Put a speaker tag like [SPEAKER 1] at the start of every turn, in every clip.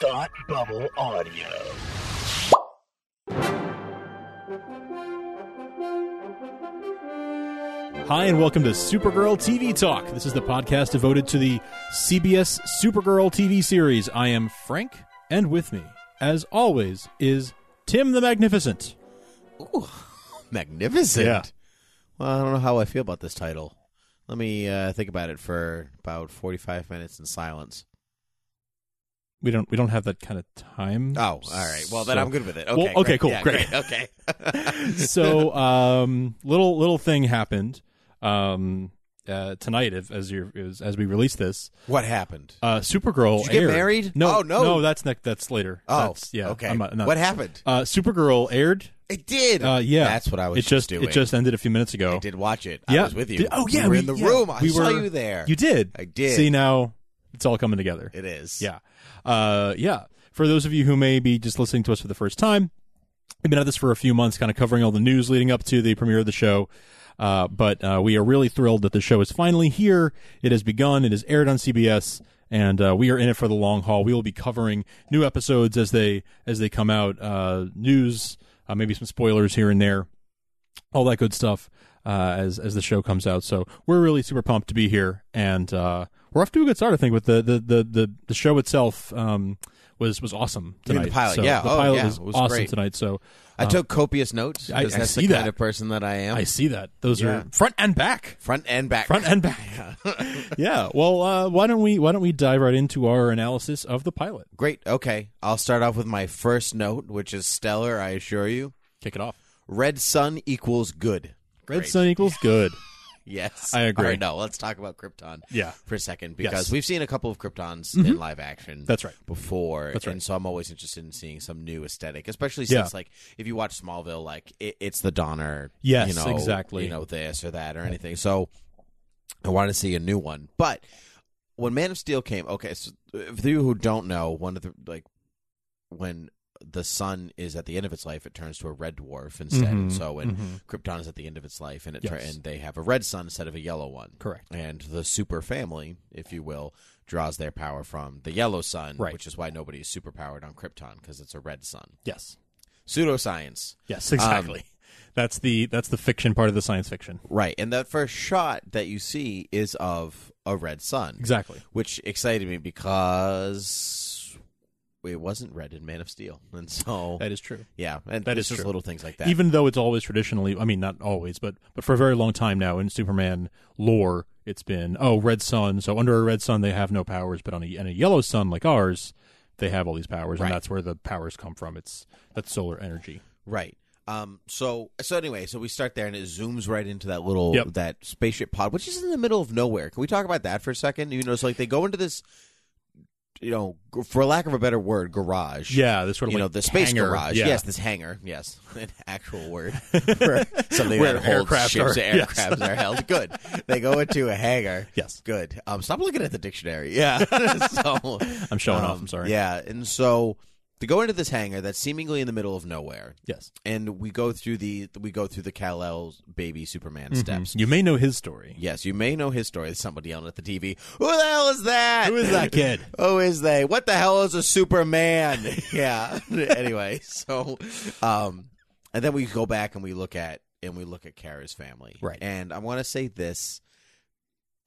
[SPEAKER 1] Thought Bubble Audio.
[SPEAKER 2] Hi, and welcome to Supergirl TV Talk. This is the podcast devoted to the CBS Supergirl TV series. I am Frank, and with me, as always, is Tim the Magnificent.
[SPEAKER 3] Magnificent.
[SPEAKER 2] Yeah.
[SPEAKER 3] Well, I don't know how I feel about this title. Let me uh, think about it for about forty-five minutes in silence.
[SPEAKER 2] We don't we don't have that kind of time.
[SPEAKER 3] Oh, all right. Well, then
[SPEAKER 2] So-
[SPEAKER 3] I'm good with it. Okay.
[SPEAKER 2] Well, okay,
[SPEAKER 3] great.
[SPEAKER 2] cool,
[SPEAKER 3] Yeah,
[SPEAKER 2] great.
[SPEAKER 3] Okay.
[SPEAKER 2] so um little little thing happened um uh tonight if, as you as, as we release this
[SPEAKER 3] what happened?
[SPEAKER 2] uh supergirl
[SPEAKER 3] Did you get
[SPEAKER 2] aired-
[SPEAKER 3] married?
[SPEAKER 2] no
[SPEAKER 3] Oh, no.
[SPEAKER 2] no that's next that's later
[SPEAKER 3] Oh,
[SPEAKER 2] That's- yeah
[SPEAKER 3] Okay.
[SPEAKER 2] I'm not- no.
[SPEAKER 3] What happened?
[SPEAKER 2] uh supergirl aired
[SPEAKER 3] It did.
[SPEAKER 2] uh yeah
[SPEAKER 3] That's what I was
[SPEAKER 2] it just
[SPEAKER 3] doing.
[SPEAKER 2] it just ended a few minutes ago
[SPEAKER 3] I did watch it.
[SPEAKER 2] yeah
[SPEAKER 3] I was with you.
[SPEAKER 2] Did- oh yeah
[SPEAKER 3] we were
[SPEAKER 2] we-
[SPEAKER 3] in the
[SPEAKER 2] yeah.
[SPEAKER 3] room. I
[SPEAKER 2] we
[SPEAKER 3] saw
[SPEAKER 2] were-
[SPEAKER 3] you there.
[SPEAKER 2] you did
[SPEAKER 3] I did.
[SPEAKER 2] see now it's all coming together
[SPEAKER 3] It is.
[SPEAKER 2] yeah. Uh, yeah. For those of you who may be just listening to us for the first time, we've been at this for a few months, kind of covering all the news leading up to the premiere of the show. Uh, but uh, we are really thrilled that the show is finally here. It has begun. It is aired on CBS, and uh, we are in it for the long haul. We will be covering new episodes as they as they come out. Uh, news, uh, maybe some spoilers here and there all that good stuff uh, as as the show comes out. So we're really super pumped to be here, and uh, we're off to a good start. I think with the the the the, the show itself um, was was awesome
[SPEAKER 3] You mean
[SPEAKER 2] tonight.
[SPEAKER 3] the pilot,
[SPEAKER 2] So
[SPEAKER 3] yeah.
[SPEAKER 2] the
[SPEAKER 3] Oh,
[SPEAKER 2] pilot
[SPEAKER 3] yeah,
[SPEAKER 2] was,
[SPEAKER 3] it was
[SPEAKER 2] awesome
[SPEAKER 3] great.
[SPEAKER 2] tonight. So
[SPEAKER 3] I took copious notes
[SPEAKER 2] Uh, I-
[SPEAKER 3] because
[SPEAKER 2] I
[SPEAKER 3] that's
[SPEAKER 2] see
[SPEAKER 3] the
[SPEAKER 2] that.
[SPEAKER 3] kind of person that I am.
[SPEAKER 2] I see that those
[SPEAKER 3] Yeah.
[SPEAKER 2] are front and back,
[SPEAKER 3] Front and back.
[SPEAKER 2] front and back. yeah. Well, uh, why don't we why don't we dive right into our analysis of the pilot?
[SPEAKER 3] Great. Okay. I'll start off with my first note, which is stellar. I assure you.
[SPEAKER 2] Kick it off.
[SPEAKER 3] Red Sun equals good.
[SPEAKER 2] Red
[SPEAKER 3] Great.
[SPEAKER 2] Sun equals good.
[SPEAKER 3] Yes,
[SPEAKER 2] I agree.
[SPEAKER 3] All right, no, let's talk about Krypton.
[SPEAKER 2] Yeah.
[SPEAKER 3] for a second because
[SPEAKER 2] Yes. Mm-hmm.
[SPEAKER 3] we've seen a couple of Kryptons in live action.
[SPEAKER 2] That's right.
[SPEAKER 3] Before,
[SPEAKER 2] That's right.
[SPEAKER 3] And so I'm always interested in seeing some new aesthetic, especially
[SPEAKER 2] Yeah.
[SPEAKER 3] since like if you watch Smallville, like it, it's the Donner.
[SPEAKER 2] Yes,
[SPEAKER 3] you know,
[SPEAKER 2] exactly.
[SPEAKER 3] You know this or that or anything. So I want to see a new one, but. When Man of Steel came, okay, so uh, for you who don't know, one of the like when the sun is at the end of its life, it turns to a red dwarf instead. And so when Krypton is at the end of its life, and it tur-
[SPEAKER 2] Mm-hmm. Yes.
[SPEAKER 3] and they have a red sun instead of a yellow one.
[SPEAKER 2] Correct.
[SPEAKER 3] And the super family, if you will, draws their power from the yellow sun,
[SPEAKER 2] Right.
[SPEAKER 3] which is why nobody is superpowered on Krypton because it's a red sun.
[SPEAKER 2] Yes.
[SPEAKER 3] Pseudoscience.
[SPEAKER 2] Yes.
[SPEAKER 3] Um,
[SPEAKER 2] Exactly. that's the that's the fiction part of the science fiction.
[SPEAKER 3] Right. And that first shot that you see is of a red sun.
[SPEAKER 2] Exactly.
[SPEAKER 3] Which excited me because it wasn't red in Man of Steel. And so,
[SPEAKER 2] That is true.
[SPEAKER 3] yeah. And
[SPEAKER 2] that
[SPEAKER 3] it's
[SPEAKER 2] is
[SPEAKER 3] just
[SPEAKER 2] true.
[SPEAKER 3] little things like that.
[SPEAKER 2] even though it's always traditionally i mean not always but but for a very long time now in superman lore it's been oh red sun so under a red sun they have no powers but on a, and a yellow sun like ours they have all these powers
[SPEAKER 3] Right.
[SPEAKER 2] and that's where the powers come from it's that's solar energy
[SPEAKER 3] Right. Um. So so anyway, so we start there, and it zooms right into that little
[SPEAKER 2] Yep.
[SPEAKER 3] that spaceship pod, which is in the middle of nowhere. Can we talk about that for a second? You know, it's like they go into this, you know, g- for lack of a better word, garage.
[SPEAKER 2] yeah this sort of
[SPEAKER 3] You
[SPEAKER 2] like
[SPEAKER 3] know the space
[SPEAKER 2] hangar.
[SPEAKER 3] garage,
[SPEAKER 2] yeah.
[SPEAKER 3] yes, this hangar, yes, an actual word for something
[SPEAKER 2] Where
[SPEAKER 3] that holds
[SPEAKER 2] aircraft
[SPEAKER 3] ships,
[SPEAKER 2] are- yes.
[SPEAKER 3] aircraft are held. Good, they go into a hangar.
[SPEAKER 2] Yes.
[SPEAKER 3] good. Um, stop looking at the dictionary. Yeah, so
[SPEAKER 2] i'm showing off
[SPEAKER 3] um,
[SPEAKER 2] i'm sorry
[SPEAKER 3] Yeah, and so to go into this hangar that's seemingly in the middle of nowhere,
[SPEAKER 2] yes
[SPEAKER 3] and we go through the we go through the Kal El baby Superman
[SPEAKER 2] Mm-hmm.
[SPEAKER 3] steps.
[SPEAKER 2] you may know his story
[SPEAKER 3] Yes, you may know his story. Somebody yelling at the TV. Who the hell is that?
[SPEAKER 2] who is that kid
[SPEAKER 3] Who is they? What the hell is a Superman? yeah. anyway, so um and then we go back and we look at and we look at Kara's family.
[SPEAKER 2] Right.
[SPEAKER 3] And I want to say this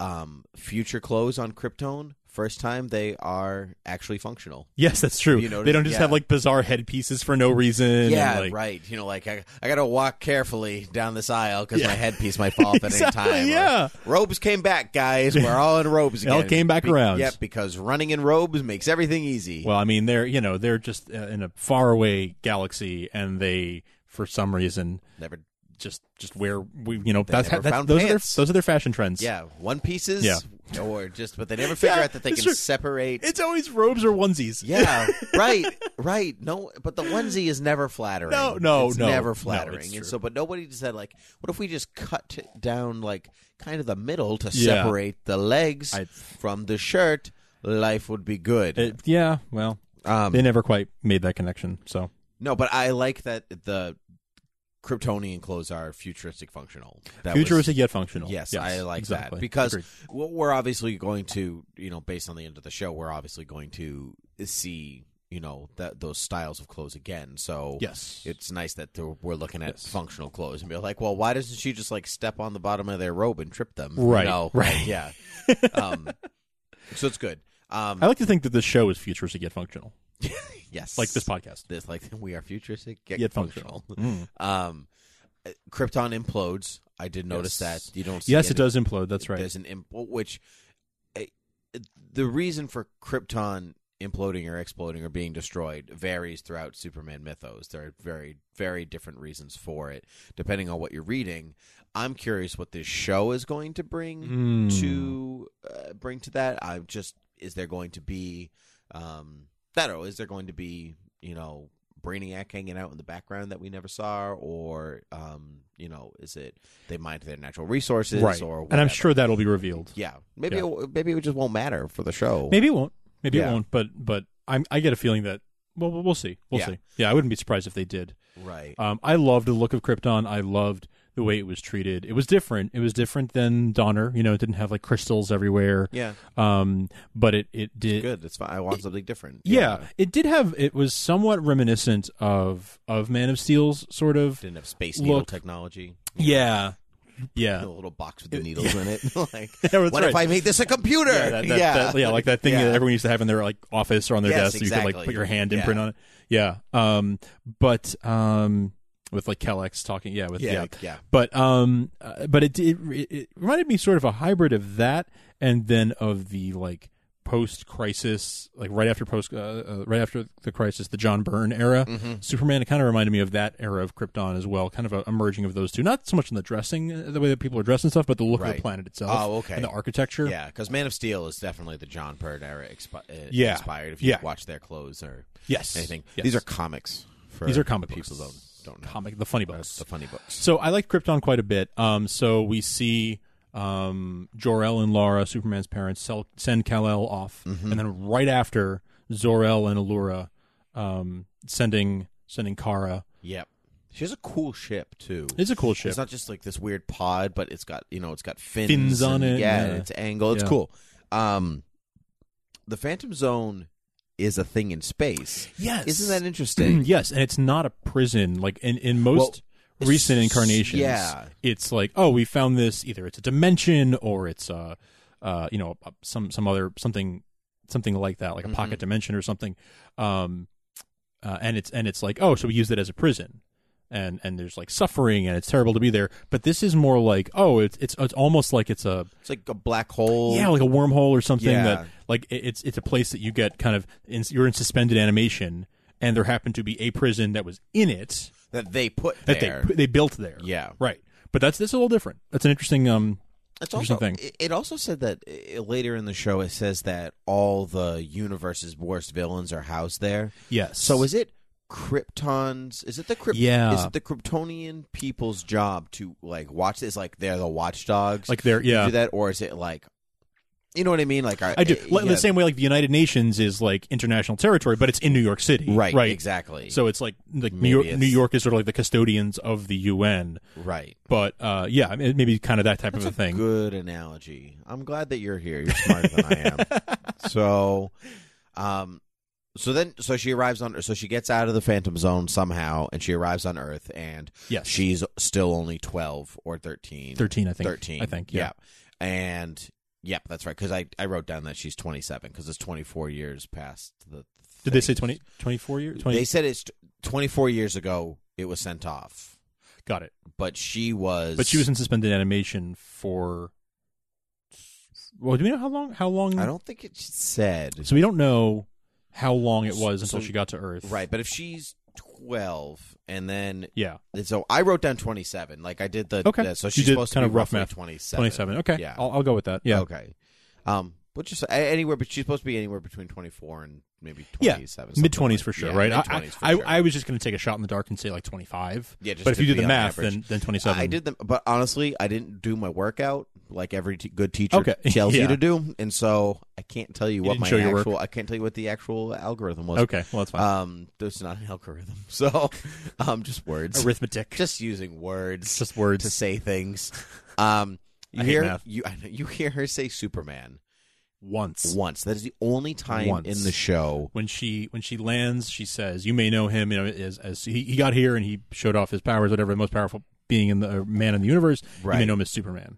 [SPEAKER 3] um future clothes on Krypton, first time they are actually functional.
[SPEAKER 2] yes that's true
[SPEAKER 3] You noticed-
[SPEAKER 2] they don't just
[SPEAKER 3] yeah.
[SPEAKER 2] have like bizarre headpieces for no reason
[SPEAKER 3] Yeah,
[SPEAKER 2] and, like,
[SPEAKER 3] right. You know, like I, I got to walk carefully down this aisle because
[SPEAKER 2] Yeah.
[SPEAKER 3] my headpiece might fall off at
[SPEAKER 2] Exactly,
[SPEAKER 3] any time. or,
[SPEAKER 2] yeah.
[SPEAKER 3] robes came back, guys. We're all in robes
[SPEAKER 2] It
[SPEAKER 3] again.
[SPEAKER 2] all came back around.
[SPEAKER 3] Yep, because running in robes makes everything easy.
[SPEAKER 2] Well, I mean, they're you know they're just uh, in a faraway galaxy, and they for some reason
[SPEAKER 3] Never.
[SPEAKER 2] just just wear we you know that's,
[SPEAKER 3] never
[SPEAKER 2] that's
[SPEAKER 3] found
[SPEAKER 2] those are their,
[SPEAKER 3] pants.
[SPEAKER 2] those are their fashion trends.
[SPEAKER 3] Yeah, one pieces.
[SPEAKER 2] Yeah.
[SPEAKER 3] or just but they never figure
[SPEAKER 2] Yeah,
[SPEAKER 3] out that they
[SPEAKER 2] it's
[SPEAKER 3] can
[SPEAKER 2] true.
[SPEAKER 3] separate.
[SPEAKER 2] it's always robes or onesies.
[SPEAKER 3] yeah, right, right. No, but the onesie is never flattering.
[SPEAKER 2] No, no,
[SPEAKER 3] it's
[SPEAKER 2] no. No,
[SPEAKER 3] never
[SPEAKER 2] it's
[SPEAKER 3] flattering.
[SPEAKER 2] true.
[SPEAKER 3] and so, but nobody said like, what if we just cut down like kind of the middle to
[SPEAKER 2] Yeah.
[SPEAKER 3] separate the legs
[SPEAKER 2] I-
[SPEAKER 3] from the shirt? Life would be good.
[SPEAKER 2] It- Uh, yeah. Well,
[SPEAKER 3] um,
[SPEAKER 2] they never quite made that connection. So
[SPEAKER 3] no, but I like that the Kryptonian clothes are futuristic functional. That was-
[SPEAKER 2] futuristic yet functional.
[SPEAKER 3] Yes, I like
[SPEAKER 2] exactly.
[SPEAKER 3] that because
[SPEAKER 2] Agreed.
[SPEAKER 3] what we're obviously going to, you know, based on the end of the show, we're obviously going to see you know that those styles of clothes again. So
[SPEAKER 2] Yes.
[SPEAKER 3] it's nice that they're- we're looking at
[SPEAKER 2] Yes.
[SPEAKER 3] functional clothes and be like, well, why doesn't she just like step on the bottom of their robe and trip them?
[SPEAKER 2] Right,
[SPEAKER 3] You know?
[SPEAKER 2] right.
[SPEAKER 3] Yeah. um, so it's good. Um,
[SPEAKER 2] I like to think that this show is futuristic yet functional,
[SPEAKER 3] yes.
[SPEAKER 2] like this podcast.
[SPEAKER 3] This like we are futuristic get
[SPEAKER 2] Yet
[SPEAKER 3] functional.
[SPEAKER 2] functional. Mm.
[SPEAKER 3] Um, uh, Krypton implodes. I did notice
[SPEAKER 2] Yes.
[SPEAKER 3] that you don't. See
[SPEAKER 2] Yes, it
[SPEAKER 3] any-
[SPEAKER 2] does implode. That's right.
[SPEAKER 3] There's an imp- which uh, the reason for Krypton imploding or exploding or being destroyed varies throughout Superman mythos. There are very very different reasons for it depending on what you're reading. I'm curious what this show is going to bring
[SPEAKER 2] Mm.
[SPEAKER 3] to uh, bring to that. I'm just is there going to be um I don't know, is there going to be, you know, Brainiac hanging out in the background that we never saw or um, you know, is it they mind their natural resources
[SPEAKER 2] right,
[SPEAKER 3] or
[SPEAKER 2] and I'm
[SPEAKER 3] whatever?
[SPEAKER 2] sure that'll be revealed.
[SPEAKER 3] Yeah. Maybe
[SPEAKER 2] Yeah.
[SPEAKER 3] It, maybe it just won't matter for the show.
[SPEAKER 2] Maybe it won't. Maybe
[SPEAKER 3] Yeah.
[SPEAKER 2] it won't. But but I'm, I get a feeling that well we'll we'll see. We'll
[SPEAKER 3] Yeah.
[SPEAKER 2] see. Yeah, I wouldn't be surprised if they did.
[SPEAKER 3] Right.
[SPEAKER 2] Um, I loved the look of Krypton. I loved the way it was treated. It was different. It was different than Donner. You know, it didn't have like crystals everywhere.
[SPEAKER 3] yeah.
[SPEAKER 2] Um, but it it did.
[SPEAKER 3] Good. It's fine. I want something different.
[SPEAKER 2] Yeah, it did have. It was somewhat reminiscent of of Man of Steel's sort of.
[SPEAKER 3] Didn't have space needle
[SPEAKER 2] Look.
[SPEAKER 3] technology.
[SPEAKER 2] Yeah, yeah,
[SPEAKER 3] A little box with the needles in it. like,
[SPEAKER 2] Yeah, that's
[SPEAKER 3] what if I
[SPEAKER 2] right.
[SPEAKER 3] make this a computer?
[SPEAKER 2] yeah, that- that- that- yeah, like that thing
[SPEAKER 3] Yeah.
[SPEAKER 2] that everyone used to have in their like office or on their desk.
[SPEAKER 3] Yes,
[SPEAKER 2] So you could
[SPEAKER 3] exactly.
[SPEAKER 2] like put your hand
[SPEAKER 3] Yeah.
[SPEAKER 2] imprint on it. Yeah. Um, but um, with like Kellex talking. Yeah, with
[SPEAKER 3] yeah,
[SPEAKER 2] yeah.
[SPEAKER 3] yeah.
[SPEAKER 2] But um, uh, but it, it it reminded me sort of a hybrid of that and then of the like post crisis, like right after post, uh, uh, right after the crisis, the John Byrne era.
[SPEAKER 3] Mm. Mm-hmm.
[SPEAKER 2] Superman. It kind of reminded me of that era of Krypton as well, kind of a, a merging of those two. Not so much in the dressing, uh, the way that people are dressed and stuff, but the look of
[SPEAKER 3] Right.
[SPEAKER 2] the planet itself.
[SPEAKER 3] Oh, okay.
[SPEAKER 2] And the architecture.
[SPEAKER 3] Yeah, because Man of Steel is definitely the John Byrne era expi- uh,
[SPEAKER 2] Yeah.
[SPEAKER 3] inspired. If you
[SPEAKER 2] Yeah.
[SPEAKER 3] watch their clothes or
[SPEAKER 2] Yes.
[SPEAKER 3] anything,
[SPEAKER 2] Yes.
[SPEAKER 3] these are comics. For
[SPEAKER 2] These are comic
[SPEAKER 3] people who
[SPEAKER 2] books.
[SPEAKER 3] don't don't know.
[SPEAKER 2] comic, the funny
[SPEAKER 3] That's
[SPEAKER 2] books.
[SPEAKER 3] the funny books.
[SPEAKER 2] So I like Krypton quite a bit. Um, so we see um, Jor El and Lara, Superman's parents, sell, send Kal El off,
[SPEAKER 3] Mm-hmm.
[SPEAKER 2] and then right after Zor El and Allura um, sending sending Kara.
[SPEAKER 3] Yep, she has a cool ship too.
[SPEAKER 2] It's a cool ship.
[SPEAKER 3] It's not just like this weird pod, but it's got you know it's got fins,
[SPEAKER 2] Fins on
[SPEAKER 3] and-
[SPEAKER 2] it,
[SPEAKER 3] Yeah,
[SPEAKER 2] yeah.
[SPEAKER 3] it's angled. It's
[SPEAKER 2] Yeah.
[SPEAKER 3] cool. Um, the Phantom Zone is a thing in space.
[SPEAKER 2] yes,
[SPEAKER 3] Isn't that interesting?
[SPEAKER 2] yes, and it's not a prison. Like in in most
[SPEAKER 3] Well,
[SPEAKER 2] recent incarnations,
[SPEAKER 3] yeah.
[SPEAKER 2] it's like oh, we found this. Either it's a dimension or it's uh, uh, you know, some some other something something like that, like a pocket
[SPEAKER 3] Mm-hmm.
[SPEAKER 2] dimension or something. Um, uh, and it's and it's like oh, so we use it as a prison. And and there's like suffering and it's terrible to be there, but this is more like oh it's it's it's almost like it's a
[SPEAKER 3] It's like a black hole.
[SPEAKER 2] yeah, like a wormhole or something
[SPEAKER 3] Yeah.
[SPEAKER 2] that like it- it's it's a place that you get kind of in, you're in suspended animation, and there happened to be a prison that was in it
[SPEAKER 3] that they put
[SPEAKER 2] that
[SPEAKER 3] there.
[SPEAKER 2] they pu- they built there.
[SPEAKER 3] Yeah.
[SPEAKER 2] right. But that's that's a little different. That's an interesting. Um,
[SPEAKER 3] It's
[SPEAKER 2] or
[SPEAKER 3] also,
[SPEAKER 2] something.
[SPEAKER 3] It, it also said that uh, later in the show, it says that all the universe's worst villains are housed there.
[SPEAKER 2] yes.
[SPEAKER 3] So is it Krypton's? Is it the Kryp-
[SPEAKER 2] Yeah.
[SPEAKER 3] Is it the Kryptonian people's job to like watch this? Like they're the watchdogs.
[SPEAKER 2] like there.
[SPEAKER 3] to
[SPEAKER 2] Yeah,
[SPEAKER 3] do that, or is it like, you know what I mean? Like are-
[SPEAKER 2] I do.
[SPEAKER 3] uh,
[SPEAKER 2] Like,
[SPEAKER 3] yeah.
[SPEAKER 2] The same way like the United Nations is like international territory, but it's in New York City.
[SPEAKER 3] Right.
[SPEAKER 2] Right.
[SPEAKER 3] Exactly.
[SPEAKER 2] So it's like like
[SPEAKER 3] Maybe
[SPEAKER 2] New York.
[SPEAKER 3] it's-
[SPEAKER 2] New York is sort of like the custodians of the UN.
[SPEAKER 3] right.
[SPEAKER 2] But uh, yeah, I mean, maybe kind of that type
[SPEAKER 3] That's
[SPEAKER 2] of a thing.
[SPEAKER 3] good analogy. I'm glad that you're here. You're smarter than I am. So, um, so then, so she arrives on. So she gets out of the Phantom Zone somehow, and she arrives on Earth, and
[SPEAKER 2] Yes.
[SPEAKER 3] she's still only twelve or thirteen.
[SPEAKER 2] Thirteen, I think.
[SPEAKER 3] Thirteen.
[SPEAKER 2] I think. Yeah.
[SPEAKER 3] And yep, that's right. Because I I wrote down that she's twenty seven because it's twenty four years past the.
[SPEAKER 2] Did they
[SPEAKER 3] thing.
[SPEAKER 2] say 20, 24 years? 20,
[SPEAKER 3] They said it's twenty four years ago. It was sent off,
[SPEAKER 2] got it.
[SPEAKER 3] but she was.
[SPEAKER 2] But she was in suspended animation for. Well, do we know how long? How long?
[SPEAKER 3] I don't think it said.
[SPEAKER 2] So we don't know how long it was
[SPEAKER 3] So-
[SPEAKER 2] until
[SPEAKER 3] so-
[SPEAKER 2] she got to Earth.
[SPEAKER 3] Right, but if she's twelve, and then
[SPEAKER 2] Yeah.
[SPEAKER 3] so I wrote down twenty seven. Like I did the
[SPEAKER 2] Okay.
[SPEAKER 3] uh, so
[SPEAKER 2] You
[SPEAKER 3] she's
[SPEAKER 2] did
[SPEAKER 3] supposed
[SPEAKER 2] kind
[SPEAKER 3] to
[SPEAKER 2] of
[SPEAKER 3] be
[SPEAKER 2] rough
[SPEAKER 3] roughly
[SPEAKER 2] math.
[SPEAKER 3] twenty seven.
[SPEAKER 2] Twenty-seven. Okay.
[SPEAKER 3] Yeah.
[SPEAKER 2] I'll, I'll go with that. Yeah.
[SPEAKER 3] Okay. Um, but just a- anywhere, but she's supposed to be anywhere between twenty four and maybe
[SPEAKER 2] Yeah.
[SPEAKER 3] twenty seven.
[SPEAKER 2] Mid twenties for sure, right? I-
[SPEAKER 3] Mid-20s for
[SPEAKER 2] I,
[SPEAKER 3] sure.
[SPEAKER 2] I, I was just going to take a shot in the dark and say like twenty-five.
[SPEAKER 3] Yeah, just
[SPEAKER 2] but if
[SPEAKER 3] to
[SPEAKER 2] you do
[SPEAKER 3] be
[SPEAKER 2] the
[SPEAKER 3] on
[SPEAKER 2] math,
[SPEAKER 3] average.
[SPEAKER 2] then then twenty-seven.
[SPEAKER 3] I did them, but honestly, I didn't do my workout like every t- good teacher
[SPEAKER 2] Okay.
[SPEAKER 3] tells you
[SPEAKER 2] Yeah.
[SPEAKER 3] to do, and so I can't tell you what
[SPEAKER 2] didn't
[SPEAKER 3] my
[SPEAKER 2] show your work.
[SPEAKER 3] actual. I can't tell you what the actual algorithm was.
[SPEAKER 2] Okay. Well, that's fine.
[SPEAKER 3] Um, there's not an algorithm, so um, just words,
[SPEAKER 2] Arithmetic.
[SPEAKER 3] just using words,
[SPEAKER 2] It's just words.
[SPEAKER 3] to say things. Um, you
[SPEAKER 2] I hate
[SPEAKER 3] hear
[SPEAKER 2] math.
[SPEAKER 3] you I know- you hear her say Superman,
[SPEAKER 2] once.
[SPEAKER 3] once. That is the only time
[SPEAKER 2] Once.
[SPEAKER 3] in the show.
[SPEAKER 2] When she when she lands, she says, "You may know him, you know, as, as he, he got here and he showed off his powers, whatever the most powerful being in the or man in the universe. You may
[SPEAKER 3] Right.
[SPEAKER 2] know him as Superman."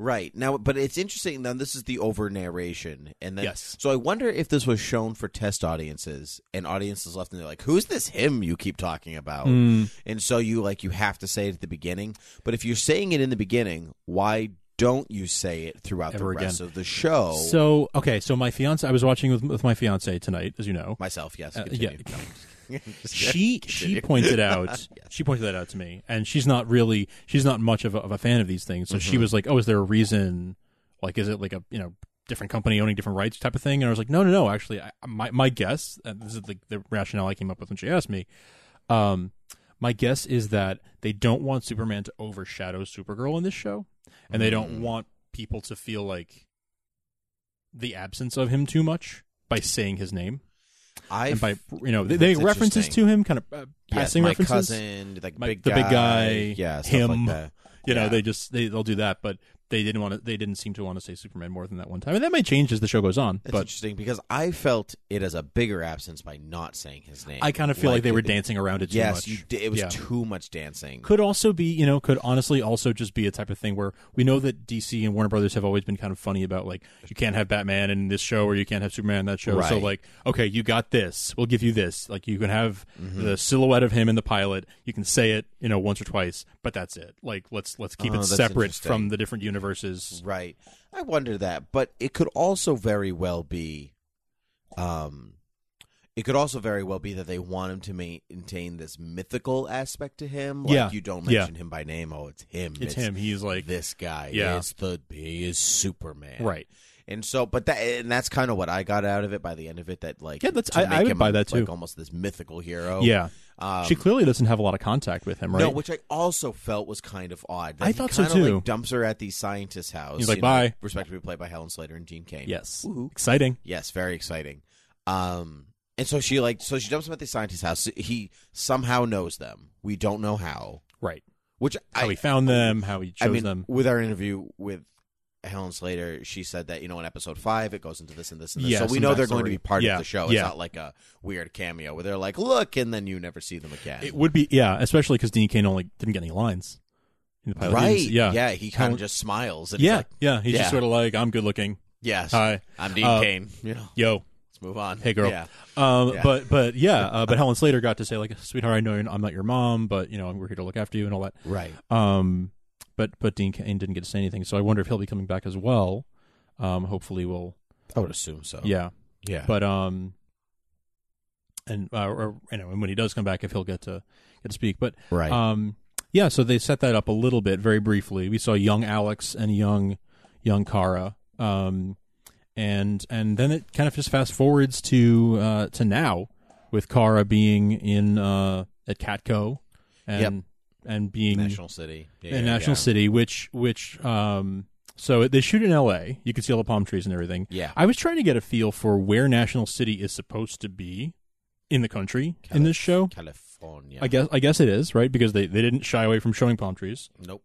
[SPEAKER 3] Right. Now, but it's interesting. Now, this is the over narration. And then,
[SPEAKER 2] Yes.
[SPEAKER 3] so I wonder if this was shown for test audiences and audiences left and they're like, who's this him you keep talking about?
[SPEAKER 2] Mm.
[SPEAKER 3] And so you like, you have to say it at the beginning. But if you're saying it in the beginning, why don't you say it throughout
[SPEAKER 2] Ever
[SPEAKER 3] the
[SPEAKER 2] again.
[SPEAKER 3] rest of the show?
[SPEAKER 2] So okay, so my fiance, I was watching with with my fiance tonight, as you know.
[SPEAKER 3] Myself, yes.
[SPEAKER 2] Uh,
[SPEAKER 3] continue.
[SPEAKER 2] yeah.
[SPEAKER 3] No. Just-
[SPEAKER 2] she she pointed out she pointed that out to me, and she's not really she's not much of a, of a fan of these things. So she was like, "Oh, is there a reason? Like, is it like a you know different company owning different rights type of thing?" And I was like, "No, no, no. Actually, I, my my guess and this is the, the rationale I came up with when she asked me. Um, my guess is that they don't want Superman to overshadow Supergirl in this show, and they don't want people to feel like the absence of him too much by saying his name
[SPEAKER 3] I
[SPEAKER 2] and by
[SPEAKER 3] f-
[SPEAKER 2] you know they,
[SPEAKER 3] That's
[SPEAKER 2] they make references
[SPEAKER 3] interesting.
[SPEAKER 2] to him, kind of uh, passing
[SPEAKER 3] yes, my
[SPEAKER 2] references.
[SPEAKER 3] cousin, like
[SPEAKER 2] My-
[SPEAKER 3] big
[SPEAKER 2] the
[SPEAKER 3] guy,
[SPEAKER 2] big guy,
[SPEAKER 3] yeah, stuff
[SPEAKER 2] him.
[SPEAKER 3] Like that.
[SPEAKER 2] You know,
[SPEAKER 3] yeah.
[SPEAKER 2] they just they, they'll do that, but they didn't want to. They didn't seem to want to say Superman more than that one time, and that may change as the show goes on.
[SPEAKER 3] That's
[SPEAKER 2] but
[SPEAKER 3] interesting because I felt it as a bigger absence by not saying his name.
[SPEAKER 2] I kind of feel like, they were
[SPEAKER 3] it-
[SPEAKER 2] dancing around it too
[SPEAKER 3] yes,
[SPEAKER 2] much.
[SPEAKER 3] you did- it was
[SPEAKER 2] Yeah.
[SPEAKER 3] too much dancing.
[SPEAKER 2] could also be, you know, could honestly also just be a type of thing where we know that DC and Warner Brothers have always been kind of funny about like you can't have Batman in this show or you can't have Superman in that show. So
[SPEAKER 3] Right.
[SPEAKER 2] like, okay, you got this. We'll give you this. Like you can have
[SPEAKER 3] Mm-hmm.
[SPEAKER 2] the silhouette of him in the pilot. You can say it, you know, once or twice, but that's it. Like let's let's keep
[SPEAKER 3] Oh,
[SPEAKER 2] it
[SPEAKER 3] that's
[SPEAKER 2] separate
[SPEAKER 3] interesting.
[SPEAKER 2] from the different universes.
[SPEAKER 3] Right. I wonder that, but it could also very well be, um, it could also very well be that they want him to maintain this mythical aspect to him. Like
[SPEAKER 2] Yeah.
[SPEAKER 3] you don't
[SPEAKER 2] Yeah.
[SPEAKER 3] mention him by name. Oh, it's him.
[SPEAKER 2] It's him. He's like
[SPEAKER 3] This guy.
[SPEAKER 2] Yeah.
[SPEAKER 3] It's the he is Superman.
[SPEAKER 2] right.
[SPEAKER 3] And so, but that and that's kind of what I got out of it by the end of it. That like
[SPEAKER 2] Yeah, that's-
[SPEAKER 3] to
[SPEAKER 2] I- I
[SPEAKER 3] make
[SPEAKER 2] would
[SPEAKER 3] him,
[SPEAKER 2] buy that,
[SPEAKER 3] like,
[SPEAKER 2] too.
[SPEAKER 3] almost this mythical hero.
[SPEAKER 2] yeah.
[SPEAKER 3] Um,
[SPEAKER 2] she clearly doesn't have a lot of contact with him, right?
[SPEAKER 3] No, which I also felt was kind of odd. that
[SPEAKER 2] I
[SPEAKER 3] he
[SPEAKER 2] thought so,
[SPEAKER 3] kinda,
[SPEAKER 2] too.
[SPEAKER 3] Like, dumps her at the scientist's house.
[SPEAKER 2] He's like,
[SPEAKER 3] you
[SPEAKER 2] "Bye."
[SPEAKER 3] respectively played by Helen Slater and Gene Kane.
[SPEAKER 2] yes.
[SPEAKER 3] Woohoo.
[SPEAKER 2] Exciting.
[SPEAKER 3] Yes, very exciting. Um, and so she like, so she dumps him at the scientist's house. He somehow knows them. We don't know how.
[SPEAKER 2] Right.
[SPEAKER 3] Which
[SPEAKER 2] How
[SPEAKER 3] I,
[SPEAKER 2] he found them, how he chose
[SPEAKER 3] I mean,
[SPEAKER 2] them.
[SPEAKER 3] with our interview with Helen Slater, she said that you know in episode five it goes into this and this and this.
[SPEAKER 2] Yeah,
[SPEAKER 3] so we
[SPEAKER 2] some
[SPEAKER 3] know they're going to
[SPEAKER 2] backstory.
[SPEAKER 3] be part
[SPEAKER 2] Yeah,
[SPEAKER 3] of the show. It's
[SPEAKER 2] yeah.
[SPEAKER 3] not like a weird cameo where they're like, look, and then you never see them again.
[SPEAKER 2] It would be yeah, especially because Dean Kane only didn't get any lines in the pilot. He
[SPEAKER 3] right?
[SPEAKER 2] didn't- yeah,
[SPEAKER 3] yeah. He kind
[SPEAKER 2] Helen-
[SPEAKER 3] of just smiles. And he's
[SPEAKER 2] yeah,
[SPEAKER 3] like,
[SPEAKER 2] yeah. He's
[SPEAKER 3] Yeah.
[SPEAKER 2] just sort of like, I'm good looking.
[SPEAKER 3] yes.
[SPEAKER 2] Hi,
[SPEAKER 3] I'm Dean
[SPEAKER 2] Uh,
[SPEAKER 3] Kane. You know,
[SPEAKER 2] yo,
[SPEAKER 3] let's move on.
[SPEAKER 2] hey girl.
[SPEAKER 3] Yeah.
[SPEAKER 2] Um,
[SPEAKER 3] Yeah.
[SPEAKER 2] but but yeah, uh, but Helen Slater got to say like, sweetheart, I know you're, I'm not your mom, but you know we're here to look after you and all that.
[SPEAKER 3] Right.
[SPEAKER 2] Um, but but Dean Kane didn't get to say anything, so I wonder if he'll be coming back as well. Um, hopefully we'll
[SPEAKER 3] I would assume so.
[SPEAKER 2] yeah,
[SPEAKER 3] Oh, Yeah.
[SPEAKER 2] but um, and uh, or, you know, and when he does come back, if he'll get to get to speak, but
[SPEAKER 3] right.
[SPEAKER 2] Um, yeah, so they set that up a little bit, very briefly. We saw young Alex and young young Kara, um, and and then it kind of just fast forwards to uh, to now with Kara being in uh, at Catco and
[SPEAKER 3] Yep.
[SPEAKER 2] and being
[SPEAKER 3] National City. Yeah,
[SPEAKER 2] in
[SPEAKER 3] yeah,
[SPEAKER 2] National City, which which um, so they shoot in L.A. You can see all the palm trees and everything.
[SPEAKER 3] Yeah.
[SPEAKER 2] I was trying to get a feel for where National City is supposed to be in the country in this show.
[SPEAKER 3] California.
[SPEAKER 2] I guess I guess it is right because they, they didn't shy away from showing palm trees.
[SPEAKER 3] Nope.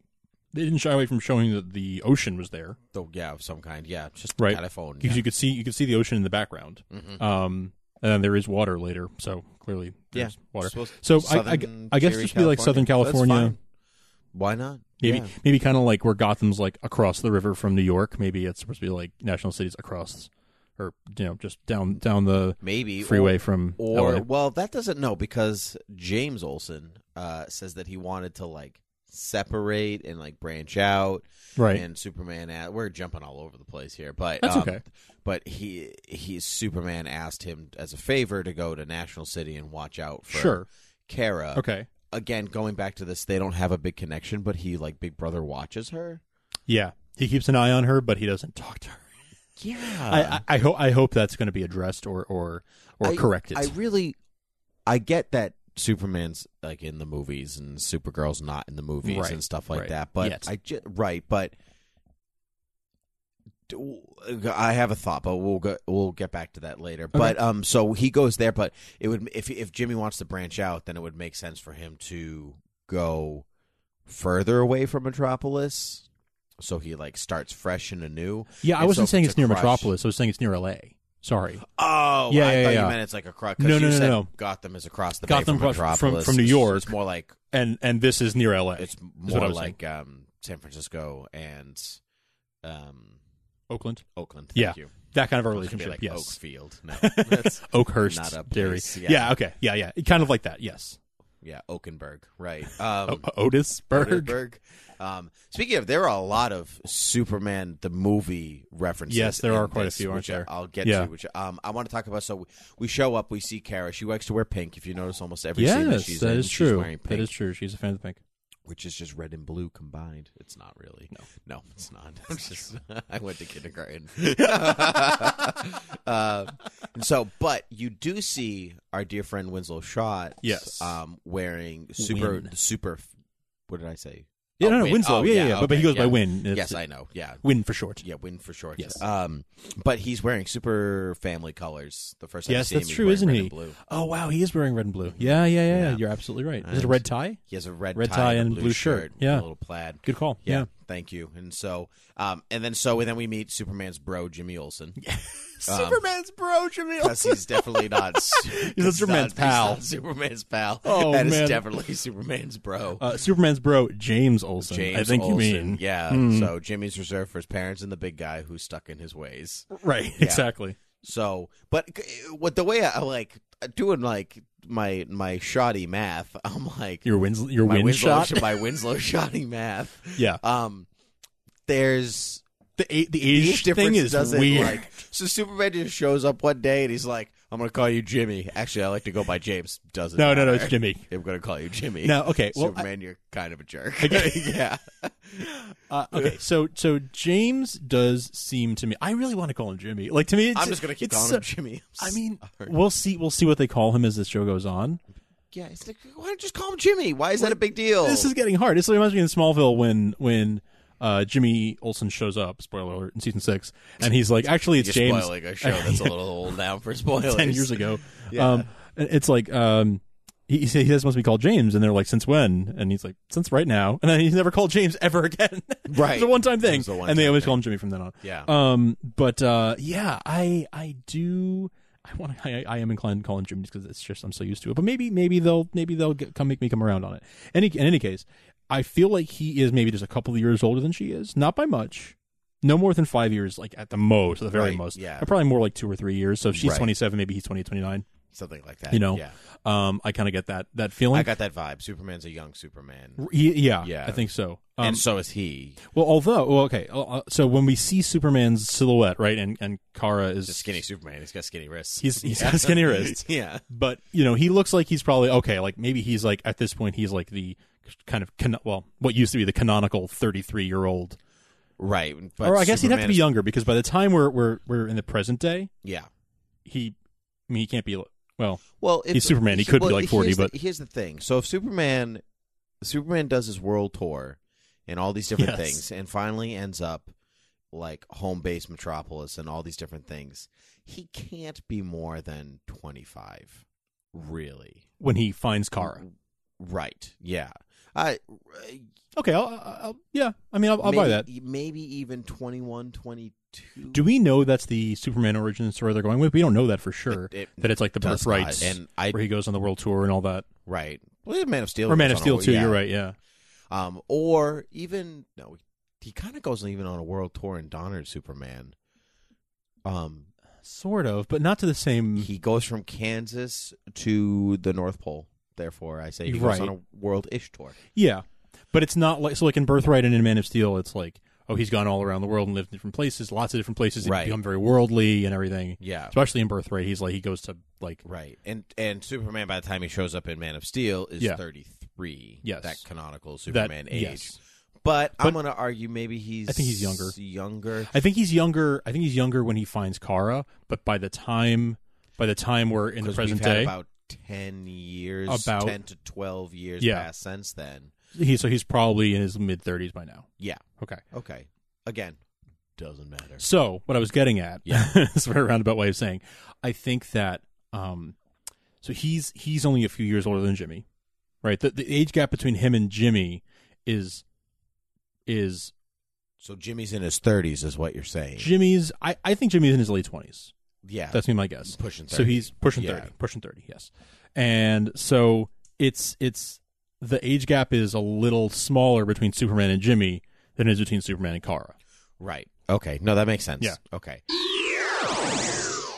[SPEAKER 2] They didn't shy away from showing that the ocean was there
[SPEAKER 3] Oh, yeah, of some kind. Yeah. Just
[SPEAKER 2] Right.
[SPEAKER 3] California. Mm-hmm.
[SPEAKER 2] because you could see you could see the ocean in the background. Um, and then there is water later, so clearly
[SPEAKER 3] Yeah.
[SPEAKER 2] there's water.
[SPEAKER 3] Supposed-
[SPEAKER 2] So I- I,
[SPEAKER 3] Southern
[SPEAKER 2] I guess
[SPEAKER 3] Cherry,
[SPEAKER 2] just be like Southern California,
[SPEAKER 3] That's fine. Why not?
[SPEAKER 2] maybe
[SPEAKER 3] Yeah.
[SPEAKER 2] maybe kind of like where Gotham's like across the river from New York. Maybe it's supposed to be like national cities across, or you know just down down the
[SPEAKER 3] Maybe or-
[SPEAKER 2] freeway from
[SPEAKER 3] Or
[SPEAKER 2] LA.
[SPEAKER 3] well, that doesn't know because James Olson uh, says that he wanted to like separate and like branch out.
[SPEAKER 2] right.
[SPEAKER 3] And Superman, a we're jumping all over the place here, but
[SPEAKER 2] That's
[SPEAKER 3] um,
[SPEAKER 2] okay.
[SPEAKER 3] But he, he, Superman asked him as a favor to go to National City and watch out for
[SPEAKER 2] Sure.
[SPEAKER 3] Kara.
[SPEAKER 2] Okay.
[SPEAKER 3] Again, going back to this, they don't have a big connection, but he like Big Brother watches her.
[SPEAKER 2] Yeah, he keeps an eye on her, but he doesn't talk to her.
[SPEAKER 3] Yeah,
[SPEAKER 2] I, I, I hope I hope that's going to be addressed or or or
[SPEAKER 3] Uh. I-
[SPEAKER 2] corrected.
[SPEAKER 3] I really, I get that Superman's like in the movies and Supergirl's not in the movies
[SPEAKER 2] Right,
[SPEAKER 3] and stuff like
[SPEAKER 2] right.
[SPEAKER 3] that. But
[SPEAKER 2] Yet.
[SPEAKER 3] I ju- right, but do- I have a thought, but we'll go, we'll get back to that later. But um, so he goes there, but it would if if Jimmy wants to branch out, then it would make sense for him to go further away from Metropolis. so he like starts fresh and anew.
[SPEAKER 2] Yeah, I
[SPEAKER 3] And
[SPEAKER 2] wasn't
[SPEAKER 3] so
[SPEAKER 2] saying
[SPEAKER 3] it's
[SPEAKER 2] it's
[SPEAKER 3] a
[SPEAKER 2] near
[SPEAKER 3] crush.
[SPEAKER 2] Metropolis. I was saying it's near LA. Sorry.
[SPEAKER 3] Oh,
[SPEAKER 2] Yeah,
[SPEAKER 3] I
[SPEAKER 2] yeah,
[SPEAKER 3] thought
[SPEAKER 2] yeah.
[SPEAKER 3] you meant it's like across.
[SPEAKER 2] No,
[SPEAKER 3] you
[SPEAKER 2] no, no,
[SPEAKER 3] said
[SPEAKER 2] no.
[SPEAKER 3] Gotham is across the
[SPEAKER 2] Gotham
[SPEAKER 3] bay from,
[SPEAKER 2] across- from-
[SPEAKER 3] Metropolis.
[SPEAKER 2] from New
[SPEAKER 3] It's-
[SPEAKER 2] York.
[SPEAKER 3] It's more like
[SPEAKER 2] And and this is near LA.
[SPEAKER 3] it's
[SPEAKER 2] what I
[SPEAKER 3] more
[SPEAKER 2] was
[SPEAKER 3] like um, San Francisco and um,
[SPEAKER 2] Oakland.
[SPEAKER 3] Oakland. Thank
[SPEAKER 2] Yeah.
[SPEAKER 3] you.
[SPEAKER 2] That kind of a
[SPEAKER 3] It's gonna
[SPEAKER 2] relationship.
[SPEAKER 3] be like
[SPEAKER 2] yes.
[SPEAKER 3] Oakfield. No, that's,
[SPEAKER 2] Oakhurst
[SPEAKER 3] Not a
[SPEAKER 2] Dairy.
[SPEAKER 3] place,
[SPEAKER 2] Yeah.
[SPEAKER 3] yeah.
[SPEAKER 2] okay. Yeah, yeah. Kind of like that. Yes.
[SPEAKER 3] yeah, Oakenburg. Right. Um,
[SPEAKER 2] o- Otisburg.
[SPEAKER 3] Berg. Um, speaking of, there are a lot of Superman the movie references.
[SPEAKER 2] Yes, there
[SPEAKER 3] in
[SPEAKER 2] are quite a
[SPEAKER 3] this,
[SPEAKER 2] few, aren't
[SPEAKER 3] which I-
[SPEAKER 2] there?
[SPEAKER 3] I'll get
[SPEAKER 2] Yeah.
[SPEAKER 3] to. Which um, I want to talk about. So we, we show up, we see Kara. She likes to wear pink. If you notice, almost every scene that
[SPEAKER 2] Yes,
[SPEAKER 3] she's
[SPEAKER 2] that
[SPEAKER 3] in,
[SPEAKER 2] is
[SPEAKER 3] she's
[SPEAKER 2] true.
[SPEAKER 3] wearing pink, Oh,
[SPEAKER 2] That is true. She's a fan of the pink.
[SPEAKER 3] which is just red and blue combined. It's not really. No, it's not. It's just I went to kindergarten. uh, and so, but you do see our dear friend Winslow Shot.
[SPEAKER 2] Yes.
[SPEAKER 3] um, wearing super
[SPEAKER 2] Win.
[SPEAKER 3] super. What did I say?
[SPEAKER 2] Yeah,
[SPEAKER 3] Oh,
[SPEAKER 2] no, no,
[SPEAKER 3] Win.
[SPEAKER 2] Winslow.
[SPEAKER 3] Oh,
[SPEAKER 2] yeah, yeah,
[SPEAKER 3] yeah,
[SPEAKER 2] yeah. But, but he
[SPEAKER 3] okay,
[SPEAKER 2] goes by
[SPEAKER 3] yeah.
[SPEAKER 2] Win. It's-
[SPEAKER 3] yes, I know. Yeah,
[SPEAKER 2] Win for short.
[SPEAKER 3] yeah, win for sure.
[SPEAKER 2] Yes.
[SPEAKER 3] Um, but he's wearing super family colors. The first time
[SPEAKER 2] Yes,
[SPEAKER 3] you see him,
[SPEAKER 2] that's
[SPEAKER 3] he's
[SPEAKER 2] true,
[SPEAKER 3] wearing
[SPEAKER 2] isn't
[SPEAKER 3] red
[SPEAKER 2] he?
[SPEAKER 3] and blue.
[SPEAKER 2] Oh wow, he is wearing red and blue. Yeah, yeah, yeah. yeah.
[SPEAKER 3] Yeah.
[SPEAKER 2] You're absolutely right. Is it a
[SPEAKER 3] And-
[SPEAKER 2] red tie?
[SPEAKER 3] He has a red,
[SPEAKER 2] Red tie and
[SPEAKER 3] a
[SPEAKER 2] blue shirt. Yeah.
[SPEAKER 3] and a little plaid.
[SPEAKER 2] Good call.
[SPEAKER 3] Yeah,
[SPEAKER 2] Yeah.
[SPEAKER 3] thank you. And so, um, and then so, and then we meet Superman's bro, Jimmy Olsen, Um,
[SPEAKER 2] Superman's bro, Jamil.
[SPEAKER 3] because he's definitely not. su-
[SPEAKER 2] He's not Superman's
[SPEAKER 3] not-
[SPEAKER 2] pal.
[SPEAKER 3] He's not Superman's pal.
[SPEAKER 2] Oh,
[SPEAKER 3] That is
[SPEAKER 2] man.
[SPEAKER 3] definitely Superman's bro.
[SPEAKER 2] Uh, Superman's bro, James Olsen.
[SPEAKER 3] James
[SPEAKER 2] I think
[SPEAKER 3] Olsen.
[SPEAKER 2] you mean. Hmm.
[SPEAKER 3] yeah. So Jimmy's reserved for his parents and the big guy who's stuck in his ways.
[SPEAKER 2] Right.
[SPEAKER 3] Yeah.
[SPEAKER 2] Exactly.
[SPEAKER 3] So, but c- what the way I I'm like uh, doing like my my shoddy math, I'm like
[SPEAKER 2] Your wins. Your
[SPEAKER 3] my
[SPEAKER 2] win
[SPEAKER 3] Winslow,
[SPEAKER 2] shot.
[SPEAKER 3] my Winslow shoddy math.
[SPEAKER 2] yeah.
[SPEAKER 3] Um, there's
[SPEAKER 2] The a- the
[SPEAKER 3] age
[SPEAKER 2] age
[SPEAKER 3] difference
[SPEAKER 2] thing is
[SPEAKER 3] doesn't
[SPEAKER 2] weird.
[SPEAKER 3] like. So Superman just shows up one day and he's like, "I'm gonna call you Jimmy." Actually, I like to go by James. Doesn't
[SPEAKER 2] no, no, no.
[SPEAKER 3] matter.
[SPEAKER 2] It's Jimmy.
[SPEAKER 3] I'm gonna call you Jimmy.
[SPEAKER 2] No. Okay. Well. I-
[SPEAKER 3] Superman, you're kind of a jerk.
[SPEAKER 2] Okay.
[SPEAKER 3] yeah.
[SPEAKER 2] uh, okay. So so James does seem to me. I really want to call him Jimmy. Like to me, it's,
[SPEAKER 3] I'm just gonna keep
[SPEAKER 2] it's
[SPEAKER 3] calling
[SPEAKER 2] so-
[SPEAKER 3] him Jimmy.
[SPEAKER 2] I mean,
[SPEAKER 3] Sorry.
[SPEAKER 2] we'll see. We'll see what they call him as this show goes on.
[SPEAKER 3] yeah. It's like, why don't you just call him Jimmy? Why is that a big deal?
[SPEAKER 2] This is getting hard. This reminds me in Smallville when when uh, Jimmy Olsen shows up. Spoiler alert in season six, and he's like, actually, it's
[SPEAKER 3] you're
[SPEAKER 2] James.
[SPEAKER 3] spoiling a show that's a little old now for spoilers.
[SPEAKER 2] ten years ago.
[SPEAKER 3] Yeah.
[SPEAKER 2] Um, and it's like um, he he says he must be called James, and they're like, since when? And he's like, since right now. And then he's never called James ever again.
[SPEAKER 3] Right.
[SPEAKER 2] it's a one time
[SPEAKER 3] It
[SPEAKER 2] thing,
[SPEAKER 3] was a one-time
[SPEAKER 2] and they always
[SPEAKER 3] thing.
[SPEAKER 2] call him Jimmy from then on.
[SPEAKER 3] Yeah.
[SPEAKER 2] Um, but uh, yeah, I I do. I want. I, I am inclined to call him Jimmy because it's just I'm so used to it. But maybe maybe they'll maybe they'll get, come make me come around on it. Any in any case, I feel like he is maybe just a couple of years older than she is, not by much. No more than five years, like at the most, at the very
[SPEAKER 3] Right,
[SPEAKER 2] most.
[SPEAKER 3] yeah.
[SPEAKER 2] probably more like two or three years. So if she's
[SPEAKER 3] Right.
[SPEAKER 2] 27, maybe he's 28, 29.
[SPEAKER 3] something like that.
[SPEAKER 2] You know,
[SPEAKER 3] Yeah.
[SPEAKER 2] um, I kind of get that that feeling.
[SPEAKER 3] I got that vibe. Superman's a young Superman,
[SPEAKER 2] R- y- yeah,
[SPEAKER 3] Yeah.
[SPEAKER 2] I think so. Um,
[SPEAKER 3] and so is he.
[SPEAKER 2] well, although, well, okay, uh, uh, so when we see Superman's silhouette, right, and and Kara is
[SPEAKER 3] He's a skinny Superman. He's got skinny wrists.
[SPEAKER 2] He's- he's got skinny wrists.
[SPEAKER 3] Yeah.
[SPEAKER 2] but you know he looks like he's probably okay like maybe he's like at this point he's like the kind of can- well what used to be the canonical 33 year old
[SPEAKER 3] Right. But
[SPEAKER 2] or i guess he'd have
[SPEAKER 3] Superman
[SPEAKER 2] to be
[SPEAKER 3] is-
[SPEAKER 2] younger because by the time we're we're we're in the present day
[SPEAKER 3] Yeah.
[SPEAKER 2] he I mean, he can't be well
[SPEAKER 3] Well, if,
[SPEAKER 2] He's Superman. He could be
[SPEAKER 3] well,
[SPEAKER 2] like 40,
[SPEAKER 3] here's the-
[SPEAKER 2] but-
[SPEAKER 3] here's the thing. So if Superman, Superman does his world tour and all these different
[SPEAKER 2] Yes.
[SPEAKER 3] things, and finally ends up like home base Metropolis and all these different things, he can't be more than twenty five, really.
[SPEAKER 2] when he finds Kara
[SPEAKER 3] Right. Yeah. I
[SPEAKER 2] okay I'll, I'll, I'll yeah I mean I'll, I'll buy that
[SPEAKER 3] maybe- e, Maybe even 21, 22.
[SPEAKER 2] do we know that's the Superman origin story they're going with we don't know that for sure
[SPEAKER 3] It- it
[SPEAKER 2] that it's like the
[SPEAKER 3] does
[SPEAKER 2] birthrights
[SPEAKER 3] not, and I
[SPEAKER 2] where he goes on the world tour and all that
[SPEAKER 3] right. Well, yeah, Man of Steel
[SPEAKER 2] or Man
[SPEAKER 3] goes
[SPEAKER 2] of
[SPEAKER 3] on a
[SPEAKER 2] Steel
[SPEAKER 3] whole-
[SPEAKER 2] too
[SPEAKER 3] yeah.
[SPEAKER 2] you're right yeah
[SPEAKER 3] Um, or even no, he kind of goes even on a world tour in Donner Superman. Um,
[SPEAKER 2] sort of but not to the same
[SPEAKER 3] he goes from Kansas to the North Pole. Therefore, I say he
[SPEAKER 2] Right.
[SPEAKER 3] goes on a world-ish tour.
[SPEAKER 2] Yeah, but it's not like so. Like in Birthright and in Man of Steel, it's like oh, he's gone all around the world and lived in different places, lots of different places. He's
[SPEAKER 3] Right.
[SPEAKER 2] become very worldly and everything.
[SPEAKER 3] Yeah,
[SPEAKER 2] Especially in Birthright, he's like he goes to like
[SPEAKER 3] right. And and Superman by the time he shows up in Man of Steel is
[SPEAKER 2] Yeah.
[SPEAKER 3] thirty-three.
[SPEAKER 2] Yes.
[SPEAKER 3] that canonical
[SPEAKER 2] that
[SPEAKER 3] Superman age.
[SPEAKER 2] yes.
[SPEAKER 3] But,
[SPEAKER 2] But-
[SPEAKER 3] I'm going to argue maybe he's.
[SPEAKER 2] I think he's younger.
[SPEAKER 3] Younger.
[SPEAKER 2] I think he's younger. I think he's younger when he finds Kara, but by the time by the time we're in the
[SPEAKER 3] 'Cause
[SPEAKER 2] present
[SPEAKER 3] we've had
[SPEAKER 2] day,
[SPEAKER 3] about ten years,
[SPEAKER 2] About-
[SPEAKER 3] ten to twelve years
[SPEAKER 2] Yeah.
[SPEAKER 3] past since then.
[SPEAKER 2] he so he's probably in his mid thirties by now.
[SPEAKER 3] Yeah.
[SPEAKER 2] Okay.
[SPEAKER 3] Okay. Again, doesn't matter.
[SPEAKER 2] So what I was getting at, yeah, it's a very roundabout way of saying, I think that um, so he's he's only a few years older than Jimmy, right? The, the age gap between him and Jimmy is is
[SPEAKER 3] So Jimmy's in his thirties, is what you're saying?
[SPEAKER 2] Jimmy's, I, I think Jimmy's in his late 20s.
[SPEAKER 3] yeah,
[SPEAKER 2] That's me, my guess.
[SPEAKER 3] pushing. 30.
[SPEAKER 2] So he's pushing
[SPEAKER 3] Yeah.
[SPEAKER 2] thirty, pushing thirty, yes. And so it's it's the age gap is a little smaller between Superman and Jimmy than it is between Superman and Kara.
[SPEAKER 3] right. Okay, no, that makes sense.
[SPEAKER 2] Yeah.
[SPEAKER 3] Okay.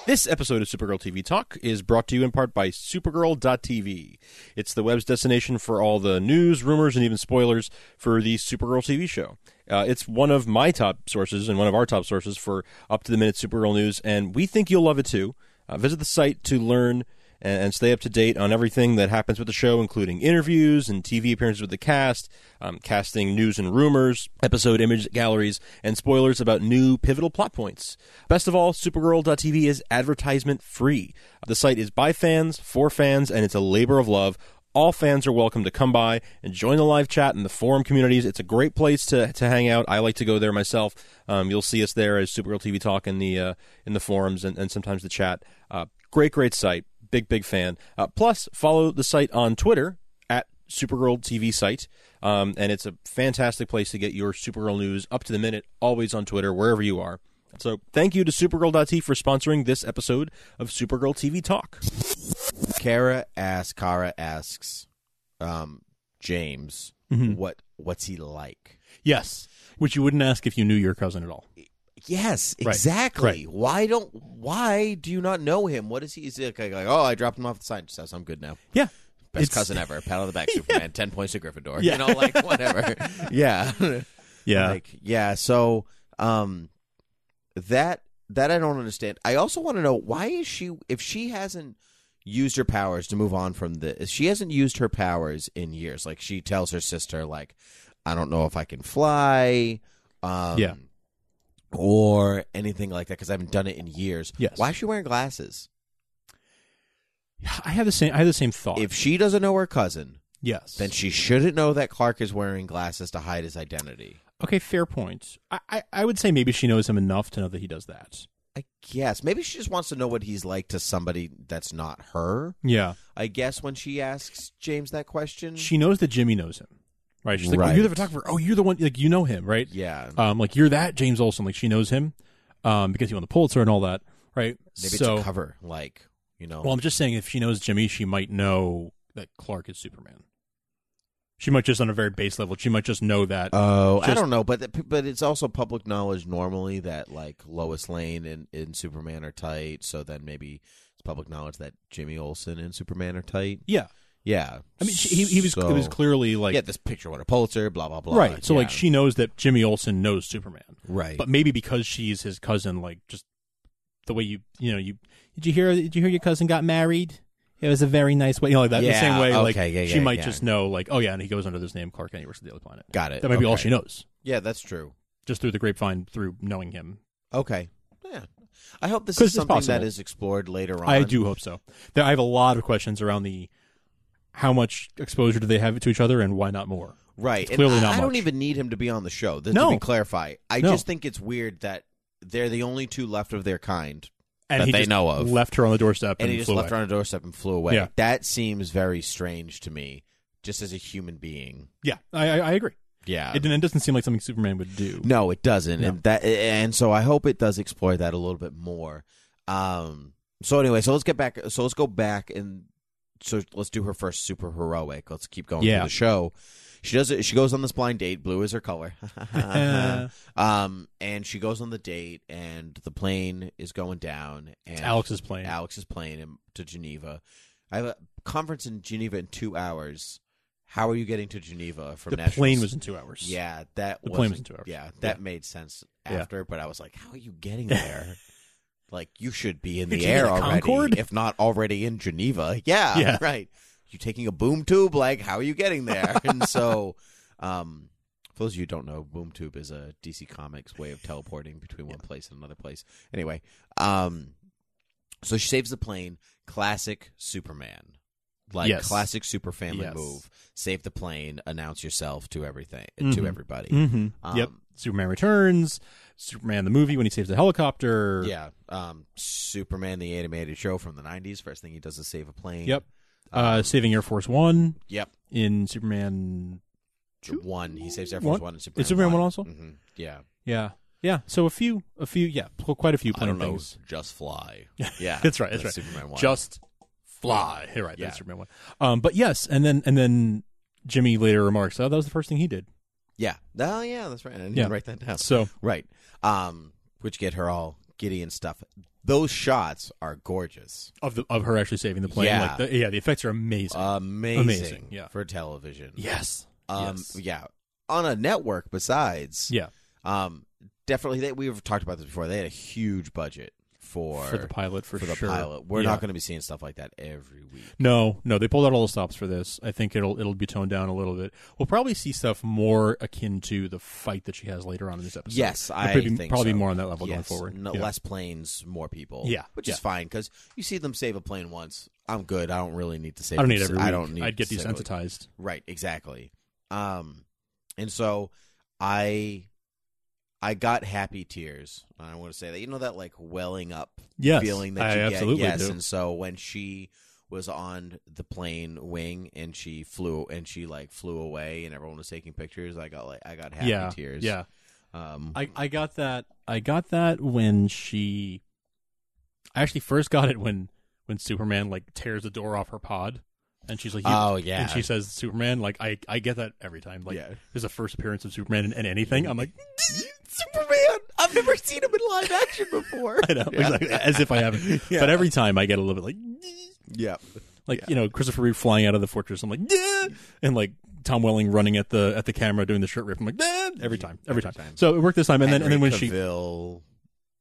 [SPEAKER 4] This episode of Supergirl TV Talk is brought to you in part by Supergirl.tv. It's the web's destination for all the news, rumors, and even spoilers for the Supergirl TV show. Uh, it's one of my top sources and one of our top sources for up to the minute Supergirl news, and we think you'll love it too. Uh, visit the site to learn and, and stay up to date on everything that happens with the show, including interviews and TV appearances with the cast, um, casting news and rumors, episode image galleries, and spoilers about new pivotal plot points. Best of all, Supergirl.tv is advertisement free. The site is by fans, for fans, and it's a labor of love. All fans are welcome to come by and join the live chat and the forum communities. It's a great place to, to hang out. I like to go there myself. Um, you'll see us there as Supergirl TV Talk in the uh, in the forums and, and sometimes the chat. Uh, great, great site. Big, big fan. Uh, plus, follow the site on Twitter at Supergirl TV site. Um, and it's a fantastic place to get your Supergirl news up to the minute, always on Twitter, wherever you are. So thank you to Supergirl.t for sponsoring this episode of Supergirl TV Talk.
[SPEAKER 3] Kara asks. Kara asks. Um, James, what what's he like?
[SPEAKER 2] Mm-hmm. Yes, which you wouldn't ask if you knew your cousin at all.
[SPEAKER 3] Yes,
[SPEAKER 2] Right,
[SPEAKER 3] exactly. Why don't? Why do you not know him? What is he? Is he like, like, oh, I dropped him off at the science house. I'm good now.
[SPEAKER 2] Yeah,
[SPEAKER 3] Best
[SPEAKER 2] It's-
[SPEAKER 3] cousin ever. Pat on the back, Superman. Ten points to Gryffindor.
[SPEAKER 2] Yeah.
[SPEAKER 3] You know, like whatever. yeah,
[SPEAKER 2] yeah,
[SPEAKER 3] like yeah. So, um, that that I don't understand. I also want to know why is she if she hasn't used her powers to move on from the if she hasn't used her powers in years. Like she tells her sister, like, I don't know if I can fly. Um,
[SPEAKER 2] Yeah.
[SPEAKER 3] Or anything like that because I haven't done it in years.
[SPEAKER 2] Yes.
[SPEAKER 3] Why is she wearing glasses?
[SPEAKER 2] I have the same. I have the same thought.
[SPEAKER 3] If she doesn't know her cousin,
[SPEAKER 2] yes,
[SPEAKER 3] then she shouldn't know that Clark is wearing glasses to hide his identity.
[SPEAKER 2] okay, fair point. I, I I would say maybe she knows him enough to know that he does that.
[SPEAKER 3] I guess maybe she just wants to know what he's like to somebody that's not her.
[SPEAKER 2] Yeah,
[SPEAKER 3] I guess when she asks James that question,
[SPEAKER 2] she knows that Jimmy knows him, right? She's like, oh,
[SPEAKER 3] Right.
[SPEAKER 2] you're the photographer. Oh, you're the one. Like you know him, right?
[SPEAKER 3] yeah,
[SPEAKER 2] um, like you're that James Olsen, like she knows him, um, because he won the Pulitzer and all that, right?
[SPEAKER 3] maybe
[SPEAKER 2] so,
[SPEAKER 3] it's a cover, like you know,
[SPEAKER 2] well, I'm just saying, if she knows Jimmy, she might know that Clark is Superman. She might just on a very base level, she might just know that.
[SPEAKER 3] Oh, I
[SPEAKER 2] Just-
[SPEAKER 3] don't know, but the, but it's also public knowledge normally that like Lois Lane and, and Superman are tight. So then maybe it's public knowledge that Jimmy Olsen and Superman are tight.
[SPEAKER 2] yeah,
[SPEAKER 3] Yeah,
[SPEAKER 2] I mean, she, he, he was
[SPEAKER 3] So-
[SPEAKER 2] it was clearly like
[SPEAKER 3] yeah, this picture won a Pulitzer, blah blah blah.
[SPEAKER 2] right. So
[SPEAKER 3] Yeah.
[SPEAKER 2] like she knows that Jimmy Olsen knows Superman,
[SPEAKER 3] right,
[SPEAKER 2] but maybe because she's his cousin, like just the way you you know you did you hear did you hear your cousin got married. It was a very nice way, you know, like that. the
[SPEAKER 3] Yeah,
[SPEAKER 2] same way, like
[SPEAKER 3] okay, yeah,
[SPEAKER 2] she
[SPEAKER 3] yeah,
[SPEAKER 2] might
[SPEAKER 3] yeah.
[SPEAKER 2] just know, like, oh yeah, and he goes under this name, Clark, and he works at the Daily Planet.
[SPEAKER 3] got it.
[SPEAKER 2] That might be all
[SPEAKER 3] Okay.
[SPEAKER 2] she knows.
[SPEAKER 3] Yeah, that's true.
[SPEAKER 2] just through the grapevine through knowing him.
[SPEAKER 3] Okay. Yeah. I hope this
[SPEAKER 2] 'Cause
[SPEAKER 3] is
[SPEAKER 2] it's
[SPEAKER 3] something that
[SPEAKER 2] possible.
[SPEAKER 3] is explored later on.
[SPEAKER 2] I do hope so. There, I have a lot of questions around the how much exposure do they have to each other and why not more?
[SPEAKER 3] Right.
[SPEAKER 2] It's
[SPEAKER 3] and
[SPEAKER 2] clearly
[SPEAKER 3] I,
[SPEAKER 2] not
[SPEAKER 3] I don't
[SPEAKER 2] much.
[SPEAKER 3] even need him to be on the show. Th-
[SPEAKER 2] No.
[SPEAKER 3] To be clarify, I
[SPEAKER 2] No.
[SPEAKER 3] just think it's weird that they're the only two left of their kind,
[SPEAKER 2] And
[SPEAKER 3] That
[SPEAKER 2] he
[SPEAKER 3] they
[SPEAKER 2] just
[SPEAKER 3] know of.
[SPEAKER 2] left her on the doorstep
[SPEAKER 3] and
[SPEAKER 2] and,
[SPEAKER 3] he just
[SPEAKER 2] flew
[SPEAKER 3] left her
[SPEAKER 2] away.
[SPEAKER 3] on a doorstep and flew away.
[SPEAKER 2] Yeah.
[SPEAKER 3] That seems very strange to me, just as a human being.
[SPEAKER 2] Yeah, I, I, I agree.
[SPEAKER 3] Yeah.
[SPEAKER 2] It, it doesn't seem like something Superman would do.
[SPEAKER 3] Uh-huh. No, it doesn't,
[SPEAKER 2] No.
[SPEAKER 3] and that, and so I hope it does explore that a little bit more. Um. So anyway, so let's get back. So let's go back and so let's do her first super heroic. Let's keep going
[SPEAKER 2] Yeah.
[SPEAKER 3] through the show. She does it. She goes on this blind date. Blue is her color. uh-huh.
[SPEAKER 2] Uh,
[SPEAKER 3] um, and she goes on the date, and the plane is going down. And
[SPEAKER 2] It's Alex's plane.
[SPEAKER 3] Alex is playing him to Geneva. I have a conference in Geneva in two hours. How are you getting to Geneva from
[SPEAKER 2] the
[SPEAKER 3] Nashville?
[SPEAKER 2] plane was in two hours.
[SPEAKER 3] Yeah, that
[SPEAKER 2] The
[SPEAKER 3] was
[SPEAKER 2] plane was in two hours.
[SPEAKER 3] Yeah,
[SPEAKER 2] Yeah.
[SPEAKER 3] that made sense
[SPEAKER 2] Yeah.
[SPEAKER 3] after, but I was like, how are you getting there? like you should be in
[SPEAKER 2] You're
[SPEAKER 3] the
[SPEAKER 2] taking
[SPEAKER 3] air
[SPEAKER 2] the
[SPEAKER 3] already,
[SPEAKER 2] Concorde?
[SPEAKER 3] if not already in Geneva. Yeah,
[SPEAKER 2] Yeah.
[SPEAKER 3] right. You taking a boom tube? Like, how are you getting there? and so, um, for those of you who don't know, boom tube is a DC Comics way of teleporting between one place and another place. Anyway, um, so she saves the plane. Classic Superman. Like
[SPEAKER 2] Yes.
[SPEAKER 3] classic super family
[SPEAKER 2] Yes.
[SPEAKER 3] move. Save the plane, announce yourself to everything
[SPEAKER 2] Mhm.
[SPEAKER 3] to everybody.
[SPEAKER 2] hmm
[SPEAKER 3] Um,
[SPEAKER 2] yep. Superman Returns, Superman the movie when he saves the helicopter.
[SPEAKER 3] Yeah. Um, Superman the animated show from the nineties. First thing he does is save a plane.
[SPEAKER 2] Yep. Uh, saving Air Force One
[SPEAKER 3] Yep.
[SPEAKER 2] in Superman
[SPEAKER 3] one. He saves Air Force
[SPEAKER 2] One?
[SPEAKER 3] One and Superman.
[SPEAKER 2] It's Superman one also?
[SPEAKER 3] hmm Yeah.
[SPEAKER 2] Yeah. Yeah. So a few, a few, yeah, qu- quite a few plain things.
[SPEAKER 3] Just fly. Yeah,
[SPEAKER 2] That's right, that's right.
[SPEAKER 3] Superman one.
[SPEAKER 2] Just fly. You're right.
[SPEAKER 3] Yeah.
[SPEAKER 2] That's Superman one. Um, but yes, and then and then Jimmy later remarks, "Oh, that was the first thing he did."
[SPEAKER 3] yeah. Oh yeah, that's right. I didn't
[SPEAKER 2] Yeah.
[SPEAKER 3] even write that down.
[SPEAKER 2] So
[SPEAKER 3] Right. Um, which get her all giddy and stuff. Those shots are gorgeous,
[SPEAKER 2] of the of her actually saving the plane,
[SPEAKER 3] Yeah. Um,
[SPEAKER 2] like the, yeah, the effects are amazing.
[SPEAKER 3] amazing,
[SPEAKER 2] Amazing, yeah.
[SPEAKER 3] for television.
[SPEAKER 2] yes.
[SPEAKER 3] Um,
[SPEAKER 2] Yes.
[SPEAKER 3] yeah, on a network. Besides,
[SPEAKER 2] Yeah.
[SPEAKER 3] Um, definitely, they, we've talked about this before. They had a huge budget for
[SPEAKER 2] For the pilot, for,
[SPEAKER 3] for the
[SPEAKER 2] sure.
[SPEAKER 3] pilot. We're
[SPEAKER 2] Yeah.
[SPEAKER 3] not going to be seeing stuff like that every week.
[SPEAKER 2] No, no, they pulled out all the stops for this. I think it'll it'll be toned down a little bit. We'll probably see stuff more akin to the fight that she has later on in this episode.
[SPEAKER 3] Yes,
[SPEAKER 2] It'll
[SPEAKER 3] I
[SPEAKER 2] probably, be-
[SPEAKER 3] think
[SPEAKER 2] probably
[SPEAKER 3] so.
[SPEAKER 2] more on that level going
[SPEAKER 3] Yes.
[SPEAKER 2] forward.
[SPEAKER 3] No,
[SPEAKER 2] Yeah.
[SPEAKER 3] Less planes, more people.
[SPEAKER 2] Yeah.
[SPEAKER 3] which
[SPEAKER 2] Yeah.
[SPEAKER 3] is fine because you see them save a plane once. I'm good. I don't really need to save.
[SPEAKER 2] I don't
[SPEAKER 3] them
[SPEAKER 2] need
[SPEAKER 3] sa-
[SPEAKER 2] every.
[SPEAKER 3] I
[SPEAKER 2] week.
[SPEAKER 3] don't need.
[SPEAKER 2] I'd get
[SPEAKER 3] to save it.
[SPEAKER 2] desensitized.
[SPEAKER 3] Right, exactly. Um, and so I, I got happy tears. I want to say that you know that like welling up
[SPEAKER 2] Yes,
[SPEAKER 3] feeling that
[SPEAKER 2] I
[SPEAKER 3] you
[SPEAKER 2] absolutely
[SPEAKER 3] get. Yes,
[SPEAKER 2] do.
[SPEAKER 3] and so when she was on the plane wing and she flew and she like flew away and everyone was taking pictures, I got like I got happy
[SPEAKER 2] yeah,
[SPEAKER 3] tears.
[SPEAKER 2] yeah.
[SPEAKER 3] Um,
[SPEAKER 2] I, I got that. I got that when she. I actually first got it when when Superman like tears the door off her pod, and she's like, you-
[SPEAKER 3] oh yeah.
[SPEAKER 2] and she says Superman. Like I I get that every time. Like
[SPEAKER 3] Yeah.
[SPEAKER 2] it's the first appearance of Superman in, in anything. I'm like,
[SPEAKER 3] Superman. I've never seen him in live action before.
[SPEAKER 2] I know, exactly, as if I haven't.
[SPEAKER 3] Yeah.
[SPEAKER 2] But every time I get a little bit like,
[SPEAKER 3] yeah.
[SPEAKER 2] like you know, Christopher Reeve flying out of the fortress. I'm like, "Yeah," and like Tom Welling running at the at the camera doing the shirt rip. I'm like, "Yeah," every time, every,
[SPEAKER 3] Every
[SPEAKER 2] time.
[SPEAKER 3] time.
[SPEAKER 2] So it worked this time, and then and then when she,
[SPEAKER 3] Cavill.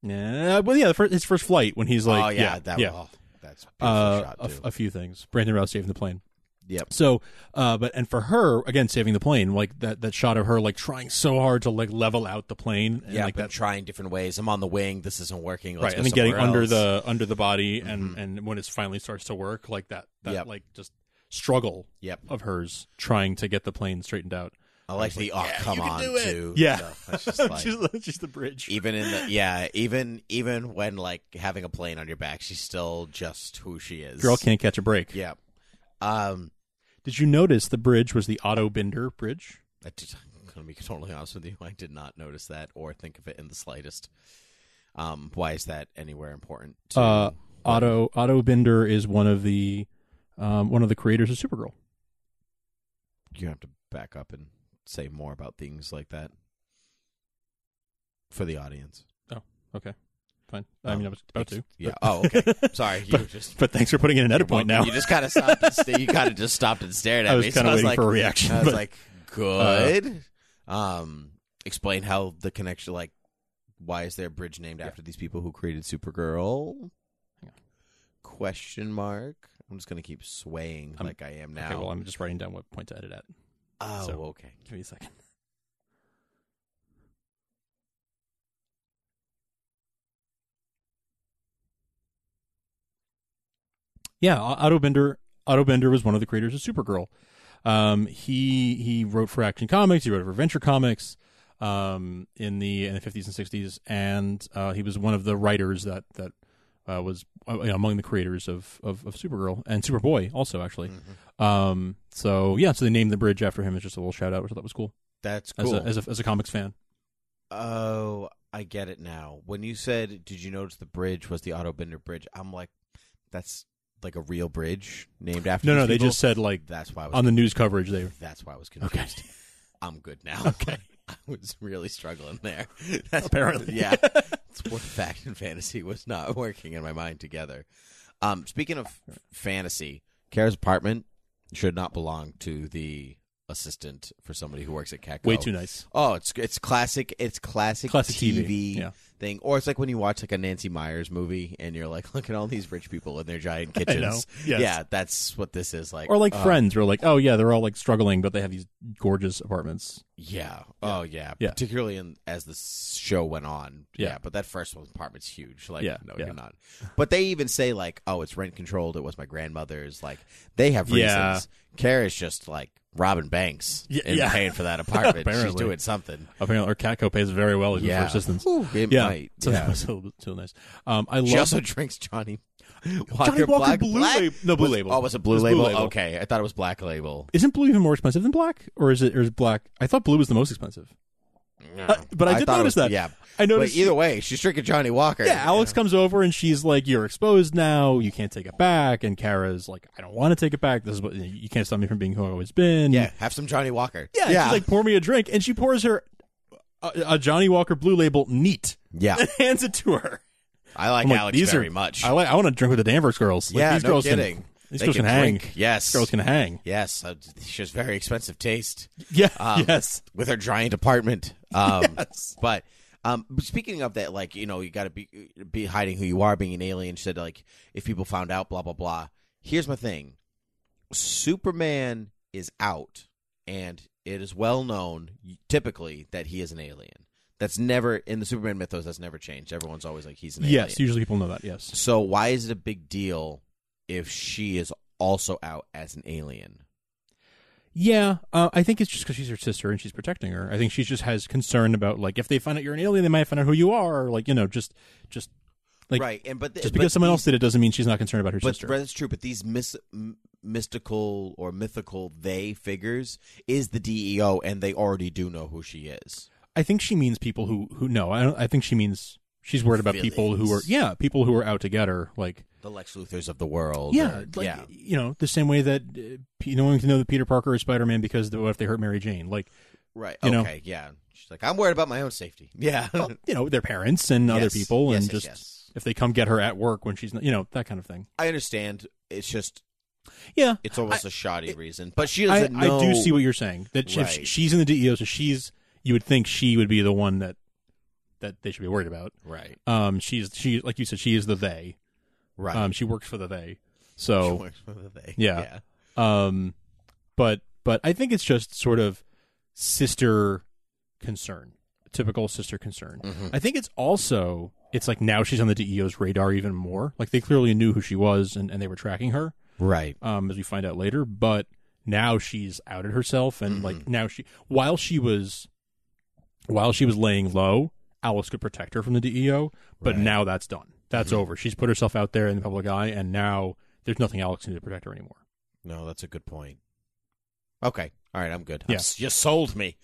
[SPEAKER 2] yeah, well, yeah, the first, his first flight when he's like,
[SPEAKER 3] oh yeah,
[SPEAKER 2] yeah,
[SPEAKER 3] that
[SPEAKER 2] yeah.
[SPEAKER 3] oh, that's a beautiful
[SPEAKER 2] uh,
[SPEAKER 3] shot
[SPEAKER 2] a,
[SPEAKER 3] too.
[SPEAKER 2] a few things. Brandon Routh saving the plane.
[SPEAKER 3] yep.
[SPEAKER 2] So, uh, but and for her again, saving the plane, like that that shot of her like trying so hard to like level out the plane, and,
[SPEAKER 3] Yeah,
[SPEAKER 2] like
[SPEAKER 3] like
[SPEAKER 2] that,
[SPEAKER 3] trying different ways. I'm on the wing. This isn't working. Let's
[SPEAKER 2] right?
[SPEAKER 3] go
[SPEAKER 2] And then getting
[SPEAKER 3] somewhere
[SPEAKER 2] under
[SPEAKER 3] else.
[SPEAKER 2] the under the body, and and when it finally starts to work, like that that
[SPEAKER 3] Yep.
[SPEAKER 2] like just struggle
[SPEAKER 3] Yep.
[SPEAKER 2] of hers trying to get the plane straightened out.
[SPEAKER 3] I like the oh come on too. stuff. That's just like-
[SPEAKER 2] she's, she's the bridge.
[SPEAKER 3] even in the yeah, even even when like having a plane on your back, she's still just who she is.
[SPEAKER 2] Girl can't catch a break.
[SPEAKER 3] Yeah. Um.
[SPEAKER 2] Did you notice the bridge was the Otto Binder bridge?
[SPEAKER 3] I did, I'm gonna be totally honest with you. I did not notice that or think of it in the slightest. Um, why is that anywhere important? To
[SPEAKER 2] Uh, Otto Otto Binder is one of the um, one of the creators of Supergirl.
[SPEAKER 3] you have to back up and say more about things like that for the audience.
[SPEAKER 2] Fine. I mean, I was about to.
[SPEAKER 3] Yeah. Oh, okay. Sorry, you were just
[SPEAKER 2] But thanks for putting in another
[SPEAKER 3] You're
[SPEAKER 2] point now.
[SPEAKER 3] welcome. You just kind of stopped. And sta- you kind of just stopped and stared at
[SPEAKER 2] I was
[SPEAKER 3] me.
[SPEAKER 2] kinda
[SPEAKER 3] so I was
[SPEAKER 2] waiting
[SPEAKER 3] like,
[SPEAKER 2] for a reaction,
[SPEAKER 3] I was
[SPEAKER 2] but- uh,
[SPEAKER 3] like, good. um, explain how the connection, like, why is there a bridge named after these people who created Supergirl?
[SPEAKER 2] Hang on.
[SPEAKER 3] Question mark. I'm just gonna keep swaying
[SPEAKER 2] I'm-
[SPEAKER 3] like I am now.
[SPEAKER 2] Okay, well, I'm just writing down what point to edit at.
[SPEAKER 3] oh,
[SPEAKER 2] so-
[SPEAKER 3] okay.
[SPEAKER 2] Give me a second. Yeah, O- Otto Bender. Otto Bender was one of the creators of Supergirl. Um, he he wrote for Action Comics. He wrote for Venture Comics um, in the in the fifties and sixties, and uh, he was one of the writers that that uh, was uh, you know, among the creators of, of of Supergirl and Superboy also actually.
[SPEAKER 3] Mm-hmm.
[SPEAKER 2] Um, so yeah, so they named the bridge after him. It's just a little shout out, which I thought was cool,
[SPEAKER 3] That's cool.
[SPEAKER 2] as a as a as a comics fan.
[SPEAKER 3] oh, I get it now. When you said, "Did you notice the bridge was the Otto Bender Bridge?" I'm like, that's like a real bridge named after.
[SPEAKER 2] No,
[SPEAKER 3] these
[SPEAKER 2] no, they
[SPEAKER 3] people?
[SPEAKER 2] just said like
[SPEAKER 3] that's why I was
[SPEAKER 2] on the news coverage they.
[SPEAKER 3] That's why I was confused.
[SPEAKER 2] Okay.
[SPEAKER 3] I'm good now.
[SPEAKER 2] Okay.
[SPEAKER 3] I was really struggling there. That's,
[SPEAKER 2] Apparently.
[SPEAKER 3] yeah. It's what fact and fantasy was not working in my mind together. Um, speaking of f- fantasy, Kara's apartment should not belong to the assistant for somebody who works at Catco.
[SPEAKER 2] Way too nice.
[SPEAKER 3] Oh, it's it's classic. It's classic,
[SPEAKER 2] Classic TV, yeah.
[SPEAKER 3] thing. Or it's like when you watch like a Nancy Myers movie and you're like, look at all these rich people in their giant kitchens.
[SPEAKER 2] know. Yes.
[SPEAKER 3] Yeah, that's what this is like.
[SPEAKER 2] Or like
[SPEAKER 3] Uh,
[SPEAKER 2] friends, were like, oh yeah, they're all like struggling, but they have these gorgeous apartments.
[SPEAKER 3] Yeah. Oh, yeah.
[SPEAKER 2] Yeah.
[SPEAKER 3] Particularly in, as the s- show went on.
[SPEAKER 2] Yeah.
[SPEAKER 3] But that first one apartment's huge. Like,
[SPEAKER 2] Yeah,
[SPEAKER 3] no,
[SPEAKER 2] yeah.
[SPEAKER 3] you're not. But they even say like, "Oh, it's rent controlled. It was my grandmother's." Like, they have reasons.
[SPEAKER 2] Yeah.
[SPEAKER 3] Kara's just like robbing banks
[SPEAKER 2] Y-
[SPEAKER 3] and
[SPEAKER 2] yeah.
[SPEAKER 3] paying for that apartment. She's
[SPEAKER 2] Apparently.
[SPEAKER 3] doing something.
[SPEAKER 2] Apparently, or Catco pays very well even
[SPEAKER 3] Yeah.
[SPEAKER 2] for assistance.
[SPEAKER 3] Ooh, it
[SPEAKER 2] yeah,
[SPEAKER 3] might.
[SPEAKER 2] so
[SPEAKER 3] Yeah.
[SPEAKER 2] that was a little bit too nice. Um, I love.
[SPEAKER 3] She also drinks Johnny
[SPEAKER 2] Johnny Walker
[SPEAKER 3] Black-
[SPEAKER 2] Blue
[SPEAKER 3] Black?
[SPEAKER 2] Label- no, Blue
[SPEAKER 3] Was-
[SPEAKER 2] Label.
[SPEAKER 3] Oh, was it Blue
[SPEAKER 2] It's Blue
[SPEAKER 3] Label?
[SPEAKER 2] Label.
[SPEAKER 3] Okay, I thought it was Black Label.
[SPEAKER 2] Isn't blue even more expensive than black, or is it? Or is black? I thought blue was the most expensive. Uh, but I did
[SPEAKER 3] thought it
[SPEAKER 2] notice
[SPEAKER 3] was-
[SPEAKER 2] that.
[SPEAKER 3] Yeah,
[SPEAKER 2] I noticed
[SPEAKER 3] But either way, she's drinking Johnny Walker.
[SPEAKER 2] Yeah, Alex comes over and she's like, "You're exposed now. You can't take it back." And Kara's like, "I don't want to take it back. This is what you can't stop me from being who I've always been."
[SPEAKER 3] Yeah, have some Johnny Walker.
[SPEAKER 2] yeah. She's like, "Pour me a drink," and she pours her a, a Johnny Walker Blue Label neat
[SPEAKER 3] yeah.
[SPEAKER 2] and hands it to her.
[SPEAKER 3] I like
[SPEAKER 2] I'm like,
[SPEAKER 3] Alex
[SPEAKER 2] "These
[SPEAKER 3] very
[SPEAKER 2] are
[SPEAKER 3] much.
[SPEAKER 2] I like. I want to drink with the Danvers girls. Like,
[SPEAKER 3] yeah,
[SPEAKER 2] these
[SPEAKER 3] no
[SPEAKER 2] girls
[SPEAKER 3] kidding.
[SPEAKER 2] Can, these
[SPEAKER 3] They
[SPEAKER 2] girls can, hang.
[SPEAKER 3] drink. Yes,
[SPEAKER 2] These girls can hang.
[SPEAKER 3] Yes, uh, she has very expensive taste
[SPEAKER 2] Yeah.
[SPEAKER 3] Um,
[SPEAKER 2] yes.
[SPEAKER 3] with her giant apartment. Um,
[SPEAKER 2] Yes.
[SPEAKER 3] But um, but speaking of that, like you know, you got to be be hiding who you are, being an alien. She said like, if people found out, blah blah blah. Here's my thing: Superman is out, and it is well known typically that he is an alien. That's never in the Superman mythos. That's never changed. Everyone's always like he's an alien.
[SPEAKER 2] Yes. Usually people know that. Yes.
[SPEAKER 3] So why is it a big deal if she is also out as an alien?
[SPEAKER 2] Yeah. Uh, I think it's just because she's her sister and she's protecting her. I think she just has concern about like if they find out you're an alien, they might find out who you are. Or, like you know, just just Like,
[SPEAKER 3] right, and but the-
[SPEAKER 2] just
[SPEAKER 3] but
[SPEAKER 2] because someone
[SPEAKER 3] these-
[SPEAKER 2] else did it doesn't mean she's not concerned about her
[SPEAKER 3] but
[SPEAKER 2] sister.
[SPEAKER 3] that's true. But these mis- m- mystical or mythical they figures is the DEO, and they already do know who she is.
[SPEAKER 2] I think she means people who who know. I don't, I think she means she's worried about people who are
[SPEAKER 3] Villains.
[SPEAKER 2] yeah people who are out to get her. Like
[SPEAKER 3] The Lex Luthers of the world.
[SPEAKER 2] yeah,
[SPEAKER 3] or-
[SPEAKER 2] like,
[SPEAKER 3] yeah.
[SPEAKER 2] you know the same way that uh, P- no one can know that Peter Parker is Spider Man because the, what if they hurt Mary Jane? Like
[SPEAKER 3] Right.
[SPEAKER 2] you know.
[SPEAKER 3] okay. Yeah. She's like, I'm worried about my own safety. Yeah.
[SPEAKER 2] you know their parents and other
[SPEAKER 3] Yes,
[SPEAKER 2] people and
[SPEAKER 3] yes, yes,
[SPEAKER 2] just
[SPEAKER 3] yes.
[SPEAKER 2] if they come get her at work when she's not, you know that kind of thing.
[SPEAKER 3] I understand. It's just
[SPEAKER 2] Yeah,
[SPEAKER 3] it's almost a shoddy reason, but she
[SPEAKER 2] I,
[SPEAKER 3] doesn't
[SPEAKER 2] I
[SPEAKER 3] know.
[SPEAKER 2] do see what you're saying. That if she-
[SPEAKER 3] Right.
[SPEAKER 2] she's in the DEO, so she's you would think she would be the one that that they should be worried about.
[SPEAKER 3] Right.
[SPEAKER 2] Um, she's she like you said, she is the they.
[SPEAKER 3] Right.
[SPEAKER 2] Um, she works for the they. So,
[SPEAKER 3] She works for the they.
[SPEAKER 2] Yeah.
[SPEAKER 3] yeah.
[SPEAKER 2] um, but but I think it's just sort of sister concern, typical sister concern.
[SPEAKER 3] Mm-hmm.
[SPEAKER 2] I think it's also it's like now she's on the DEO's radar even more. Like they clearly knew who she was and, and they were tracking her,
[SPEAKER 3] Right.
[SPEAKER 2] um, as we find out later. But now she's outed herself and
[SPEAKER 3] Mm-hmm.
[SPEAKER 2] like now she while she was while she was laying low, Alice could protect her from the DEO. But
[SPEAKER 3] Right. Mm-hmm.
[SPEAKER 2] now that's done. That's over. She's put herself out there in the public eye, and now there's nothing Alex can do to protect her anymore.
[SPEAKER 3] No, that's a good point. Okay. All right, I'm good.
[SPEAKER 2] Yeah.
[SPEAKER 3] I'm s- you sold me.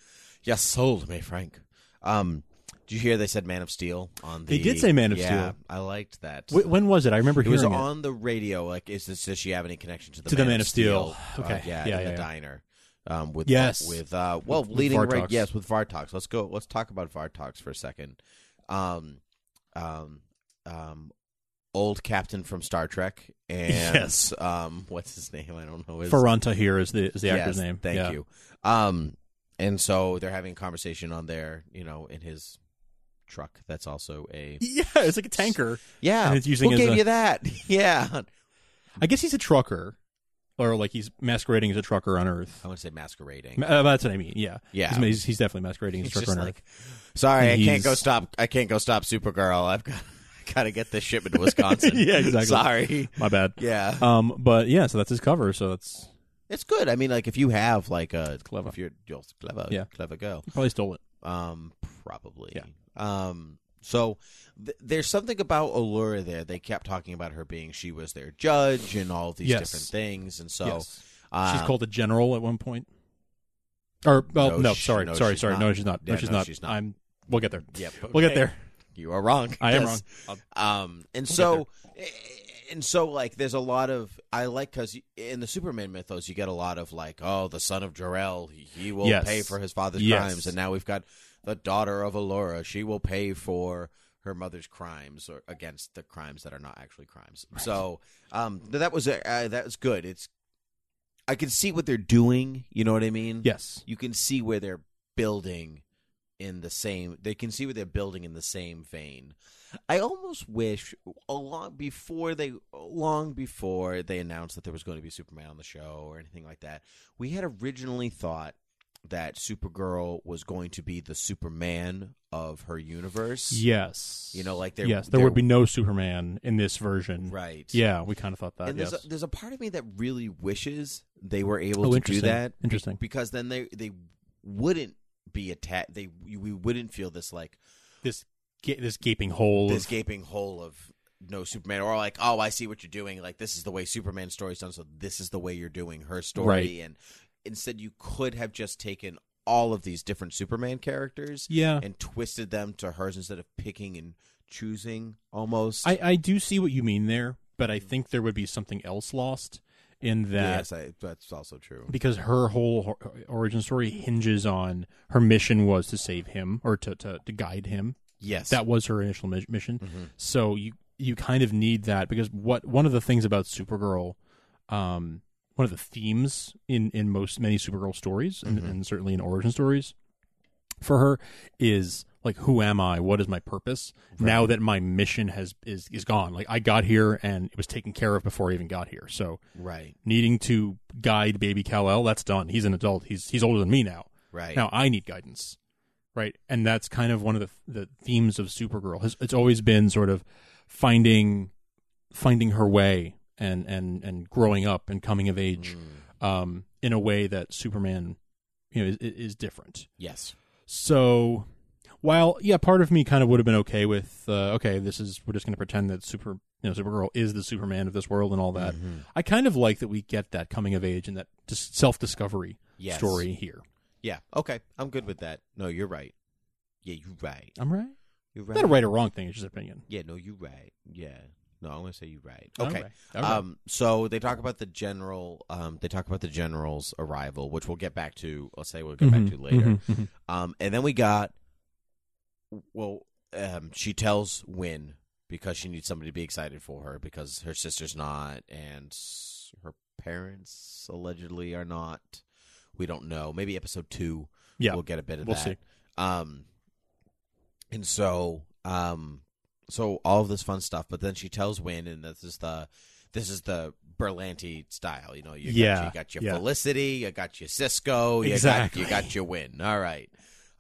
[SPEAKER 3] You sold me, Frank. Um, did you hear they said Man of Steel on the
[SPEAKER 2] They did say Man of
[SPEAKER 3] Yeah,
[SPEAKER 2] Steel.
[SPEAKER 3] I liked that.
[SPEAKER 2] Wh- when was it? I remember
[SPEAKER 3] it
[SPEAKER 2] hearing
[SPEAKER 3] was on the radio. Like, is this, does she have any connection to the
[SPEAKER 2] To the
[SPEAKER 3] Man,
[SPEAKER 2] Man
[SPEAKER 3] of
[SPEAKER 2] of Steel.
[SPEAKER 3] Uh,
[SPEAKER 2] Okay. Yeah,
[SPEAKER 3] yeah, in
[SPEAKER 2] yeah,
[SPEAKER 3] the
[SPEAKER 2] yeah.
[SPEAKER 3] diner. Um, with
[SPEAKER 2] Yes.
[SPEAKER 3] with uh, well,
[SPEAKER 2] With- with
[SPEAKER 3] leading right,
[SPEAKER 2] Vartox.
[SPEAKER 3] yes, with Vartox. Let's go. Let's talk about Vartox for a second. Um, um, um, old captain from Star Trek, and
[SPEAKER 2] Yes.
[SPEAKER 3] um, what's his name? I don't know.
[SPEAKER 2] it.
[SPEAKER 3] His
[SPEAKER 2] Ferranta here is the is the actor's
[SPEAKER 3] Yes,
[SPEAKER 2] name.
[SPEAKER 3] Thank
[SPEAKER 2] Yeah.
[SPEAKER 3] you. Um, and so they're having a conversation on there, you know, in his truck. That's also a
[SPEAKER 2] Yeah, it's like a tanker.
[SPEAKER 3] yeah.
[SPEAKER 2] And it's using uh,
[SPEAKER 3] who
[SPEAKER 2] as
[SPEAKER 3] gave
[SPEAKER 2] a-
[SPEAKER 3] you that? yeah,
[SPEAKER 2] I guess he's a trucker, or like he's masquerading as a trucker on Earth.
[SPEAKER 3] I want to say masquerading.
[SPEAKER 2] Ma- uh, that's what I mean. Yeah,
[SPEAKER 3] Oh, Yeah.
[SPEAKER 2] He's, he's, he's definitely masquerading as a
[SPEAKER 3] He's
[SPEAKER 2] trucker
[SPEAKER 3] just
[SPEAKER 2] on
[SPEAKER 3] like,
[SPEAKER 2] Earth.
[SPEAKER 3] sorry, I
[SPEAKER 2] He's-
[SPEAKER 3] can't go stop. I can't go stop Supergirl. I've got got to get this shipment to Wisconsin.
[SPEAKER 2] Yeah, exactly.
[SPEAKER 3] Sorry.
[SPEAKER 2] My bad.
[SPEAKER 3] Yeah,
[SPEAKER 2] Um, but yeah, so that's his cover. So that's
[SPEAKER 3] it's good. I mean, like if you have like a
[SPEAKER 2] clever.
[SPEAKER 3] if you're, you're clever,
[SPEAKER 2] Yeah.
[SPEAKER 3] clever girl.
[SPEAKER 2] probably stole it.
[SPEAKER 3] Um, probably.
[SPEAKER 2] Yeah.
[SPEAKER 3] Um, so th- there's something about Allura there. They kept talking about her being she was their judge and all these
[SPEAKER 2] Yes.
[SPEAKER 3] different things, and so
[SPEAKER 2] Yes.
[SPEAKER 3] um,
[SPEAKER 2] she's called a general at one point. Or well,
[SPEAKER 3] No,
[SPEAKER 2] no,
[SPEAKER 3] she-
[SPEAKER 2] sorry,
[SPEAKER 3] no,
[SPEAKER 2] sorry,
[SPEAKER 3] she's
[SPEAKER 2] sorry.
[SPEAKER 3] not.
[SPEAKER 2] No, she's not.
[SPEAKER 3] Yeah,
[SPEAKER 2] no, she's,
[SPEAKER 3] no,
[SPEAKER 2] not.
[SPEAKER 3] she's not.
[SPEAKER 2] I'm. We'll get there.
[SPEAKER 3] Yep,
[SPEAKER 2] We'll get
[SPEAKER 3] okay.
[SPEAKER 2] there.
[SPEAKER 3] You are wrong.
[SPEAKER 2] I am
[SPEAKER 3] Yes.
[SPEAKER 2] wrong.
[SPEAKER 3] Um, and so, eh, and so, like, there's a lot of I like because in the Superman mythos, you get a lot of like, oh, the son of Jor-El, he will
[SPEAKER 2] Yes.
[SPEAKER 3] pay for his father's
[SPEAKER 2] Yes.
[SPEAKER 3] crimes, and now we've got the daughter of Allura, she will pay for her mother's crimes or against the crimes that are not actually crimes. So, um, th- that was a, uh, that was good. It's I can see what they're doing. You know what I mean?
[SPEAKER 2] Yes.
[SPEAKER 3] you can see where they're building in the same they can see where they're building in the same vein i almost wish a long before they long before they announced that there was going to be superman on the show or anything like that we had originally thought that supergirl was going to be the superman of her universe
[SPEAKER 2] Yes.
[SPEAKER 3] You know, like there-
[SPEAKER 2] Yes, there,
[SPEAKER 3] there-
[SPEAKER 2] would be no Superman in this version.
[SPEAKER 3] right
[SPEAKER 2] Yeah, we kind of thought that.
[SPEAKER 3] and
[SPEAKER 2] yes.
[SPEAKER 3] there's, a, there's a part of me that really wishes they were able
[SPEAKER 2] Oh,
[SPEAKER 3] to do
[SPEAKER 2] interesting.
[SPEAKER 3] that
[SPEAKER 2] Interesting.
[SPEAKER 3] because then they they wouldn't be attacked they we wouldn't feel this like
[SPEAKER 2] this ga- this gaping hole.
[SPEAKER 3] this
[SPEAKER 2] of-
[SPEAKER 3] gaping hole of know Superman, or like, oh, I see what you're doing. Like this is the way Superman story's done, so this is the way you're doing her story.
[SPEAKER 2] Right.
[SPEAKER 3] And instead, you could have just taken all of these different Superman characters
[SPEAKER 2] Yeah.
[SPEAKER 3] and twisted them to hers instead of picking and choosing almost.
[SPEAKER 2] I, I do see what you mean there, but I
[SPEAKER 3] Mm-hmm.
[SPEAKER 2] think there would be something else lost in that
[SPEAKER 3] yes, I, that's also true.
[SPEAKER 2] because her whole hor- origin story hinges on her mission was to save him or to, to, to guide him.
[SPEAKER 3] Yes,
[SPEAKER 2] That was her initial mi- mission. So you you kind of need that because what one of the things about Supergirl, um, one of the themes in in most many Supergirl stories and, and certainly in origin stories for her is like who am I? What is my purpose? Now that my mission has is is gone. Like I got here and it was taken care of before I even got here. So
[SPEAKER 3] right,
[SPEAKER 2] needing to guide baby Kal-El, that's done. He's an adult. He's he's older than me now.
[SPEAKER 3] right.
[SPEAKER 2] Now I need guidance. Right? And that's kind of one of the the themes of Supergirl. Has it's always been sort of finding finding her way and and and growing up and coming of age um in a way that Superman you know is, is different.
[SPEAKER 3] yes,
[SPEAKER 2] So while yeah, part of me kind of would have been okay with uh, okay, this is we're just going to pretend that super you know Supergirl is the Superman of this world and all that.
[SPEAKER 3] Mm-hmm.
[SPEAKER 2] I kind of like that we get that coming of age and that dis- self discovery
[SPEAKER 3] Yes.
[SPEAKER 2] story here.
[SPEAKER 3] yeah. Okay, I'm good with that. No, you're right. Yeah, you're right.
[SPEAKER 2] I'm right.
[SPEAKER 3] You're right.
[SPEAKER 2] Not a right or wrong thing; it's just opinion.
[SPEAKER 3] Yeah, no, you're right. Yeah, no, I'm gonna say you're right.
[SPEAKER 2] All
[SPEAKER 3] Okay.
[SPEAKER 2] right. All right.
[SPEAKER 3] Um, so they talk about the general. Um, they talk about the general's arrival, which we'll get back to. Let's say we'll get
[SPEAKER 2] Mhm,
[SPEAKER 3] back to later.
[SPEAKER 2] mhm, mhm.
[SPEAKER 3] Um, and then we got. Well, um, she tells Win because she needs somebody to be excited for her because her sister's not, and s- her parents allegedly are not. We don't know. Maybe episode two.
[SPEAKER 2] Yeah.
[SPEAKER 3] we'll get a bit of
[SPEAKER 2] We'll
[SPEAKER 3] that.
[SPEAKER 2] see.
[SPEAKER 3] Um, and so, um, so all of this fun stuff, but then she tells Win, and this is the this is the Berlanti style. You know, you
[SPEAKER 2] Yeah,
[SPEAKER 3] got, you got your
[SPEAKER 2] yeah.
[SPEAKER 3] Felicity, you got your Cisco, you
[SPEAKER 2] Exactly.
[SPEAKER 3] got you got your Win. All right.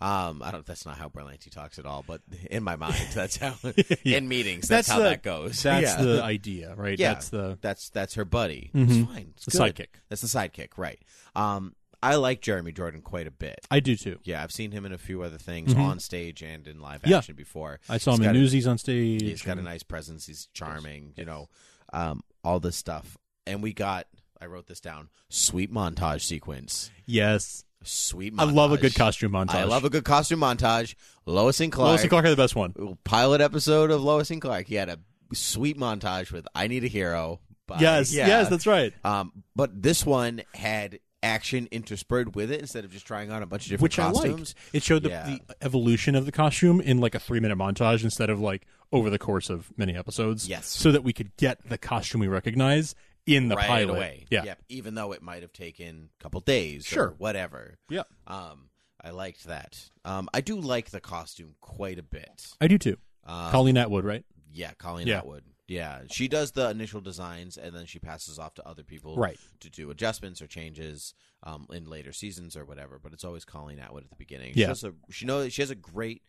[SPEAKER 3] Um, I don't. That's not how Berlanti talks at all, but in my mind, that's how.
[SPEAKER 2] Yeah.
[SPEAKER 3] In meetings,
[SPEAKER 2] That's
[SPEAKER 3] that's, how
[SPEAKER 2] the-
[SPEAKER 3] that goes.
[SPEAKER 2] That's
[SPEAKER 3] Yeah.
[SPEAKER 2] the idea, right?
[SPEAKER 3] Yeah.
[SPEAKER 2] That's the
[SPEAKER 3] That's that's her buddy.
[SPEAKER 2] Mhm.
[SPEAKER 3] It's fine. It's
[SPEAKER 2] the
[SPEAKER 3] good.
[SPEAKER 2] sidekick.
[SPEAKER 3] That's the sidekick, right? Um, I like Jeremy Jordan quite a bit.
[SPEAKER 2] I do too.
[SPEAKER 3] Yeah, I've seen him in a few other things on stage and in live
[SPEAKER 2] Mm-hmm. Yeah.
[SPEAKER 3] action before.
[SPEAKER 2] I saw
[SPEAKER 3] He's
[SPEAKER 2] him in
[SPEAKER 3] got a-
[SPEAKER 2] Newsies on stage.
[SPEAKER 3] He's got a
[SPEAKER 2] and-
[SPEAKER 3] nice presence. He's charming. You know, um, all this stuff. And we got. I wrote this down. Sweet montage sequence.
[SPEAKER 2] yes.
[SPEAKER 3] Sweet.
[SPEAKER 2] I
[SPEAKER 3] montage.
[SPEAKER 2] love a good costume montage.
[SPEAKER 3] I love a good costume montage. Lois and Clark.
[SPEAKER 2] Lois and Clark are the best one.
[SPEAKER 3] Pilot episode of Lois and Clark. He had a sweet montage with "I Need a Hero." by-
[SPEAKER 2] Yes,
[SPEAKER 3] Uh, Yeah.
[SPEAKER 2] yes, that's right.
[SPEAKER 3] Um, but this one had action interspersed with it instead of just trying on a bunch of different
[SPEAKER 2] which I
[SPEAKER 3] costumes.
[SPEAKER 2] liked. It showed the,
[SPEAKER 3] Yeah.
[SPEAKER 2] the evolution of the costume in like a three minute montage instead of like over the course of many episodes.
[SPEAKER 3] Yes.
[SPEAKER 2] so that we could get the costume we recognize in the
[SPEAKER 3] right
[SPEAKER 2] pilot.
[SPEAKER 3] away.
[SPEAKER 2] Yeah,
[SPEAKER 3] Yep. Even though it might have taken a couple days
[SPEAKER 2] Sure.
[SPEAKER 3] or whatever.
[SPEAKER 2] Yeah.
[SPEAKER 3] Um, I liked that. Um, I do like the costume quite a bit.
[SPEAKER 2] I do too.
[SPEAKER 3] Um,
[SPEAKER 2] Colleen Atwood, right?
[SPEAKER 3] yeah, Colleen
[SPEAKER 2] Yeah.
[SPEAKER 3] Atwood. Yeah, she does the initial designs and then she passes off to other people
[SPEAKER 2] Right.
[SPEAKER 3] to do adjustments or changes um, in later seasons or whatever. But it's always Colleen Atwood at the beginning. She
[SPEAKER 2] Yeah.
[SPEAKER 3] has a, she knows she has a great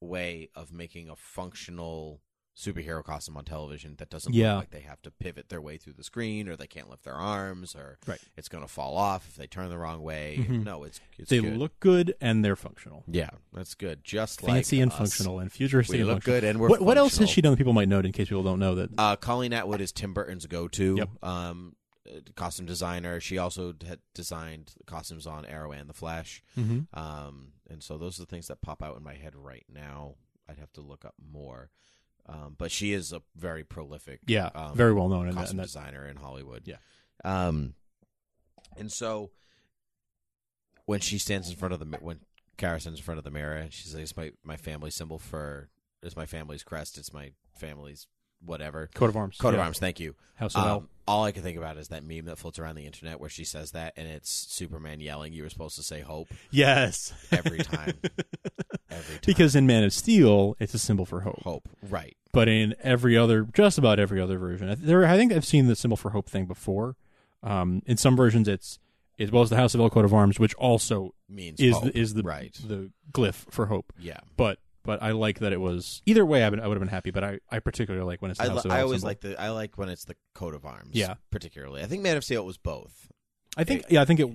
[SPEAKER 3] way of making a functional superhero costume on television that doesn't
[SPEAKER 2] Yeah.
[SPEAKER 3] look like they have to pivot their way through the screen or they can't lift their arms or
[SPEAKER 2] Right.
[SPEAKER 3] it's going to fall off if they turn the wrong way.
[SPEAKER 2] Mhm.
[SPEAKER 3] No, it's it's
[SPEAKER 2] They
[SPEAKER 3] good.
[SPEAKER 2] look good and they're functional,
[SPEAKER 3] yeah, that's good. Just
[SPEAKER 2] fancy
[SPEAKER 3] like
[SPEAKER 2] and
[SPEAKER 3] us.
[SPEAKER 2] functional and futuristic.
[SPEAKER 3] We
[SPEAKER 2] and
[SPEAKER 3] look
[SPEAKER 2] functional.
[SPEAKER 3] good and we're
[SPEAKER 2] what, what else has
[SPEAKER 3] functional.
[SPEAKER 2] she done that people might note in case people don't know that?
[SPEAKER 3] Uh, Colleen Atwood is Tim Burton's go-to
[SPEAKER 2] Yep.
[SPEAKER 3] um, uh, costume designer. She also had designed costumes on Arrow and The Flash,
[SPEAKER 2] Mhm.
[SPEAKER 3] um, and so those are the things that pop out in my head right now. I'd have to look up more, um, but she is a very prolific,
[SPEAKER 2] Yeah,
[SPEAKER 3] um,
[SPEAKER 2] very well known in that.
[SPEAKER 3] costume
[SPEAKER 2] In that
[SPEAKER 3] designer in Hollywood.
[SPEAKER 2] Yeah.
[SPEAKER 3] um, and so when she stands in front of the mi- when Kara stands in front of the mirror, and she's like, "It's my my family symbol for it's my family's crest. It's my family's." Whatever
[SPEAKER 2] coat of arms.
[SPEAKER 3] Coat of
[SPEAKER 2] Yeah.
[SPEAKER 3] arms. Thank you.
[SPEAKER 2] House of L.
[SPEAKER 3] Um, all I can think about is that meme that floats around the internet where she says that, and it's Superman yelling, "You were supposed to say hope
[SPEAKER 2] Yes,
[SPEAKER 3] every time, every time."
[SPEAKER 2] because in Man of Steel, it's a symbol for hope.
[SPEAKER 3] hope, right?
[SPEAKER 2] but in every other, just about every other version, I- there, I think I've seen the symbol for hope thing before. Um, in some versions, it's as well as the House of El coat of arms, which also
[SPEAKER 3] Means
[SPEAKER 2] is
[SPEAKER 3] hope,
[SPEAKER 2] the, is the
[SPEAKER 3] right?
[SPEAKER 2] the glyph for hope.
[SPEAKER 3] Yeah,
[SPEAKER 2] But but I like that it was either way. I would I would have been happy, but I, I particularly like when it's the
[SPEAKER 3] I,
[SPEAKER 2] House
[SPEAKER 3] li-
[SPEAKER 2] of
[SPEAKER 3] I
[SPEAKER 2] El
[SPEAKER 3] always
[SPEAKER 2] symbol.
[SPEAKER 3] like the I like when it's the coat of arms.
[SPEAKER 2] Yeah.
[SPEAKER 3] particularly. I think Man of Steel was both.
[SPEAKER 2] I think yeah, I think it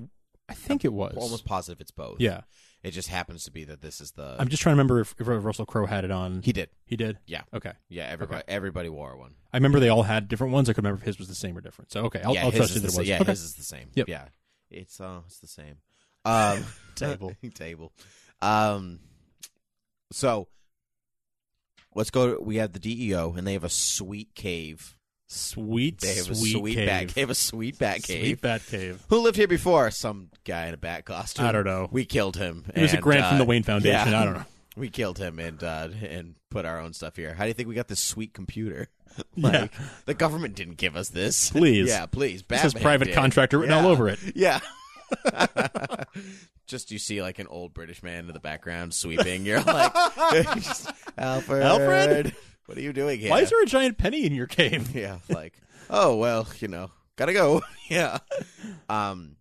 [SPEAKER 2] I think it was
[SPEAKER 3] Almost positive it's both.
[SPEAKER 2] yeah
[SPEAKER 3] It just happens to be that this is the
[SPEAKER 2] I'm just trying to remember if, if Russell Crowe had it on.
[SPEAKER 3] he did.
[SPEAKER 2] He did.
[SPEAKER 3] Yeah.
[SPEAKER 2] Okay.
[SPEAKER 3] Yeah, everybody everybody wore one.
[SPEAKER 2] I remember they all had different ones. I could remember if his was the same or different. So okay, I'll,
[SPEAKER 3] yeah,
[SPEAKER 2] I'll
[SPEAKER 3] his
[SPEAKER 2] trust
[SPEAKER 3] is
[SPEAKER 2] you
[SPEAKER 3] the
[SPEAKER 2] that it
[SPEAKER 3] sa-
[SPEAKER 2] was.
[SPEAKER 3] Yeah,
[SPEAKER 2] okay.
[SPEAKER 3] his is the same.
[SPEAKER 2] Yep.
[SPEAKER 3] Yeah. It's uh it's the same. Um
[SPEAKER 2] Table.
[SPEAKER 3] table. Um so let's go to, we have the DEO and they have a sweet cave.
[SPEAKER 2] Sweet,
[SPEAKER 3] They have
[SPEAKER 2] sweet,
[SPEAKER 3] a sweet
[SPEAKER 2] cave.
[SPEAKER 3] bat. They have a sweet bat cave.
[SPEAKER 2] Sweet bat cave.
[SPEAKER 3] Who lived here before? Some guy in a bat costume.
[SPEAKER 2] I don't know.
[SPEAKER 3] We killed him.
[SPEAKER 2] It was a
[SPEAKER 3] and,
[SPEAKER 2] grant from
[SPEAKER 3] uh,
[SPEAKER 2] the Wayne Foundation.
[SPEAKER 3] yeah.
[SPEAKER 2] I don't know.
[SPEAKER 3] We killed him and uh, and put our own stuff here. How do you think we got this sweet computer? the government didn't give us this.
[SPEAKER 2] Please.
[SPEAKER 3] yeah, please.
[SPEAKER 2] It
[SPEAKER 3] Batman
[SPEAKER 2] says private
[SPEAKER 3] did.
[SPEAKER 2] contractor written
[SPEAKER 3] Yeah.
[SPEAKER 2] all over it.
[SPEAKER 3] Yeah. Just you see like an old British man in the background sweeping. You're like, Alfred,
[SPEAKER 2] Alfred?
[SPEAKER 3] what are you doing here?
[SPEAKER 2] Why is there a giant penny in your cave?
[SPEAKER 3] yeah, like, oh well, you know, gotta go. yeah. Um,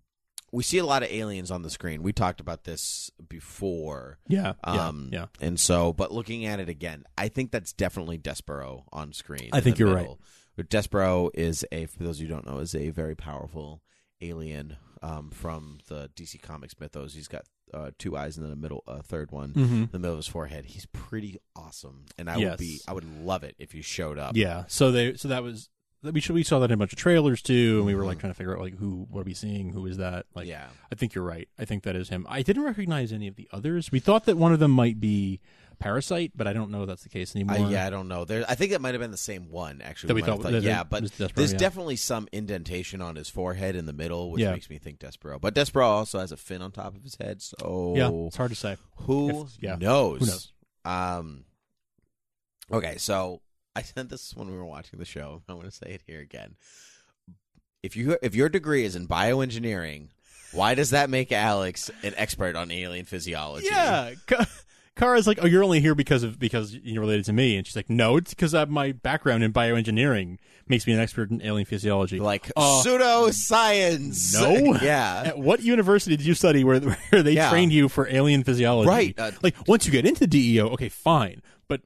[SPEAKER 3] we see a lot of aliens on the screen. We talked about this before.
[SPEAKER 2] Yeah.
[SPEAKER 3] Um,
[SPEAKER 2] yeah.
[SPEAKER 3] And so, but looking at it again, I think that's definitely Despero on screen.
[SPEAKER 2] I
[SPEAKER 3] in
[SPEAKER 2] think
[SPEAKER 3] the
[SPEAKER 2] you're
[SPEAKER 3] middle. Despero is a, for those of you who don't know, is a very powerful alien um, from the DC Comics mythos. He's got uh, two eyes and then a middle, a third one,
[SPEAKER 2] Mm-hmm.
[SPEAKER 3] in the middle of his forehead. He's pretty awesome, and I
[SPEAKER 2] Yes.
[SPEAKER 3] would be, I would love it if he showed up.
[SPEAKER 2] Yeah. So they. So that was. We should. We saw that in a bunch of trailers too, and we were like
[SPEAKER 3] Mhm.
[SPEAKER 2] trying to figure out like who. What are we seeing? Who is that? Like.
[SPEAKER 3] yeah.
[SPEAKER 2] I think you're right. I think that is him. I didn't recognize any of the others. We thought that one of them might be Parasite, but I don't know if that's the case anymore.
[SPEAKER 3] I, yeah, I don't know. There, I think that might have been the same one actually.
[SPEAKER 2] That we
[SPEAKER 3] might have
[SPEAKER 2] thought- that-
[SPEAKER 3] yeah,
[SPEAKER 2] that
[SPEAKER 3] but
[SPEAKER 2] was Despero,
[SPEAKER 3] there's
[SPEAKER 2] yeah.
[SPEAKER 3] definitely some indentation on his forehead in the middle, which
[SPEAKER 2] Yeah.
[SPEAKER 3] makes me think Despero. But Despero also has a fin on top of his head, so
[SPEAKER 2] Yeah, It's hard to say.
[SPEAKER 3] who
[SPEAKER 2] If- yeah.
[SPEAKER 3] knows?
[SPEAKER 2] Who knows?
[SPEAKER 3] Um. Okay, so I sent this when we were watching the show. I'm going to say it here again. If you if your degree is in bioengineering, why does that make Alex an expert on alien physiology?
[SPEAKER 2] Yeah. Ka- Kara's like, "Oh, you're only here because of because you're related to me," and she's like, "No, it's because of my background in bioengineering makes me an expert in alien physiology."
[SPEAKER 3] like
[SPEAKER 2] Uh,
[SPEAKER 3] pseudoscience.
[SPEAKER 2] no.
[SPEAKER 3] yeah,
[SPEAKER 2] At what university did you study where, where they
[SPEAKER 3] Yeah.
[SPEAKER 2] trained you for alien physiology?
[SPEAKER 3] Right, uh,
[SPEAKER 2] like once you get into DEO, okay, fine, but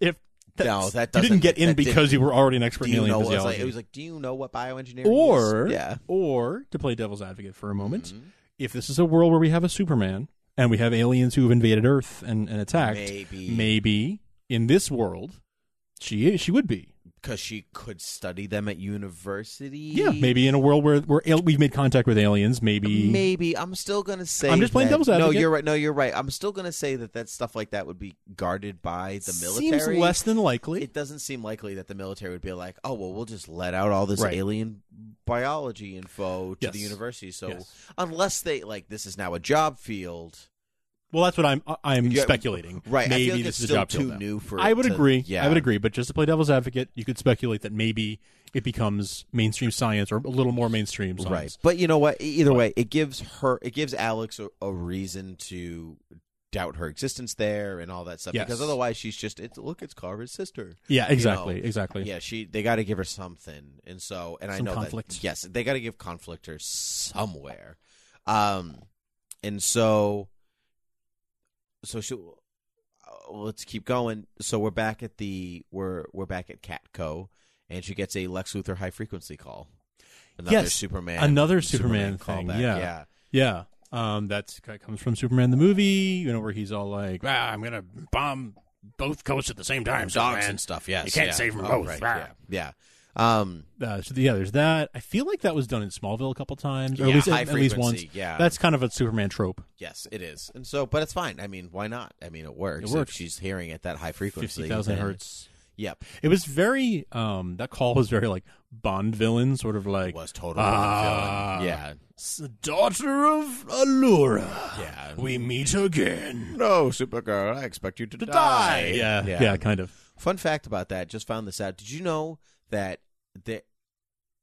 [SPEAKER 2] if that's-
[SPEAKER 3] No, that
[SPEAKER 2] you didn't
[SPEAKER 3] doesn't-
[SPEAKER 2] get in
[SPEAKER 3] that
[SPEAKER 2] because
[SPEAKER 3] didn't-
[SPEAKER 2] you were already an expert
[SPEAKER 3] do
[SPEAKER 2] in
[SPEAKER 3] you
[SPEAKER 2] alien
[SPEAKER 3] know? It was,
[SPEAKER 2] physiology.
[SPEAKER 3] like, it was like, do you know what bioengineering
[SPEAKER 2] or
[SPEAKER 3] is? Yeah, Mm-hmm.
[SPEAKER 2] or to play devil's advocate for a moment, if this is a world where we have a Superman and we have aliens who have invaded Earth and, and attacked,
[SPEAKER 3] Maybe.
[SPEAKER 2] maybe in this world, she is, she would be.
[SPEAKER 3] because she could study them at university.
[SPEAKER 2] Yeah, maybe in a world where where al- we've made contact with aliens, maybe.
[SPEAKER 3] Maybe I'm still gonna say
[SPEAKER 2] I'm just playing
[SPEAKER 3] that-
[SPEAKER 2] devil's
[SPEAKER 3] No,
[SPEAKER 2] advocate.
[SPEAKER 3] you're right. No, you're right. I'm still gonna say that that stuff like that would be guarded by the military.
[SPEAKER 2] seems less than likely.
[SPEAKER 3] It doesn't seem likely that the military would be like, oh well, we'll just let out all this
[SPEAKER 2] Right.
[SPEAKER 3] alien biology info to the
[SPEAKER 2] Yes.
[SPEAKER 3] university. So
[SPEAKER 2] Yes.
[SPEAKER 3] unless they like this is now a job field,
[SPEAKER 2] Well, that's what I'm I- I'm
[SPEAKER 3] Yeah,
[SPEAKER 2] speculating.
[SPEAKER 3] right? I
[SPEAKER 2] Maybe
[SPEAKER 3] feel like
[SPEAKER 2] this
[SPEAKER 3] it's
[SPEAKER 2] is
[SPEAKER 3] still
[SPEAKER 2] a job
[SPEAKER 3] too
[SPEAKER 2] field now.
[SPEAKER 3] new for.
[SPEAKER 2] I
[SPEAKER 3] it
[SPEAKER 2] would
[SPEAKER 3] to-
[SPEAKER 2] agree.
[SPEAKER 3] Yeah,
[SPEAKER 2] I would agree. But just to play devil's advocate, you could speculate that maybe it becomes mainstream science or a little more mainstream science.
[SPEAKER 3] Right. But you know what? E- Either way, it gives her, it gives Alex a, a reason to doubt her existence there and all that stuff.
[SPEAKER 2] Yes.
[SPEAKER 3] Because otherwise, she's just, it's, look, it's Carver's sister.
[SPEAKER 2] Yeah. Exactly.
[SPEAKER 3] know,
[SPEAKER 2] exactly.
[SPEAKER 3] Yeah, she. They got to give her something, and so, and I
[SPEAKER 2] Some
[SPEAKER 3] know
[SPEAKER 2] conflict.
[SPEAKER 3] that. Yes, they got to give conflict her somewhere, um, and so, so she. uh, Let's keep going. So we're back at the we're we're back at Catco, and she gets a Lex Luthor high frequency call. Another
[SPEAKER 2] Yes,
[SPEAKER 3] Superman.
[SPEAKER 2] another Superman thing,
[SPEAKER 3] callback.
[SPEAKER 2] yeah.
[SPEAKER 3] yeah.
[SPEAKER 2] Yeah. Um, that's that comes from Superman the movie, you know, where he's all like, ah, I'm gonna bomb both coasts at the same time,
[SPEAKER 3] Dogs
[SPEAKER 2] Superman.
[SPEAKER 3] and stuff. Yes,
[SPEAKER 1] You can't
[SPEAKER 3] yeah.
[SPEAKER 1] save 'em
[SPEAKER 3] Oh,
[SPEAKER 1] both.
[SPEAKER 3] right,
[SPEAKER 1] Rah.
[SPEAKER 3] Yeah. yeah. Um.
[SPEAKER 2] Uh, so yeah, there's that. I feel like that was done in Smallville a couple times, or
[SPEAKER 3] Yeah,
[SPEAKER 2] at least
[SPEAKER 3] high
[SPEAKER 2] at, at least once.
[SPEAKER 3] frequency, yeah.
[SPEAKER 2] That's kind of a Superman trope.
[SPEAKER 3] Yes, it is, and so, but it's fine. I mean, why not? I mean, it works.
[SPEAKER 2] It works.
[SPEAKER 3] If she's hearing at that high frequency,
[SPEAKER 2] Fifty thousand
[SPEAKER 3] then-
[SPEAKER 2] hertz.
[SPEAKER 3] Yep,
[SPEAKER 2] It was very. Um, that call was very like Bond villain, sort of like
[SPEAKER 3] it was totally.
[SPEAKER 2] Ah.
[SPEAKER 3] the villain.
[SPEAKER 2] "S- daughter of Allura.
[SPEAKER 3] Yeah, yeah.
[SPEAKER 2] Ah, We meet again.
[SPEAKER 3] No, Oh, Supergirl, I expect you to,
[SPEAKER 2] Yeah, yeah, kind of.
[SPEAKER 3] Fun fact about that. Just found this out. Did you know that the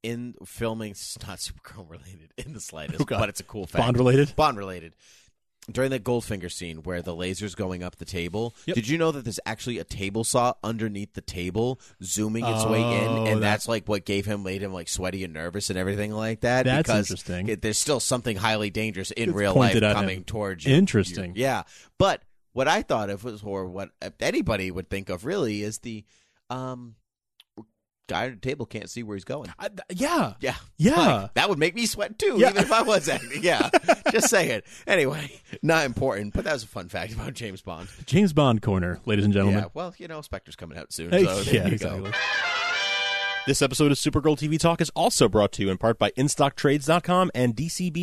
[SPEAKER 3] in filming, it's not Supergirl related in the slightest,
[SPEAKER 2] Oh, God.
[SPEAKER 3] but it's a cool fact.
[SPEAKER 2] Bond related.
[SPEAKER 3] Bond related. During that Goldfinger scene where the laser's going up the table,
[SPEAKER 2] Yep.
[SPEAKER 3] did you know that there's actually a table saw underneath the table, zooming its way
[SPEAKER 2] Oh,
[SPEAKER 3] in,
[SPEAKER 2] that-
[SPEAKER 3] and that's like what gave him made him like sweaty and nervous and everything like that.
[SPEAKER 2] That's
[SPEAKER 3] because
[SPEAKER 2] interesting.
[SPEAKER 3] it- there's still something highly dangerous in
[SPEAKER 2] It's
[SPEAKER 3] real life
[SPEAKER 2] pointed at him.
[SPEAKER 3] coming towards you.
[SPEAKER 2] Interesting.
[SPEAKER 3] Yeah, but what I thought of was, or what anybody would think of, really, is the um, guy at the table can't see where he's going.
[SPEAKER 2] I, th- yeah,
[SPEAKER 3] Yeah.
[SPEAKER 2] yeah.
[SPEAKER 3] Like, that would make me sweat too,
[SPEAKER 2] Yeah.
[SPEAKER 3] even if I was acting. Yeah. Just saying. Anyway, not important, but that was a fun fact about James Bond.
[SPEAKER 2] James Bond corner, ladies and gentlemen.
[SPEAKER 3] Yeah. Well, you know, Spectre's coming out soon.
[SPEAKER 2] Hey,
[SPEAKER 3] so there
[SPEAKER 2] yeah,
[SPEAKER 3] you
[SPEAKER 2] exactly.
[SPEAKER 3] go.
[SPEAKER 4] This episode of Supergirl TV Talk is also brought to you in part by InStockTrades.com and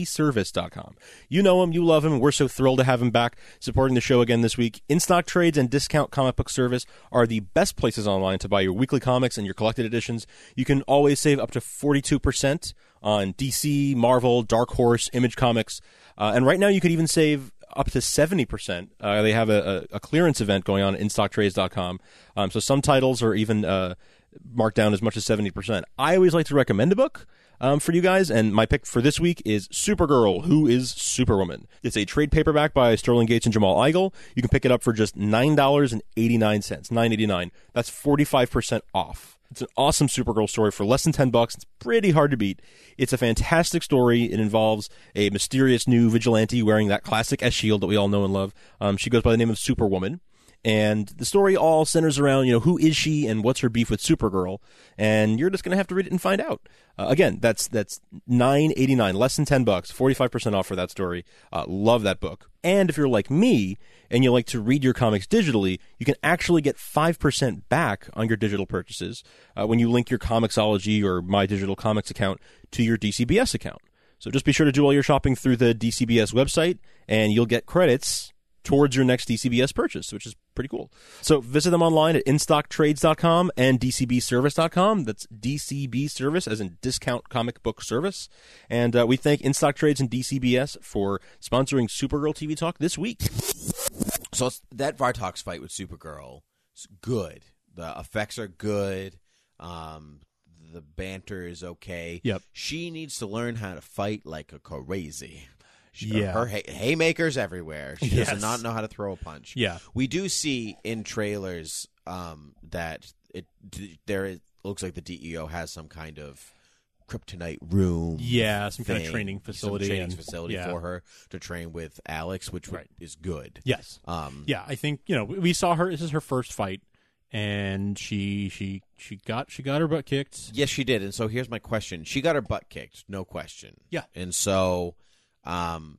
[SPEAKER 4] DCBService.com. You know him, you love him, and we're so thrilled to have him back supporting the show again this week. InStock Trades and Discount Comic Book Service are the best places online to buy your weekly comics and your collected editions. You can always save up to 42% on DC, Marvel, Dark Horse, Image Comics. Uh, and right now you could even save up to 70%. Uh, they have a, a, a clearance event going on at InStockTrades.com. Um, so some titles are even... Uh, marked down as much as 70%. I always like to recommend a book um, for you guys, and my pick for this week is Supergirl, Who is Superwoman. It's a trade paperback by Sterling Gates and Jamal Eigel. You can pick it up for just $9.89, nine eighty nine. That's 45% off. It's an awesome Supergirl story for less than 10 bucks. It's pretty hard to beat. It's a fantastic story. It involves a mysterious new vigilante wearing that classic S shield that we all know and love. Um, she goes by the name of Superwoman and the story all centers around you know who is she and what's her beef with Supergirl, and you're just gonna have to read it and find out. Uh, again, that's that's nine eighty nine, less than ten bucks, forty five percent off for that story. Uh, love that book. And if you're like me and you like to read your comics digitally, you can actually get five percent back on your digital purchases uh, when you link your Comixology or My Digital Comics account to your DCBS account. So just be sure to do all your shopping through the DCBS website, and you'll get credits towards your next DCBS purchase, which is pretty cool. So visit them online at instocktrades.com and dcbservice.com. That's DCB service as in discount comic book service. And uh, we thank Instock Trades and DCBS for sponsoring Supergirl TV Talk this week.
[SPEAKER 3] So it's, that Vartox fight with Supergirl is good. The effects are good. Um, the banter is okay.
[SPEAKER 2] Yep.
[SPEAKER 3] She needs to learn how to fight like a crazy. She-
[SPEAKER 2] Yeah.
[SPEAKER 3] Her hay- haymakers everywhere. She
[SPEAKER 2] Yes.
[SPEAKER 3] does not know how to throw a punch.
[SPEAKER 2] Yeah.
[SPEAKER 3] We do see in trailers um, that it d- there is, looks like the DEO has some kind of kryptonite room.
[SPEAKER 2] Yeah, some kind of
[SPEAKER 3] thing,
[SPEAKER 2] training
[SPEAKER 3] some
[SPEAKER 2] facility
[SPEAKER 3] training
[SPEAKER 2] and-
[SPEAKER 3] facility
[SPEAKER 2] yeah.
[SPEAKER 3] for her to train with Alex, which w- is good.
[SPEAKER 2] Yes.
[SPEAKER 3] Um,
[SPEAKER 2] Yeah, I think you know we we saw her. This is her first fight, and she she she got she got her butt kicked.
[SPEAKER 3] Yes, she did. And so here's my question: She got her butt kicked, no question.
[SPEAKER 2] Yeah.
[SPEAKER 3] And so, um,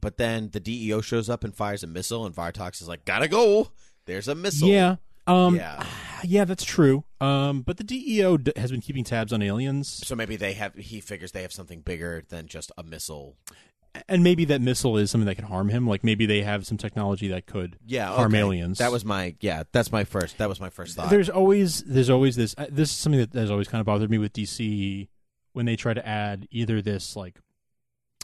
[SPEAKER 3] but then the DEO shows up and fires a missile, and Vartox is like, "Gotta go." There's a missile.
[SPEAKER 2] yeah, um, yeah,
[SPEAKER 3] Yeah.
[SPEAKER 2] that's true. Um, but the DEO d- has been keeping tabs on aliens,
[SPEAKER 3] So maybe they have. He figures they have something bigger than just a missile.
[SPEAKER 2] and maybe that missile is something that could harm him. Like maybe they have some technology that could
[SPEAKER 3] Yeah.
[SPEAKER 2] harm
[SPEAKER 3] okay.
[SPEAKER 2] aliens.
[SPEAKER 3] That was my. Yeah. That's my first. That was my first thought.
[SPEAKER 2] there's always there's always this uh, this is something that has always kind of bothered me with DC when they try to add either this like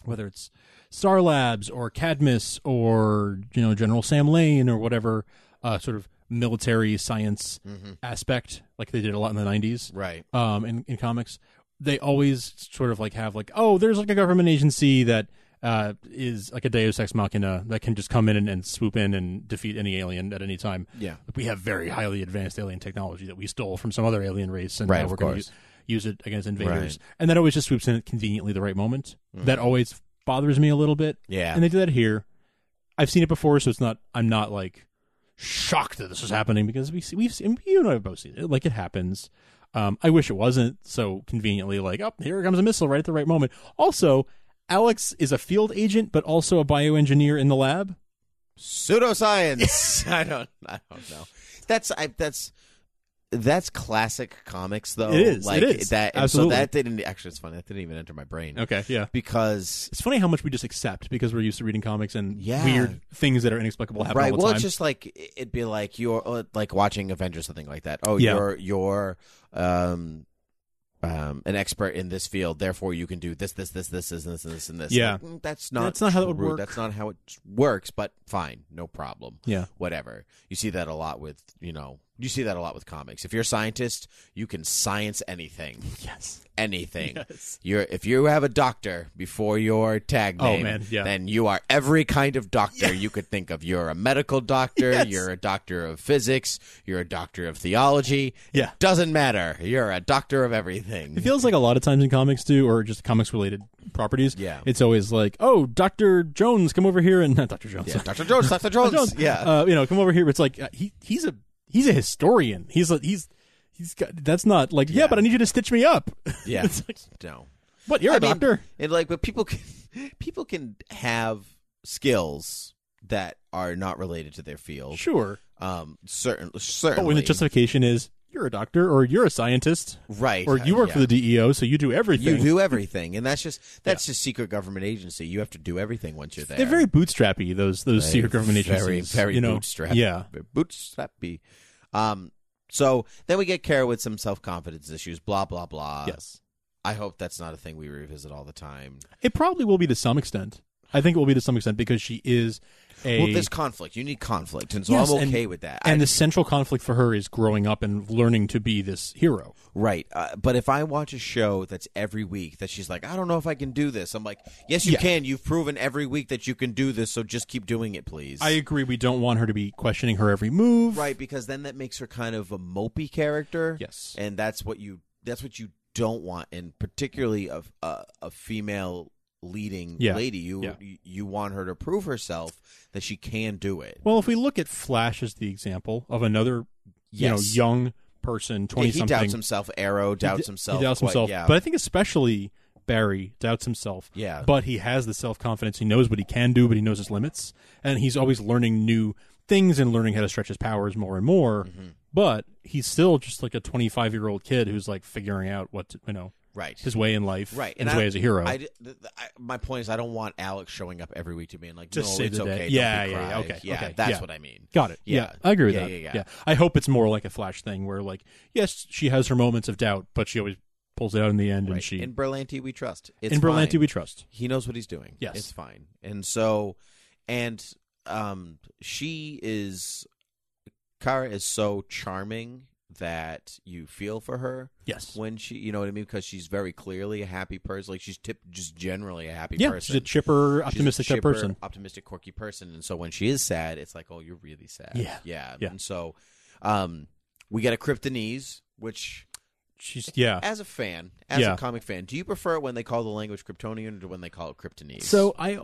[SPEAKER 2] whether it's Star Labs or Cadmus or you know General Sam Lane or whatever uh, sort of military science aspect like they did a lot in the 90s
[SPEAKER 3] right.
[SPEAKER 2] um, in, in comics, they always sort of like have like, oh, there's like a government agency that uh, is like a Deus Ex Machina that can just come in and, and swoop in and defeat any alien at any time.
[SPEAKER 3] Yeah.
[SPEAKER 2] we have very highly advanced alien technology that we stole from some other alien race, and
[SPEAKER 3] Right,
[SPEAKER 2] now
[SPEAKER 3] of
[SPEAKER 2] we're going
[SPEAKER 3] course.
[SPEAKER 2] to use it against invaders. And that always just swoops in at conveniently the right moment.
[SPEAKER 3] Mm.
[SPEAKER 2] That always bothers me a little bit.
[SPEAKER 3] Yeah.
[SPEAKER 2] and they do that here. I've seen it before, so it's not. I'm not like shocked that this is happening because we see, we've seen you and I have both seen it. Like it happens. Um, I wish it wasn't so conveniently like, oh, here comes a missile right at the right moment. Also, Alex is a field agent, but also a bioengineer in the lab.
[SPEAKER 3] Pseudoscience. I don't. I don't know. That's. I. That's. That's classic comics, though.
[SPEAKER 2] It is,
[SPEAKER 3] Like
[SPEAKER 2] it is.
[SPEAKER 3] that. and
[SPEAKER 2] Absolutely.
[SPEAKER 3] So that didn't. Actually, it's funny. That didn't even enter my brain.
[SPEAKER 2] Okay, yeah.
[SPEAKER 3] because
[SPEAKER 2] It's funny how much we just accept because we're used to reading comics and
[SPEAKER 3] Yeah.
[SPEAKER 2] weird things that are inexplicable happen
[SPEAKER 3] right
[SPEAKER 2] all the
[SPEAKER 3] well
[SPEAKER 2] time.
[SPEAKER 3] it's just like it'd be like you're uh, like watching avengers something like that oh
[SPEAKER 2] Yeah.
[SPEAKER 3] you're you're um um an expert in this field therefore you can do this this this this this this this and this
[SPEAKER 2] Yeah.
[SPEAKER 3] Like, mm, that's not
[SPEAKER 2] That's not how that would
[SPEAKER 3] true.
[SPEAKER 2] work.
[SPEAKER 3] that's not how it works but fine no problem
[SPEAKER 2] yeah,
[SPEAKER 3] whatever you see that a lot with you know you see that a lot with comics if you're a scientist you can science anything
[SPEAKER 2] yes,
[SPEAKER 3] anything
[SPEAKER 2] yes.
[SPEAKER 3] you're if you have a doctor before your tag
[SPEAKER 2] Oh,
[SPEAKER 3] name,
[SPEAKER 2] man, yeah.
[SPEAKER 3] then you are every kind of doctor you could think of. You're a medical doctor,
[SPEAKER 2] Yes.
[SPEAKER 3] you're a doctor of physics, you're a doctor of theology.
[SPEAKER 2] Yeah.
[SPEAKER 3] It doesn't matter. You're a doctor of everything.
[SPEAKER 2] It feels like a lot of times in comics too, or just comics related properties.
[SPEAKER 3] Yeah.
[SPEAKER 2] it's always like, oh, Doctor Jones, come over here, and not Doctor Jones,
[SPEAKER 3] yeah, Dr. Jones, Dr.
[SPEAKER 2] Dr.
[SPEAKER 3] Jones.
[SPEAKER 2] Jones,
[SPEAKER 3] Yeah.
[SPEAKER 2] uh, you know, come over here. It's like uh, he he's a he's a historian. He's a, he's He's got. That's not like. Yeah, but I need you to stitch me up.
[SPEAKER 3] Yeah.
[SPEAKER 2] It's like,
[SPEAKER 3] no.
[SPEAKER 2] what? You're a
[SPEAKER 3] I mean,
[SPEAKER 2] doctor.
[SPEAKER 3] And like, but people can people can have skills that are not related to their field.
[SPEAKER 2] Sure.
[SPEAKER 3] Um, certain certainly.
[SPEAKER 2] But when the justification is you're a doctor or you're a scientist
[SPEAKER 3] right Uh,
[SPEAKER 2] or you work
[SPEAKER 3] yeah.
[SPEAKER 2] for the DEO, so you do everything.
[SPEAKER 3] you do everything, and that's just that's just secret government agency. You have to do everything once you're there.
[SPEAKER 2] They're very bootstrappy. Those those
[SPEAKER 3] They
[SPEAKER 2] secret government agencies.
[SPEAKER 3] very very
[SPEAKER 2] you know?
[SPEAKER 3] bootstrappy.
[SPEAKER 2] Yeah.
[SPEAKER 3] Very bootstrappy. Um. So then we get Kara with some self confidence issues. Blah blah blah.
[SPEAKER 2] Yes.
[SPEAKER 3] I hope that's not a thing we revisit all the time.
[SPEAKER 2] It probably will be to some extent. I think it will be to some extent because she is a
[SPEAKER 3] well, there's conflict. You need conflict, and so
[SPEAKER 2] Yes,
[SPEAKER 3] I'm
[SPEAKER 2] and-
[SPEAKER 3] okay with that.
[SPEAKER 2] and
[SPEAKER 3] I-
[SPEAKER 2] the central conflict for her is growing up and learning to be this hero.
[SPEAKER 3] Right. Uh, but if I watch a show that's every week that she's like, I don't know if I can do this, I'm like, yes, you
[SPEAKER 2] Yeah.
[SPEAKER 3] can. You've proven every week that you can do this, so just keep doing it, please.
[SPEAKER 2] I agree. We don't want her to be questioning her every move.
[SPEAKER 3] right, because then that makes her kind of a mopey character.
[SPEAKER 2] Yes.
[SPEAKER 3] And that's what you that's what you don't want, and particularly of a, a female leading
[SPEAKER 2] Yeah.
[SPEAKER 3] lady, you,
[SPEAKER 2] Yeah.
[SPEAKER 3] you you want her to prove herself that she can do it.
[SPEAKER 2] Well, if we look at Flash as the example of another, you know,
[SPEAKER 3] Yes.
[SPEAKER 2] young person,
[SPEAKER 3] Yeah,
[SPEAKER 2] twenty
[SPEAKER 3] he doubts
[SPEAKER 2] something,
[SPEAKER 3] himself. Arrow doubts himself.
[SPEAKER 2] he doubts
[SPEAKER 3] quite-
[SPEAKER 2] himself.
[SPEAKER 3] yeah.
[SPEAKER 2] But I think especially Barry doubts himself.
[SPEAKER 3] Yeah.
[SPEAKER 2] But he has the self confidence. He knows what he can do, but he knows his limits, and he's always learning new things and learning how to stretch his powers more and more.
[SPEAKER 3] Mm-hmm.
[SPEAKER 2] But he's still just like a twenty five year old kid who's like figuring out what to, you know
[SPEAKER 3] right.
[SPEAKER 2] his way in life,
[SPEAKER 3] right
[SPEAKER 2] and
[SPEAKER 3] and
[SPEAKER 2] his
[SPEAKER 3] I,
[SPEAKER 2] way as a hero.
[SPEAKER 3] I, d- th- th- I- my point is i don't want alex showing up every week to being like
[SPEAKER 2] Just
[SPEAKER 3] no,
[SPEAKER 2] save
[SPEAKER 3] it's
[SPEAKER 2] the day.
[SPEAKER 3] okay
[SPEAKER 2] Yeah,
[SPEAKER 3] don't be
[SPEAKER 2] yeah, yeah,
[SPEAKER 3] crying.
[SPEAKER 2] okay,
[SPEAKER 3] yeah
[SPEAKER 2] okay,
[SPEAKER 3] that's
[SPEAKER 2] yeah.
[SPEAKER 3] what i mean
[SPEAKER 2] Got it. Yeah, I agree with
[SPEAKER 3] yeah,
[SPEAKER 2] that.
[SPEAKER 3] yeah, yeah.
[SPEAKER 2] I hope it's more like a Flash thing where, like, yes, she has her moments of doubt, but she always pulls it out in the end,
[SPEAKER 3] Right.
[SPEAKER 2] and she
[SPEAKER 3] in berlanti we trust it's
[SPEAKER 2] in Berlanti
[SPEAKER 3] fine.
[SPEAKER 2] we trust.
[SPEAKER 3] he knows what he's doing
[SPEAKER 2] Yes.
[SPEAKER 3] it's fine and so and um she is kara is so charming that you feel for her
[SPEAKER 2] Yes.
[SPEAKER 3] when she you know what i mean because she's very clearly a happy person like she's tip, just generally a happy
[SPEAKER 2] yeah,
[SPEAKER 3] person
[SPEAKER 2] she's a chipper,
[SPEAKER 3] She's a
[SPEAKER 2] optimistic type
[SPEAKER 3] chipper,
[SPEAKER 2] person.
[SPEAKER 3] optimistic, quirky person. And so when she is sad, it's like, oh, you're really sad.
[SPEAKER 2] Yeah.
[SPEAKER 3] yeah.
[SPEAKER 2] Yeah.
[SPEAKER 3] And so, um, we get a Kryptonese, which
[SPEAKER 2] She's yeah.
[SPEAKER 3] as a fan, as
[SPEAKER 2] Uh. Yeah.
[SPEAKER 3] a comic fan, do you prefer it when they call the language Kryptonian or do- when they call it Kryptonese?
[SPEAKER 2] So I,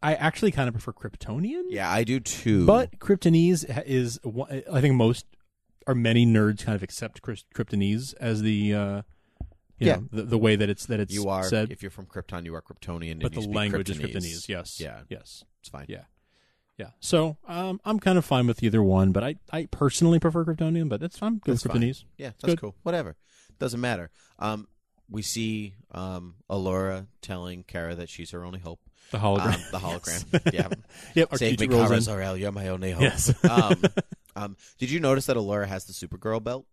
[SPEAKER 2] I actually kind of prefer Kryptonian.
[SPEAKER 3] yeah, I do too.
[SPEAKER 2] But Kryptonese ha- is, one- I think most or many nerds kind of accept Kryst- Kryptonese as the, uh, you
[SPEAKER 3] Yeah.
[SPEAKER 2] know, the, the way that it's that it's
[SPEAKER 3] you are
[SPEAKER 2] said.
[SPEAKER 3] if you're from Krypton, you are Kryptonian. and
[SPEAKER 2] but
[SPEAKER 3] you
[SPEAKER 2] the
[SPEAKER 3] speak
[SPEAKER 2] language is
[SPEAKER 3] Kryptonese.
[SPEAKER 2] Kryptonese. Yes.
[SPEAKER 3] Yeah.
[SPEAKER 2] Yes.
[SPEAKER 3] It's fine.
[SPEAKER 2] Yeah. Yeah. So um, I'm kind of fine with either one, but I, I personally prefer Kryptonian, but that's I'm good
[SPEAKER 3] That's
[SPEAKER 2] with
[SPEAKER 3] fine.
[SPEAKER 2] Kryptonese.
[SPEAKER 3] Yeah, that's
[SPEAKER 2] good.
[SPEAKER 3] cool. Whatever. Doesn't matter. Um, we see um, Allura telling Kara that she's her only hope.
[SPEAKER 2] The hologram.
[SPEAKER 3] Um, the hologram. Yeah.
[SPEAKER 2] yep.
[SPEAKER 3] Save
[SPEAKER 2] Arctic
[SPEAKER 3] me,
[SPEAKER 2] rolls
[SPEAKER 3] Kara
[SPEAKER 2] in.
[SPEAKER 3] Zor-El. You're my only hope.
[SPEAKER 2] Yes.
[SPEAKER 3] um, um, did you notice that Allura has the Supergirl belt?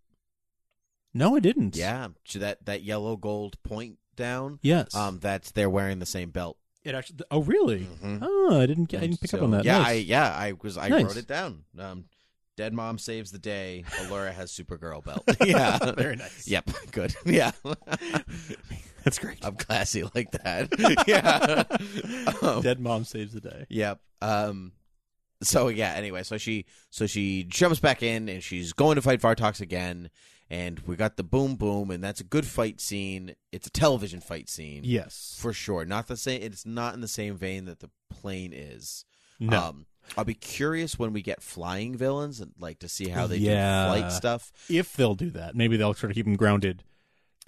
[SPEAKER 2] No, I didn't.
[SPEAKER 3] Yeah, she- that that yellow gold point down.
[SPEAKER 2] Yes.
[SPEAKER 3] Um, that's they're wearing the same belt.
[SPEAKER 2] it actually. Oh, really?
[SPEAKER 3] Mhm.
[SPEAKER 2] Oh, I didn't. get- I didn't pick up
[SPEAKER 3] So,
[SPEAKER 2] on that.
[SPEAKER 3] Yeah,
[SPEAKER 2] Nice.
[SPEAKER 3] I yeah I was I
[SPEAKER 2] Nice.
[SPEAKER 3] wrote it down. Um, Dead mom saves the day. Allura has Supergirl belt. yeah,
[SPEAKER 2] Very nice.
[SPEAKER 3] Yep, good. Yeah,
[SPEAKER 2] that's great.
[SPEAKER 3] I'm classy like that. yeah. Um,
[SPEAKER 2] Dead mom saves the day.
[SPEAKER 3] Yep. Um. So yeah. Anyway, so she so she jumps back in and she's going to fight Vartox again, and we got the boom boom, and that's a good fight scene. It's a television fight scene
[SPEAKER 2] Yes.
[SPEAKER 3] for sure. Not the same. It's not in the same vein that the plane is.
[SPEAKER 2] No.
[SPEAKER 3] Um, I'll be curious when we get flying villains and like to see how they
[SPEAKER 2] Yeah.
[SPEAKER 3] do flight stuff.
[SPEAKER 2] if they'll do that, maybe they'll sort of keep him grounded.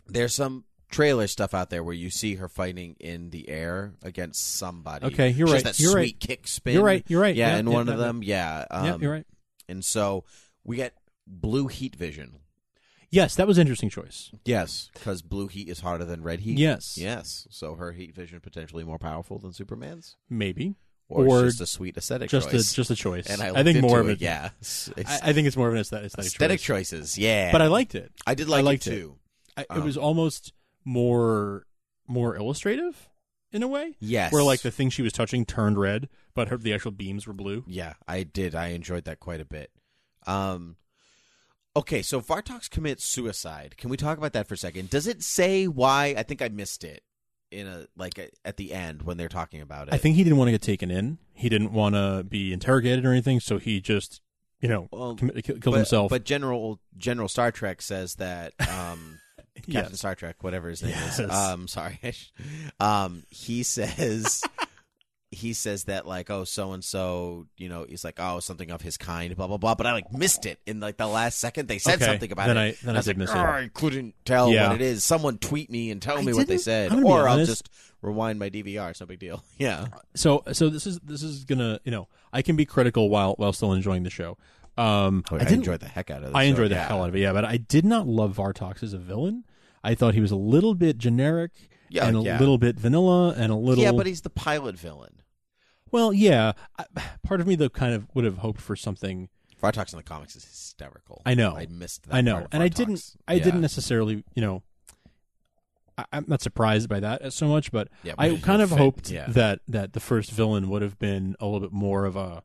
[SPEAKER 3] There's some trailer stuff out there where you see her fighting in the air against somebody.
[SPEAKER 2] Okay, you're
[SPEAKER 3] She
[SPEAKER 2] right,
[SPEAKER 3] has That
[SPEAKER 2] you're
[SPEAKER 3] sweet
[SPEAKER 2] right.
[SPEAKER 3] kick spin.
[SPEAKER 2] You're right, you're right.
[SPEAKER 3] Yeah,
[SPEAKER 2] Yeah,
[SPEAKER 3] in
[SPEAKER 2] yeah,
[SPEAKER 3] one of
[SPEAKER 2] that-
[SPEAKER 3] them. Yeah. Um,
[SPEAKER 2] yeah, you're right.
[SPEAKER 3] And so we get blue heat vision.
[SPEAKER 2] Yes, that was an interesting choice.
[SPEAKER 3] Yes, because blue heat is hotter than red heat.
[SPEAKER 2] Yes.
[SPEAKER 3] Yes. So her heat vision potentially more powerful than Superman's,
[SPEAKER 2] Maybe.
[SPEAKER 3] or, it's
[SPEAKER 2] Or
[SPEAKER 3] just a sweet aesthetic
[SPEAKER 2] Just
[SPEAKER 3] choice.
[SPEAKER 2] a just a choice.
[SPEAKER 3] and I,
[SPEAKER 2] I think
[SPEAKER 3] looked
[SPEAKER 2] more of
[SPEAKER 3] into
[SPEAKER 2] it.
[SPEAKER 3] Yeah. It's- it's
[SPEAKER 2] I, I think it's more of an aesthetic,
[SPEAKER 3] aesthetic
[SPEAKER 2] choice.
[SPEAKER 3] choices. Yeah.
[SPEAKER 2] But I liked it.
[SPEAKER 3] I did like
[SPEAKER 2] I liked
[SPEAKER 3] it
[SPEAKER 2] it.
[SPEAKER 3] too.
[SPEAKER 2] I, it
[SPEAKER 3] Um,
[SPEAKER 2] was almost more more illustrative in a way
[SPEAKER 3] Yes.
[SPEAKER 2] where like the thing she was touching turned red but her the actual beams were blue
[SPEAKER 3] Yeah, I did. I enjoyed that quite a bit. Um Okay, so Vartox commits suicide. Can we talk about that for a second? Does it say why? I think I missed it in a like a, at the end when they're talking about it.
[SPEAKER 2] i think he didn't want to get taken in he didn't want to be interrogated or anything so he just you know
[SPEAKER 3] Well,
[SPEAKER 2] commi- ki- killed
[SPEAKER 3] but,
[SPEAKER 2] himself
[SPEAKER 3] But General General Star Trek says that um Captain
[SPEAKER 2] yes.
[SPEAKER 3] Star Um, Trek, whatever his name
[SPEAKER 2] Yes.
[SPEAKER 3] is. Um sorry. um he says he says that like oh so and so you know he's like oh something of his kind blah blah blah but I like missed it in like the last second they said
[SPEAKER 2] Okay,
[SPEAKER 3] something about
[SPEAKER 2] then
[SPEAKER 3] it
[SPEAKER 2] I- then I
[SPEAKER 3] was
[SPEAKER 2] did
[SPEAKER 3] like
[SPEAKER 2] miss it.
[SPEAKER 3] "Arr, I couldn't tell
[SPEAKER 2] Yeah.
[SPEAKER 3] what it is someone tweet me and tell
[SPEAKER 2] I
[SPEAKER 3] me what they
[SPEAKER 2] didn't-
[SPEAKER 3] said
[SPEAKER 2] I'm gonna be
[SPEAKER 3] or I'll
[SPEAKER 2] honest.
[SPEAKER 3] just rewind my DVR it's no big deal yeah
[SPEAKER 2] so so this is this is gonna you know I can be critical while while still enjoying the show. Um,
[SPEAKER 3] I,
[SPEAKER 2] didn't-
[SPEAKER 3] enjoyed the heck out of it
[SPEAKER 2] I enjoyed the hell out of it. Yeah, but I did not love Vartox as a villain. I thought he was a little bit generic
[SPEAKER 3] Yeah,
[SPEAKER 2] and a
[SPEAKER 3] yeah.
[SPEAKER 2] little bit vanilla and a little.
[SPEAKER 3] yeah but he's the pilot villain
[SPEAKER 2] well, yeah. I, part of me though kind of would have hoped for something.
[SPEAKER 3] Vartox in the comics is hysterical
[SPEAKER 2] I know.
[SPEAKER 3] I missed that
[SPEAKER 2] I know,
[SPEAKER 3] part of
[SPEAKER 2] and I
[SPEAKER 3] Vartox.
[SPEAKER 2] didn't. I
[SPEAKER 3] Yeah.
[SPEAKER 2] didn't necessarily, you know. I, I'm not surprised by that so much, but
[SPEAKER 3] Yeah, but
[SPEAKER 2] I
[SPEAKER 3] it
[SPEAKER 2] kind of
[SPEAKER 3] fit,
[SPEAKER 2] hoped
[SPEAKER 3] yeah.
[SPEAKER 2] that that the first villain would have been a little bit more of a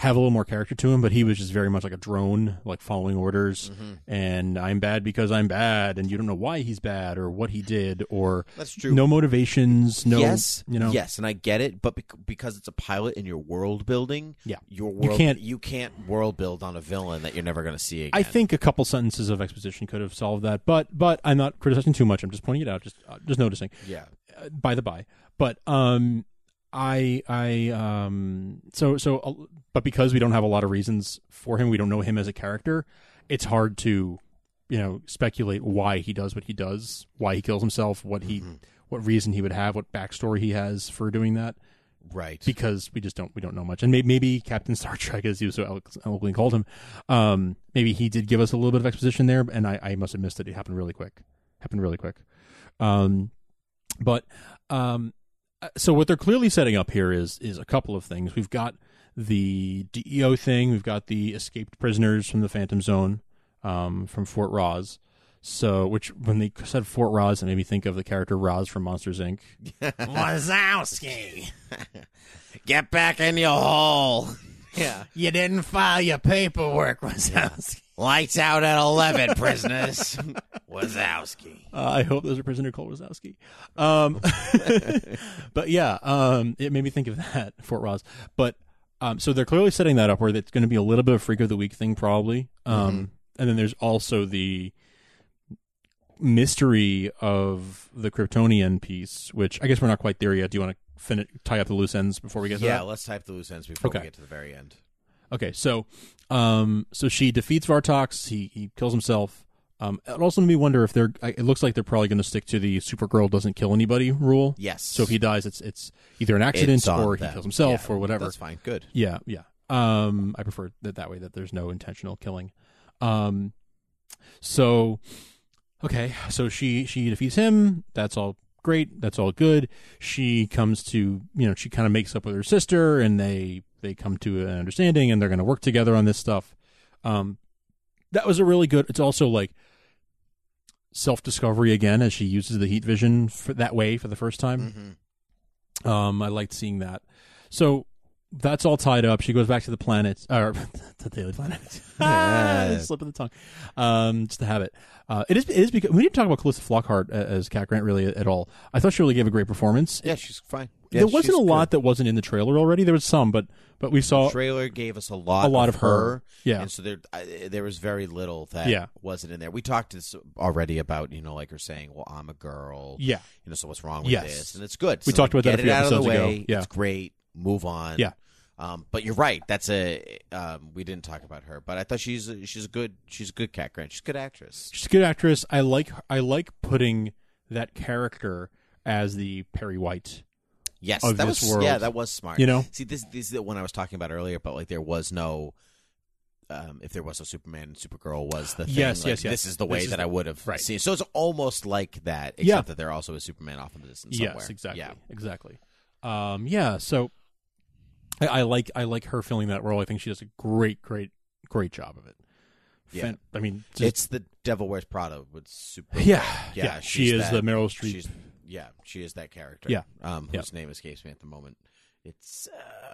[SPEAKER 2] have a little more character to him, but he was just very much like a drone, like following orders.
[SPEAKER 3] Mm-hmm.
[SPEAKER 2] And I'm bad because I'm bad, and you don't know why he's bad or what he did or
[SPEAKER 3] That's true.
[SPEAKER 2] No motivations. No,
[SPEAKER 3] yes,
[SPEAKER 2] you know.
[SPEAKER 3] yes, and I get it, but bec- because it's a pilot and you're world building,
[SPEAKER 2] Yeah.
[SPEAKER 3] your
[SPEAKER 2] You
[SPEAKER 3] world, you
[SPEAKER 2] can't-
[SPEAKER 3] can't you can't world build on a villain that you're never going to see again.
[SPEAKER 2] I think a couple sentences of exposition could have solved that, but but I'm not criticizing too much. I'm just pointing it out, just uh, just noticing.
[SPEAKER 3] yeah,
[SPEAKER 2] uh, by the by but um i i um so so uh, but because we don't have a lot of reasons for him we don't know him as a character it's hard to you know speculate why he does what he does why he kills himself what he what reason he would have what backstory he has for doing that
[SPEAKER 3] right.
[SPEAKER 2] because we just don't we don't know much and maybe, maybe captain star trek as you so elo- eloquently called him um maybe he did give us a little bit of exposition there and i i must have missed it it happened really quick happened really quick um but um uh, so what they're clearly setting up here is is a couple of things we've got the deo thing we've got the escaped prisoners from the phantom zone um from fort roz so which when they said fort roz it made me think of the character roz from monsters inc
[SPEAKER 3] Wazowski, get back in your hole. Yeah,
[SPEAKER 1] You didn't file your paperwork, Wazowski.
[SPEAKER 3] lights out at eleven, prisoners. Wazowski.
[SPEAKER 2] Uh, I hope there's a prisoner called Wazowski. Um, but yeah, um, it made me think of that Fort Ross. But um, so they're clearly setting that up where it's going to be a little bit of freak of the week thing probably. Um, And then there's also the mystery of the Kryptonian piece, which I guess we're not quite there yet. Do you want to finish tie up the loose ends before we get to
[SPEAKER 3] Yeah,
[SPEAKER 2] that?
[SPEAKER 3] let's type the loose ends before
[SPEAKER 2] Okay.
[SPEAKER 3] we get to the very end.
[SPEAKER 2] Okay, so um, so she defeats Vartox. He he kills himself. Um, it also made me wonder if they're. I- It looks like they're probably going to stick to the Supergirl doesn't kill anybody rule.
[SPEAKER 3] Yes.
[SPEAKER 2] So if he dies, it's it's either an accident
[SPEAKER 3] It's on
[SPEAKER 2] or he
[SPEAKER 3] them.
[SPEAKER 2] kills himself
[SPEAKER 3] Yeah,
[SPEAKER 2] or whatever.
[SPEAKER 3] That's fine. Good.
[SPEAKER 2] Yeah, yeah. Um, I prefer that that way that there's no intentional killing. Um, so okay, so she she defeats him. That's all great. That's all good. She comes to you know she kind of makes up with her sister, and they they come to an understanding, and they're going to work together on this stuff. Um, that was a really good. It's also like self discovery again as she uses the heat vision for, that way for the first time.
[SPEAKER 3] Mm-hmm.
[SPEAKER 2] Um, I liked seeing that. So that's all tied up. She goes back to the planet, or the Daily Planet.
[SPEAKER 3] Yeah.
[SPEAKER 2] Slip of the tongue. Um, just a habit. Uh, it is. It is because we didn't talk about Calista Flockhart a- as Cat Grant really at all. I thought she really gave a great performance.
[SPEAKER 3] Yeah, she's fine. Yeah,
[SPEAKER 2] there wasn't
[SPEAKER 3] she's
[SPEAKER 2] a
[SPEAKER 3] good.
[SPEAKER 2] lot that wasn't in the trailer already. There was some, but but we saw.
[SPEAKER 3] trailer gave us a lot,
[SPEAKER 2] Oh. A lot of her.
[SPEAKER 3] her.
[SPEAKER 2] Yeah.
[SPEAKER 3] and so there, I, there was very little that
[SPEAKER 2] Yeah.
[SPEAKER 3] wasn't in there. We talked this already about, you know, like her saying, "Well, I'm a girl."
[SPEAKER 2] Yeah.
[SPEAKER 3] you know, so what's wrong with
[SPEAKER 2] Yes.
[SPEAKER 3] this? And it's good.
[SPEAKER 2] We
[SPEAKER 3] So,
[SPEAKER 2] talked
[SPEAKER 3] like,
[SPEAKER 2] about that a
[SPEAKER 3] get
[SPEAKER 2] few
[SPEAKER 3] it out of the
[SPEAKER 2] episodes ago.
[SPEAKER 3] way.
[SPEAKER 2] Yeah.
[SPEAKER 3] It's great. Move on.
[SPEAKER 2] Yeah.
[SPEAKER 3] Um, but you're right. That's a um, we didn't talk about her, but I thought she's a, she's a good she's a good cat grant. She's a good actress.
[SPEAKER 2] She's a good actress. I like. I like putting that character as the Perry White.
[SPEAKER 3] Yes,
[SPEAKER 2] of
[SPEAKER 3] that
[SPEAKER 2] this
[SPEAKER 3] was
[SPEAKER 2] world.
[SPEAKER 3] yeah, that was smart.
[SPEAKER 2] You know?
[SPEAKER 3] see this this is the one I was talking about earlier, but like there was no. Um, if there was no Superman, Supergirl was the thing.
[SPEAKER 2] Yes,
[SPEAKER 3] Like,
[SPEAKER 2] yes, yes.
[SPEAKER 3] This is the way
[SPEAKER 2] This is
[SPEAKER 3] that
[SPEAKER 2] the-
[SPEAKER 3] I would have
[SPEAKER 2] right.
[SPEAKER 3] seen. So it's almost like that, except
[SPEAKER 2] Yeah.
[SPEAKER 3] that there also is Superman off in the distance somewhere.
[SPEAKER 2] Yes, exactly,
[SPEAKER 3] Yeah,
[SPEAKER 2] exactly. Um, yeah, so I, I like I like her filling that role. I think she does a great, great, great job of it.
[SPEAKER 3] Yeah.
[SPEAKER 2] Fan- I mean, just-
[SPEAKER 3] it's the Devil Wears Prada with Super.
[SPEAKER 2] yeah,
[SPEAKER 3] yeah,
[SPEAKER 2] yeah.
[SPEAKER 3] she's
[SPEAKER 2] She is
[SPEAKER 3] that-
[SPEAKER 2] the Meryl Streep.
[SPEAKER 3] She's yeah, she is that character.
[SPEAKER 2] Yeah.
[SPEAKER 3] um,
[SPEAKER 2] Yeah.
[SPEAKER 3] whose name escapes me at the moment. It's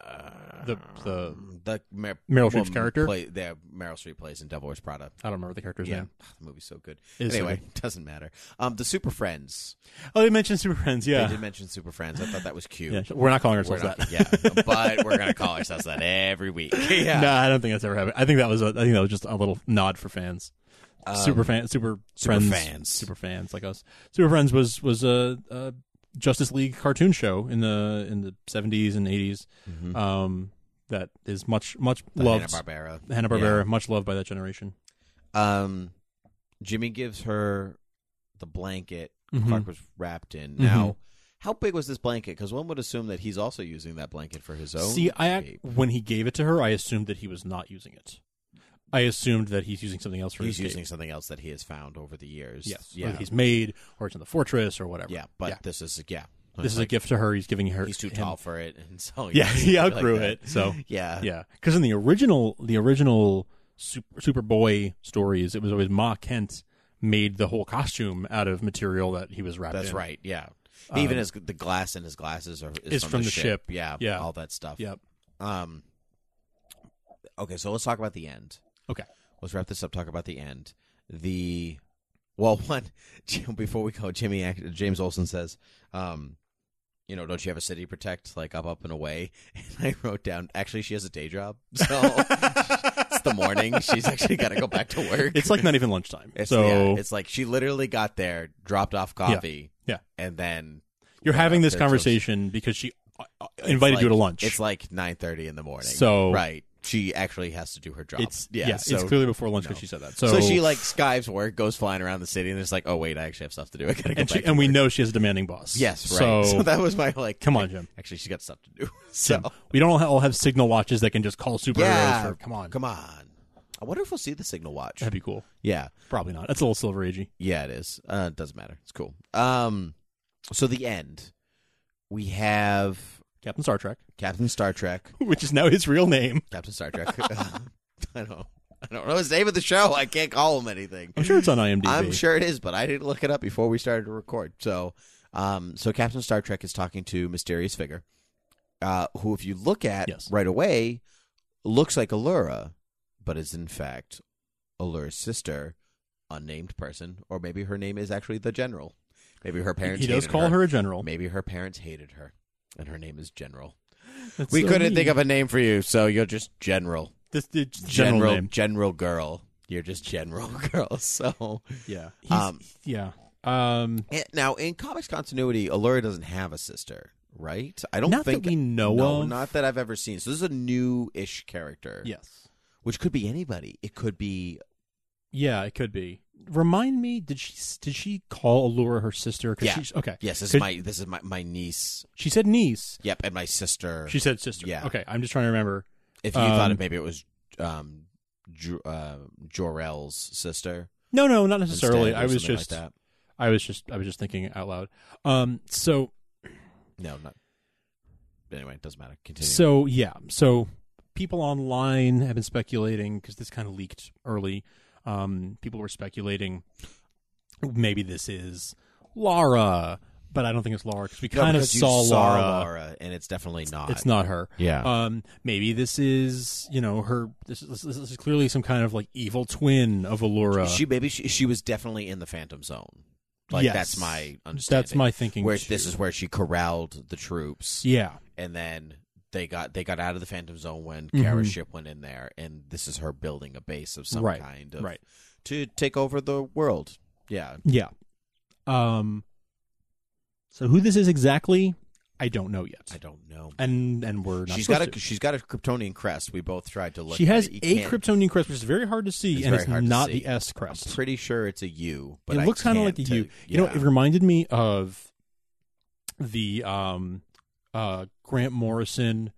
[SPEAKER 3] uh,
[SPEAKER 2] The- the-
[SPEAKER 3] the Mer-
[SPEAKER 2] Meryl Streep's
[SPEAKER 3] woman
[SPEAKER 2] character?
[SPEAKER 3] Play, that Meryl Streep plays in Devil Wears Prada.
[SPEAKER 2] I don't remember the character's
[SPEAKER 3] Yeah,
[SPEAKER 2] name.
[SPEAKER 3] Ah, the movie's so good.
[SPEAKER 2] It is so
[SPEAKER 3] anyway, doesn't matter. Um, the Super Friends.
[SPEAKER 2] Oh, they mentioned Super Friends.
[SPEAKER 3] They
[SPEAKER 2] Yeah,
[SPEAKER 3] did mention Super Friends. I thought that was cute.
[SPEAKER 2] yeah. We're not calling
[SPEAKER 3] We're
[SPEAKER 2] ourselves
[SPEAKER 3] not-
[SPEAKER 2] that.
[SPEAKER 3] yeah, but we're gonna call ourselves that every week. Yeah,
[SPEAKER 2] No, I don't think that's ever happened. I think that was a, I think that was just a little nod for fans. super fan, super,
[SPEAKER 3] Um, Super
[SPEAKER 2] friends,
[SPEAKER 3] fans.
[SPEAKER 2] super fans like us. Super friends was was a, a Justice League cartoon show in the in the 70s and 80s
[SPEAKER 3] Mhm.
[SPEAKER 2] um, that is much much loved.
[SPEAKER 3] Hanna-Barbera.
[SPEAKER 2] Hanna Barbera, much loved by that generation.
[SPEAKER 3] Um, Jimmy gives her the blanket
[SPEAKER 2] Mhm.
[SPEAKER 3] Clark was wrapped in.
[SPEAKER 2] Mm-hmm.
[SPEAKER 3] Now, how big was this blanket? Because one would assume that he's also using that blanket for his own.
[SPEAKER 2] See, I ac-
[SPEAKER 3] escape.
[SPEAKER 2] when he gave it to her, I assumed that he was not using it. I assumed that he's using something else for
[SPEAKER 3] he's
[SPEAKER 2] his
[SPEAKER 3] using something else that he has found over the years.
[SPEAKER 2] yes, yeah.
[SPEAKER 3] yeah,
[SPEAKER 2] he's made or it's in the fortress or whatever.
[SPEAKER 3] yeah. But
[SPEAKER 2] yeah.
[SPEAKER 3] this is yeah.
[SPEAKER 2] this is a gift to her. He's giving her.
[SPEAKER 3] he's too
[SPEAKER 2] him-
[SPEAKER 3] tall for it, and so
[SPEAKER 2] Yeah, he
[SPEAKER 3] like
[SPEAKER 2] outgrew
[SPEAKER 3] that.
[SPEAKER 2] it. So
[SPEAKER 3] Yeah,
[SPEAKER 2] yeah, because in the original, the original Super, Superboy stories, it was always Ma Kent made the whole costume out of material that he was wrapped.
[SPEAKER 3] that's
[SPEAKER 2] in.
[SPEAKER 3] right. Yeah, even his the glass in his glasses are is,
[SPEAKER 2] is
[SPEAKER 3] from,
[SPEAKER 2] Um, from
[SPEAKER 3] the,
[SPEAKER 2] the
[SPEAKER 3] ship.
[SPEAKER 2] ship.
[SPEAKER 3] Yeah,
[SPEAKER 2] Yeah.
[SPEAKER 3] all that stuff.
[SPEAKER 2] Yep.
[SPEAKER 3] Um. Okay, so let's talk about the end.
[SPEAKER 2] Okay.
[SPEAKER 3] let's wrap this up. Talk about the end. The well, one Jim, before we go, Jimmy act- James Olson says, um, you know, don't you have a city to protect like up, up and away? And I wrote down. Actually, she has a day job, so it's the morning. She's actually got to go back to work.
[SPEAKER 2] It's like not even lunchtime.
[SPEAKER 3] It's,
[SPEAKER 2] so
[SPEAKER 3] yeah, it's like she literally got there, dropped off coffee,
[SPEAKER 2] Yeah.
[SPEAKER 3] and then
[SPEAKER 2] you're having this
[SPEAKER 3] They're
[SPEAKER 2] conversation because she uh, uh, invited
[SPEAKER 3] like-
[SPEAKER 2] you to lunch.
[SPEAKER 3] It's like nine thirty in the morning.
[SPEAKER 2] So-
[SPEAKER 3] right, she actually has to do her job.
[SPEAKER 2] It's
[SPEAKER 3] oh, yeah,
[SPEAKER 2] yeah,
[SPEAKER 3] so,
[SPEAKER 2] it's clearly before lunch because she said that. So,
[SPEAKER 3] so she like skives work, goes flying around the city, and it's like, oh wait, I actually have stuff to do. I gotta go
[SPEAKER 2] and,
[SPEAKER 3] back.
[SPEAKER 2] she,
[SPEAKER 3] to
[SPEAKER 2] and we
[SPEAKER 3] work.
[SPEAKER 2] know she has a demanding boss.
[SPEAKER 3] yes,
[SPEAKER 2] So,
[SPEAKER 3] right. So, that was my like.
[SPEAKER 2] come on, Jim.
[SPEAKER 3] Actually, she's got stuff to do. So
[SPEAKER 2] Jim, we don't all have signal watches that can just call superheroes.
[SPEAKER 3] yeah,
[SPEAKER 2] for, come on,
[SPEAKER 3] come on. I wonder if we'll see the signal watch.
[SPEAKER 2] that'd be cool.
[SPEAKER 3] Yeah,
[SPEAKER 2] Probably not. That's a little silver agey.
[SPEAKER 3] yeah, it is. Uh, it doesn't matter. It's cool. Um, so the end. We have
[SPEAKER 2] Captain Star Trek,
[SPEAKER 3] Captain Star Trek.
[SPEAKER 2] which is now his real name.
[SPEAKER 3] Captain Star Trek. I don't. I don't know his name of the show. I can't call him anything.
[SPEAKER 2] I'm sure it's on IMDb.
[SPEAKER 3] I'm sure it is, but I didn't look it up before we started to record. So, um, so Captain Star Trek is talking to mysterious figure, uh, who, if you look at
[SPEAKER 2] Yes.
[SPEAKER 3] right away, looks like Allura, but is in fact Allura's sister, unnamed person, or maybe her name is actually the General. Maybe her
[SPEAKER 2] He-
[SPEAKER 3] parents.
[SPEAKER 2] he does
[SPEAKER 3] hated
[SPEAKER 2] call her, a general.
[SPEAKER 3] Maybe her parents hated her, and her name is General.
[SPEAKER 2] That's
[SPEAKER 3] we
[SPEAKER 2] so
[SPEAKER 3] couldn't
[SPEAKER 2] mean.
[SPEAKER 3] think of a name for you, so you're just General.
[SPEAKER 2] this, this general,
[SPEAKER 3] General,
[SPEAKER 2] name.
[SPEAKER 3] General Girl. You're just General Girl. So.
[SPEAKER 2] Yeah,
[SPEAKER 3] Um,
[SPEAKER 2] He's- yeah. Um,
[SPEAKER 3] And- Now, in comics continuity, Allura doesn't have a sister, right? I don't
[SPEAKER 2] Not that
[SPEAKER 3] think
[SPEAKER 2] we know
[SPEAKER 3] no,
[SPEAKER 2] of.
[SPEAKER 3] Not that I've ever seen. So this is a new-ish character,
[SPEAKER 2] yes.
[SPEAKER 3] which could be anybody. It could be
[SPEAKER 2] Yeah, it could be. Remind me, did she did she call Allura her sister? 'Cause
[SPEAKER 3] Yeah.
[SPEAKER 2] she's- okay.
[SPEAKER 3] yes, this is
[SPEAKER 2] Could-
[SPEAKER 3] my this is my, my niece.
[SPEAKER 2] She said niece.
[SPEAKER 3] Yep, and my sister.
[SPEAKER 2] She said sister.
[SPEAKER 3] Yeah.
[SPEAKER 2] Okay, I'm just trying to remember.
[SPEAKER 3] if you thought
[SPEAKER 2] um,
[SPEAKER 3] it, maybe it was um, Ju- uh, Jorel's sister.
[SPEAKER 2] No, no, not
[SPEAKER 3] instead
[SPEAKER 2] necessarily.
[SPEAKER 3] or
[SPEAKER 2] I was
[SPEAKER 3] something like
[SPEAKER 2] just,
[SPEAKER 3] that.
[SPEAKER 2] I was just, I was just thinking out loud. Um, so,
[SPEAKER 3] no, not. Anyway, it doesn't matter. Continue.
[SPEAKER 2] so yeah, so people online have been speculating because this kind of leaked early. Um, people were speculating maybe this is Laura, but I don't think it's Laura because we
[SPEAKER 3] No,
[SPEAKER 2] kind of
[SPEAKER 3] because you
[SPEAKER 2] saw, Laura.
[SPEAKER 3] Laura, and it's definitely not.
[SPEAKER 2] It's not her.
[SPEAKER 3] Yeah.
[SPEAKER 2] Um, maybe this is, you know, her. This is, this is clearly some kind of like evil twin of Allura.
[SPEAKER 3] She maybe she, she was definitely in the Phantom Zone. Like
[SPEAKER 2] Yes.
[SPEAKER 3] that's my understanding.
[SPEAKER 2] That's my thinking.
[SPEAKER 3] where
[SPEAKER 2] too.
[SPEAKER 3] this is where she corralled the troops,
[SPEAKER 2] Yeah.
[SPEAKER 3] and then they got they got out of the Phantom Zone when
[SPEAKER 2] Mhm.
[SPEAKER 3] Kara's ship went in there, and this is her building a base of some
[SPEAKER 2] Right,
[SPEAKER 3] kind of
[SPEAKER 2] right.
[SPEAKER 3] to take over the world. Yeah,
[SPEAKER 2] Yeah. Um. So who this is exactly, I don't know yet,
[SPEAKER 3] I don't know.
[SPEAKER 2] and and we're not.
[SPEAKER 3] She's got a
[SPEAKER 2] supposed to.
[SPEAKER 3] she's got a Kryptonian crest. We both tried to look.
[SPEAKER 2] She
[SPEAKER 3] at
[SPEAKER 2] has
[SPEAKER 3] it. You
[SPEAKER 2] a
[SPEAKER 3] can't-
[SPEAKER 2] Kryptonian crest, which is very hard to see,
[SPEAKER 3] It's
[SPEAKER 2] and
[SPEAKER 3] very
[SPEAKER 2] it's
[SPEAKER 3] hard to
[SPEAKER 2] not
[SPEAKER 3] see.
[SPEAKER 2] the S
[SPEAKER 3] I'm
[SPEAKER 2] crest.
[SPEAKER 3] pretty sure it's a U, but
[SPEAKER 2] it
[SPEAKER 3] I
[SPEAKER 2] looks
[SPEAKER 3] kind of
[SPEAKER 2] like a U.
[SPEAKER 3] tell-
[SPEAKER 2] You know,
[SPEAKER 3] yeah.
[SPEAKER 2] it reminded me of the um, uh, Grant Morrison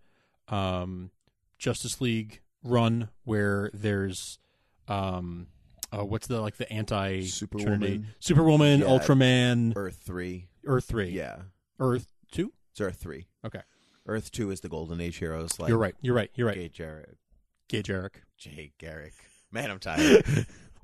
[SPEAKER 2] um, Justice League run where there's um, uh, what's the like the anti
[SPEAKER 3] Superwoman.
[SPEAKER 2] Superwoman,
[SPEAKER 3] Yeah.
[SPEAKER 2] Ultraman,
[SPEAKER 3] Earth three.
[SPEAKER 2] Earth three,
[SPEAKER 3] Yeah,
[SPEAKER 2] Earth two.
[SPEAKER 3] it's Earth three.
[SPEAKER 2] Okay,
[SPEAKER 3] Earth two is the Golden Age heroes. Like
[SPEAKER 2] you're right. You're right. You're right.
[SPEAKER 3] Gay Jarrett,
[SPEAKER 2] Gay Jarek.
[SPEAKER 3] Jay Garrick. Man, I'm tired.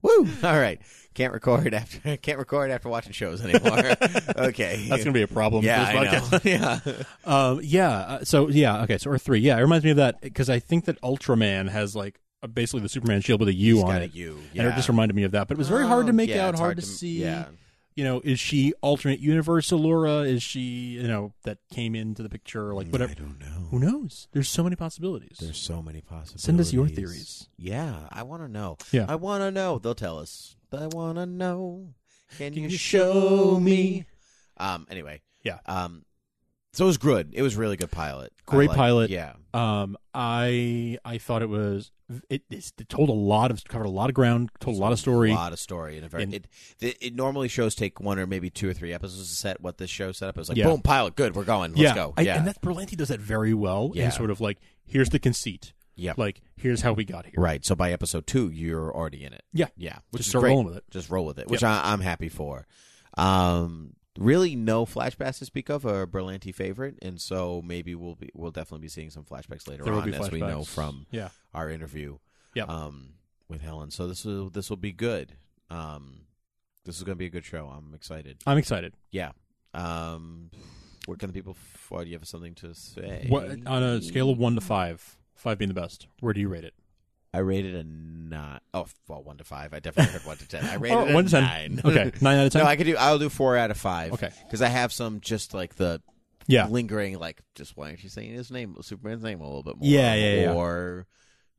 [SPEAKER 3] Woo! All right, can't record after can't record after watching shows anymore. okay,
[SPEAKER 2] That's gonna be a problem.
[SPEAKER 3] yeah,
[SPEAKER 2] for this podcast.
[SPEAKER 3] I know. yeah.
[SPEAKER 2] Um, yeah. Uh, so yeah. Okay. So or three. Yeah. It reminds me of that because I think that Ultraman has like uh, basically the Superman shield with a U
[SPEAKER 3] He's
[SPEAKER 2] on
[SPEAKER 3] got a
[SPEAKER 2] it,
[SPEAKER 3] U,
[SPEAKER 2] and
[SPEAKER 3] yeah.
[SPEAKER 2] it just reminded me of that. But it was very hard to
[SPEAKER 3] Oh,
[SPEAKER 2] make
[SPEAKER 3] yeah,
[SPEAKER 2] out,
[SPEAKER 3] it's
[SPEAKER 2] hard, to, see.
[SPEAKER 3] Yeah,
[SPEAKER 2] You know, is she alternate universe Allura? Is she you know that came into the picture? Like whatever.
[SPEAKER 3] I don't know.
[SPEAKER 2] Who knows? There's so many possibilities.
[SPEAKER 3] Mm. There's so many possibilities.
[SPEAKER 2] Send us your theories.
[SPEAKER 3] Yeah, I want to know.
[SPEAKER 2] Yeah.
[SPEAKER 3] I want to know. They'll tell us. I want to know. Can, you
[SPEAKER 2] you
[SPEAKER 3] show
[SPEAKER 2] show
[SPEAKER 3] me?
[SPEAKER 2] me?
[SPEAKER 3] Um. Anyway,
[SPEAKER 2] Yeah.
[SPEAKER 3] Um, so it was good. It was a really good pilot. I
[SPEAKER 2] Great
[SPEAKER 3] liked-
[SPEAKER 2] pilot.
[SPEAKER 3] Yeah.
[SPEAKER 2] Um, I I thought it was it, it's- it told a lot of covered a lot of ground, told a lot of story.
[SPEAKER 3] A lot of story and a very.
[SPEAKER 2] And-
[SPEAKER 3] it, it it normally shows take one or maybe two or three episodes to set what this show set up. It was like
[SPEAKER 2] Yeah.
[SPEAKER 3] boom, pilot, good, we're going, let's
[SPEAKER 2] yeah,
[SPEAKER 3] go.
[SPEAKER 2] I-
[SPEAKER 3] yeah,
[SPEAKER 2] and that Berlanti does that very well.
[SPEAKER 3] Yeah.
[SPEAKER 2] And sort of like here's the conceit.
[SPEAKER 3] Yep.
[SPEAKER 2] like here's how we got here.
[SPEAKER 3] right. So by episode two, you're already in it.
[SPEAKER 2] Yeah,
[SPEAKER 3] Yeah, which
[SPEAKER 2] Just
[SPEAKER 3] is
[SPEAKER 2] start
[SPEAKER 3] great.
[SPEAKER 2] rolling with it.
[SPEAKER 3] Just roll with it, which I, I'm happy for. Um, really, no flashbacks to speak of. A Berlanti favorite, and so maybe we'll be we'll definitely be seeing some flashbacks later
[SPEAKER 2] there will
[SPEAKER 3] on,
[SPEAKER 2] be flashbacks.
[SPEAKER 3] as we know from
[SPEAKER 2] yeah.
[SPEAKER 3] our interview.
[SPEAKER 2] Yep.
[SPEAKER 3] Um, with Helen, so this will this will be good. Um, this is going to be a good show. I'm excited.
[SPEAKER 2] I'm excited.
[SPEAKER 3] Yeah. Um, where can the people? f- Or do you have something to say?
[SPEAKER 2] What on a scale of one to five, five being the best, where do you rate it?
[SPEAKER 3] I rated a nine. Oh, well, one to five. I definitely heard one to ten. I rated
[SPEAKER 2] Oh,
[SPEAKER 3] a
[SPEAKER 2] one to ten.
[SPEAKER 3] nine.
[SPEAKER 2] Okay, nine out of ten.
[SPEAKER 3] No, I could do. I'll do four out of five.
[SPEAKER 2] Okay.
[SPEAKER 3] Because I have some just like the
[SPEAKER 2] yeah,
[SPEAKER 3] lingering, like just why aren't you saying his name, Superman's name, a little bit more?
[SPEAKER 2] Yeah, yeah, yeah.
[SPEAKER 3] Or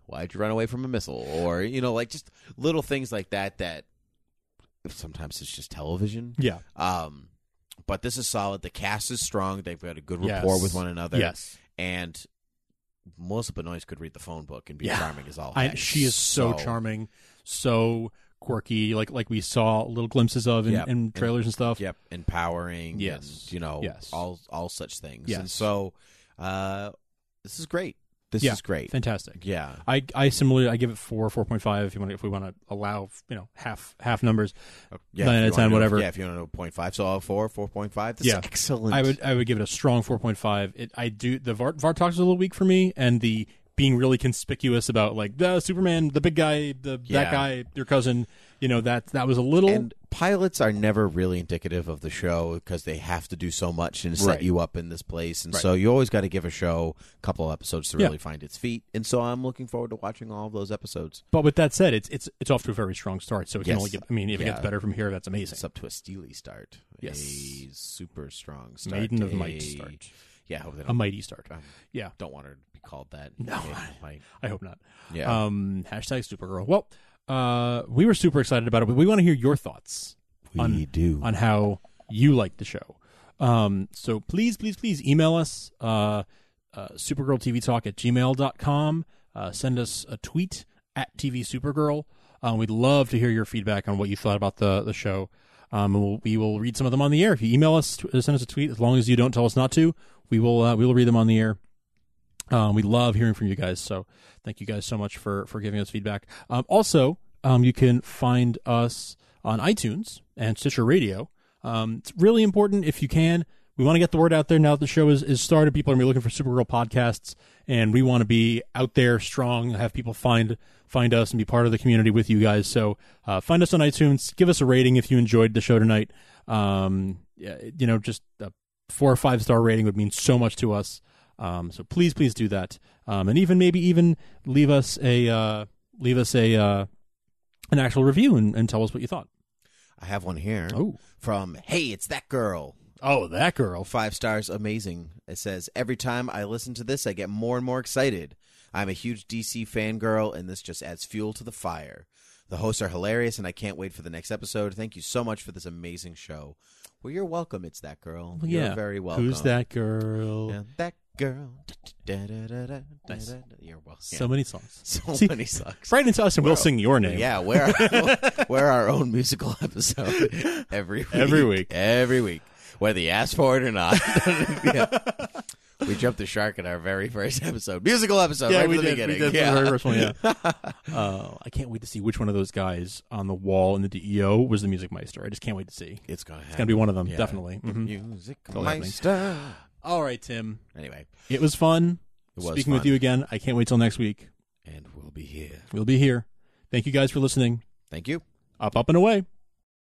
[SPEAKER 3] why'd you run away from a missile? Or you know, like just little things like that. That sometimes it's just television.
[SPEAKER 2] yeah,
[SPEAKER 3] Um, but this is solid. The cast is strong. They've got a good
[SPEAKER 2] Yes.
[SPEAKER 3] rapport with one another.
[SPEAKER 2] yes.
[SPEAKER 3] And Melissa Benoist could read the phone book and be
[SPEAKER 2] Yeah.
[SPEAKER 3] charming as all.
[SPEAKER 2] I,
[SPEAKER 3] heck.
[SPEAKER 2] she is so, charming, so quirky. Like like we saw little glimpses of in,
[SPEAKER 3] Yep.
[SPEAKER 2] in trailers and stuff.
[SPEAKER 3] Yep, empowering.
[SPEAKER 2] Yes.
[SPEAKER 3] and, you know,
[SPEAKER 2] Yes.
[SPEAKER 3] all all such things.
[SPEAKER 2] Yes.
[SPEAKER 3] And so, uh, this is great. This
[SPEAKER 2] Yeah.
[SPEAKER 3] is great.
[SPEAKER 2] Fantastic.
[SPEAKER 3] Yeah,
[SPEAKER 2] I, I similarly I give it four four point five if you want if we want to allow you know half half numbers
[SPEAKER 3] yeah.
[SPEAKER 2] Nine
[SPEAKER 3] if
[SPEAKER 2] out
[SPEAKER 3] you
[SPEAKER 2] of
[SPEAKER 3] wanna
[SPEAKER 2] 10,
[SPEAKER 3] do-
[SPEAKER 2] whatever.
[SPEAKER 3] Yeah, if you want to do point five, so all four, four point five. This
[SPEAKER 2] Yeah.
[SPEAKER 3] is excellent.
[SPEAKER 2] I would I would give it a strong four point five it I do the Vart Vartox was a little weak for me and the being really conspicuous about like the Superman the big guy the
[SPEAKER 3] Yeah.
[SPEAKER 2] that guy your cousin you know that that was a little
[SPEAKER 3] And pilots are never really indicative of the show because they have to do so much and set
[SPEAKER 2] Right.
[SPEAKER 3] you up in this place. And so you always got to give a show a couple episodes to
[SPEAKER 2] Yeah.
[SPEAKER 3] really find its feet. And so I'm looking forward to watching all of those episodes.
[SPEAKER 2] but with that said it's it's it's off to a very strong start so it can
[SPEAKER 3] Yes.
[SPEAKER 2] only get I mean if it
[SPEAKER 3] Yeah.
[SPEAKER 2] gets better from here that's amazing
[SPEAKER 3] It's up to a steely start.
[SPEAKER 2] Yes.
[SPEAKER 3] A super strong start.
[SPEAKER 2] maiden of
[SPEAKER 3] a-
[SPEAKER 2] might start
[SPEAKER 3] Yeah, I hope they
[SPEAKER 2] a
[SPEAKER 3] don't,
[SPEAKER 2] mighty start
[SPEAKER 3] um,
[SPEAKER 2] yeah
[SPEAKER 3] don't want her to be called that.
[SPEAKER 2] No.
[SPEAKER 3] Maiden of Might.
[SPEAKER 2] I hope not
[SPEAKER 3] Yeah.
[SPEAKER 2] um hashtag Supergirl well uh we were super excited about it but we want to hear your thoughts on-
[SPEAKER 3] do.
[SPEAKER 2] on how you like the show. Um, so please, please, please email us, uh, uh, supergirltvtalk at gmail.com. Uh, send us a tweet at TV Supergirl. Um, we'd love to hear your feedback on what you thought about the, the show. Um, and we'll, we will read some of them on the air. If you email us, tw- send us a tweet, as long as you don't tell us not to, we will, uh, we will read them on the air. Um, we love hearing from you guys. So thank you guys so much for, for giving us feedback. Um, also, um, you can find us on iTunes and Stitcher Radio. Um, it's really important if you can. We want to get the word out there now that the show is, is started. People are going to be looking for Supergirl podcasts, and we want to be out there strong, have people find find us and be part of the community with you guys. So uh, find us on iTunes. Give us a rating if you enjoyed the show tonight. Um, yeah, you know, just a four or five star rating would mean so much to us. Um, so please, please do that, um, and even maybe even leave us a uh, leave us a uh, an actual review and, and tell us what you thought.
[SPEAKER 3] I have one here
[SPEAKER 2] Oh,
[SPEAKER 3] from Hey, it's that girl.
[SPEAKER 2] oh, that girl.
[SPEAKER 3] Five stars, amazing. It says, Every time I listen to this, I get more and more excited. I'm a huge DC fangirl, and this just adds fuel to the fire. The hosts are hilarious, and I can't wait for the next episode. Thank you so much for this amazing show. Well, you're welcome, It's That Girl.
[SPEAKER 2] Well,
[SPEAKER 3] you're
[SPEAKER 2] yeah.
[SPEAKER 3] very welcome.
[SPEAKER 2] Who's that girl?
[SPEAKER 3] Yeah, that girl. Da, da, da, da,
[SPEAKER 2] Nice.
[SPEAKER 3] da, da. You're welcome.
[SPEAKER 2] So many songs.
[SPEAKER 3] So
[SPEAKER 2] See,
[SPEAKER 3] many sucks.
[SPEAKER 2] Right into us, and we'll sing your name.
[SPEAKER 3] Yeah, we're we're our own musical episode every week,
[SPEAKER 2] Every week.
[SPEAKER 3] every week, whether you ask for it or not. Yeah. We jumped the shark in our very first episode, musical episode, right
[SPEAKER 2] we,
[SPEAKER 3] from the
[SPEAKER 2] did, we
[SPEAKER 3] beginning.
[SPEAKER 2] did.
[SPEAKER 3] yeah.
[SPEAKER 2] The very first one, yeah. uh, I can't wait to see which one of those guys on the wall in the DEO was the music meister. I just can't wait to see.
[SPEAKER 3] it's gonna happen.
[SPEAKER 2] It's gonna be one of them,
[SPEAKER 3] Yeah. Mm-hmm.
[SPEAKER 2] definitely. Mhm.
[SPEAKER 3] music
[SPEAKER 2] all happening.
[SPEAKER 3] meister.
[SPEAKER 2] All right, Tim.
[SPEAKER 3] Anyway,
[SPEAKER 2] It was fun
[SPEAKER 3] It was
[SPEAKER 2] speaking with
[SPEAKER 3] fun.
[SPEAKER 2] you again. I can't wait till next week.
[SPEAKER 3] and we'll be here.
[SPEAKER 2] We'll be here. Thank you guys for listening.
[SPEAKER 3] Thank you.
[SPEAKER 2] Up, up, and away.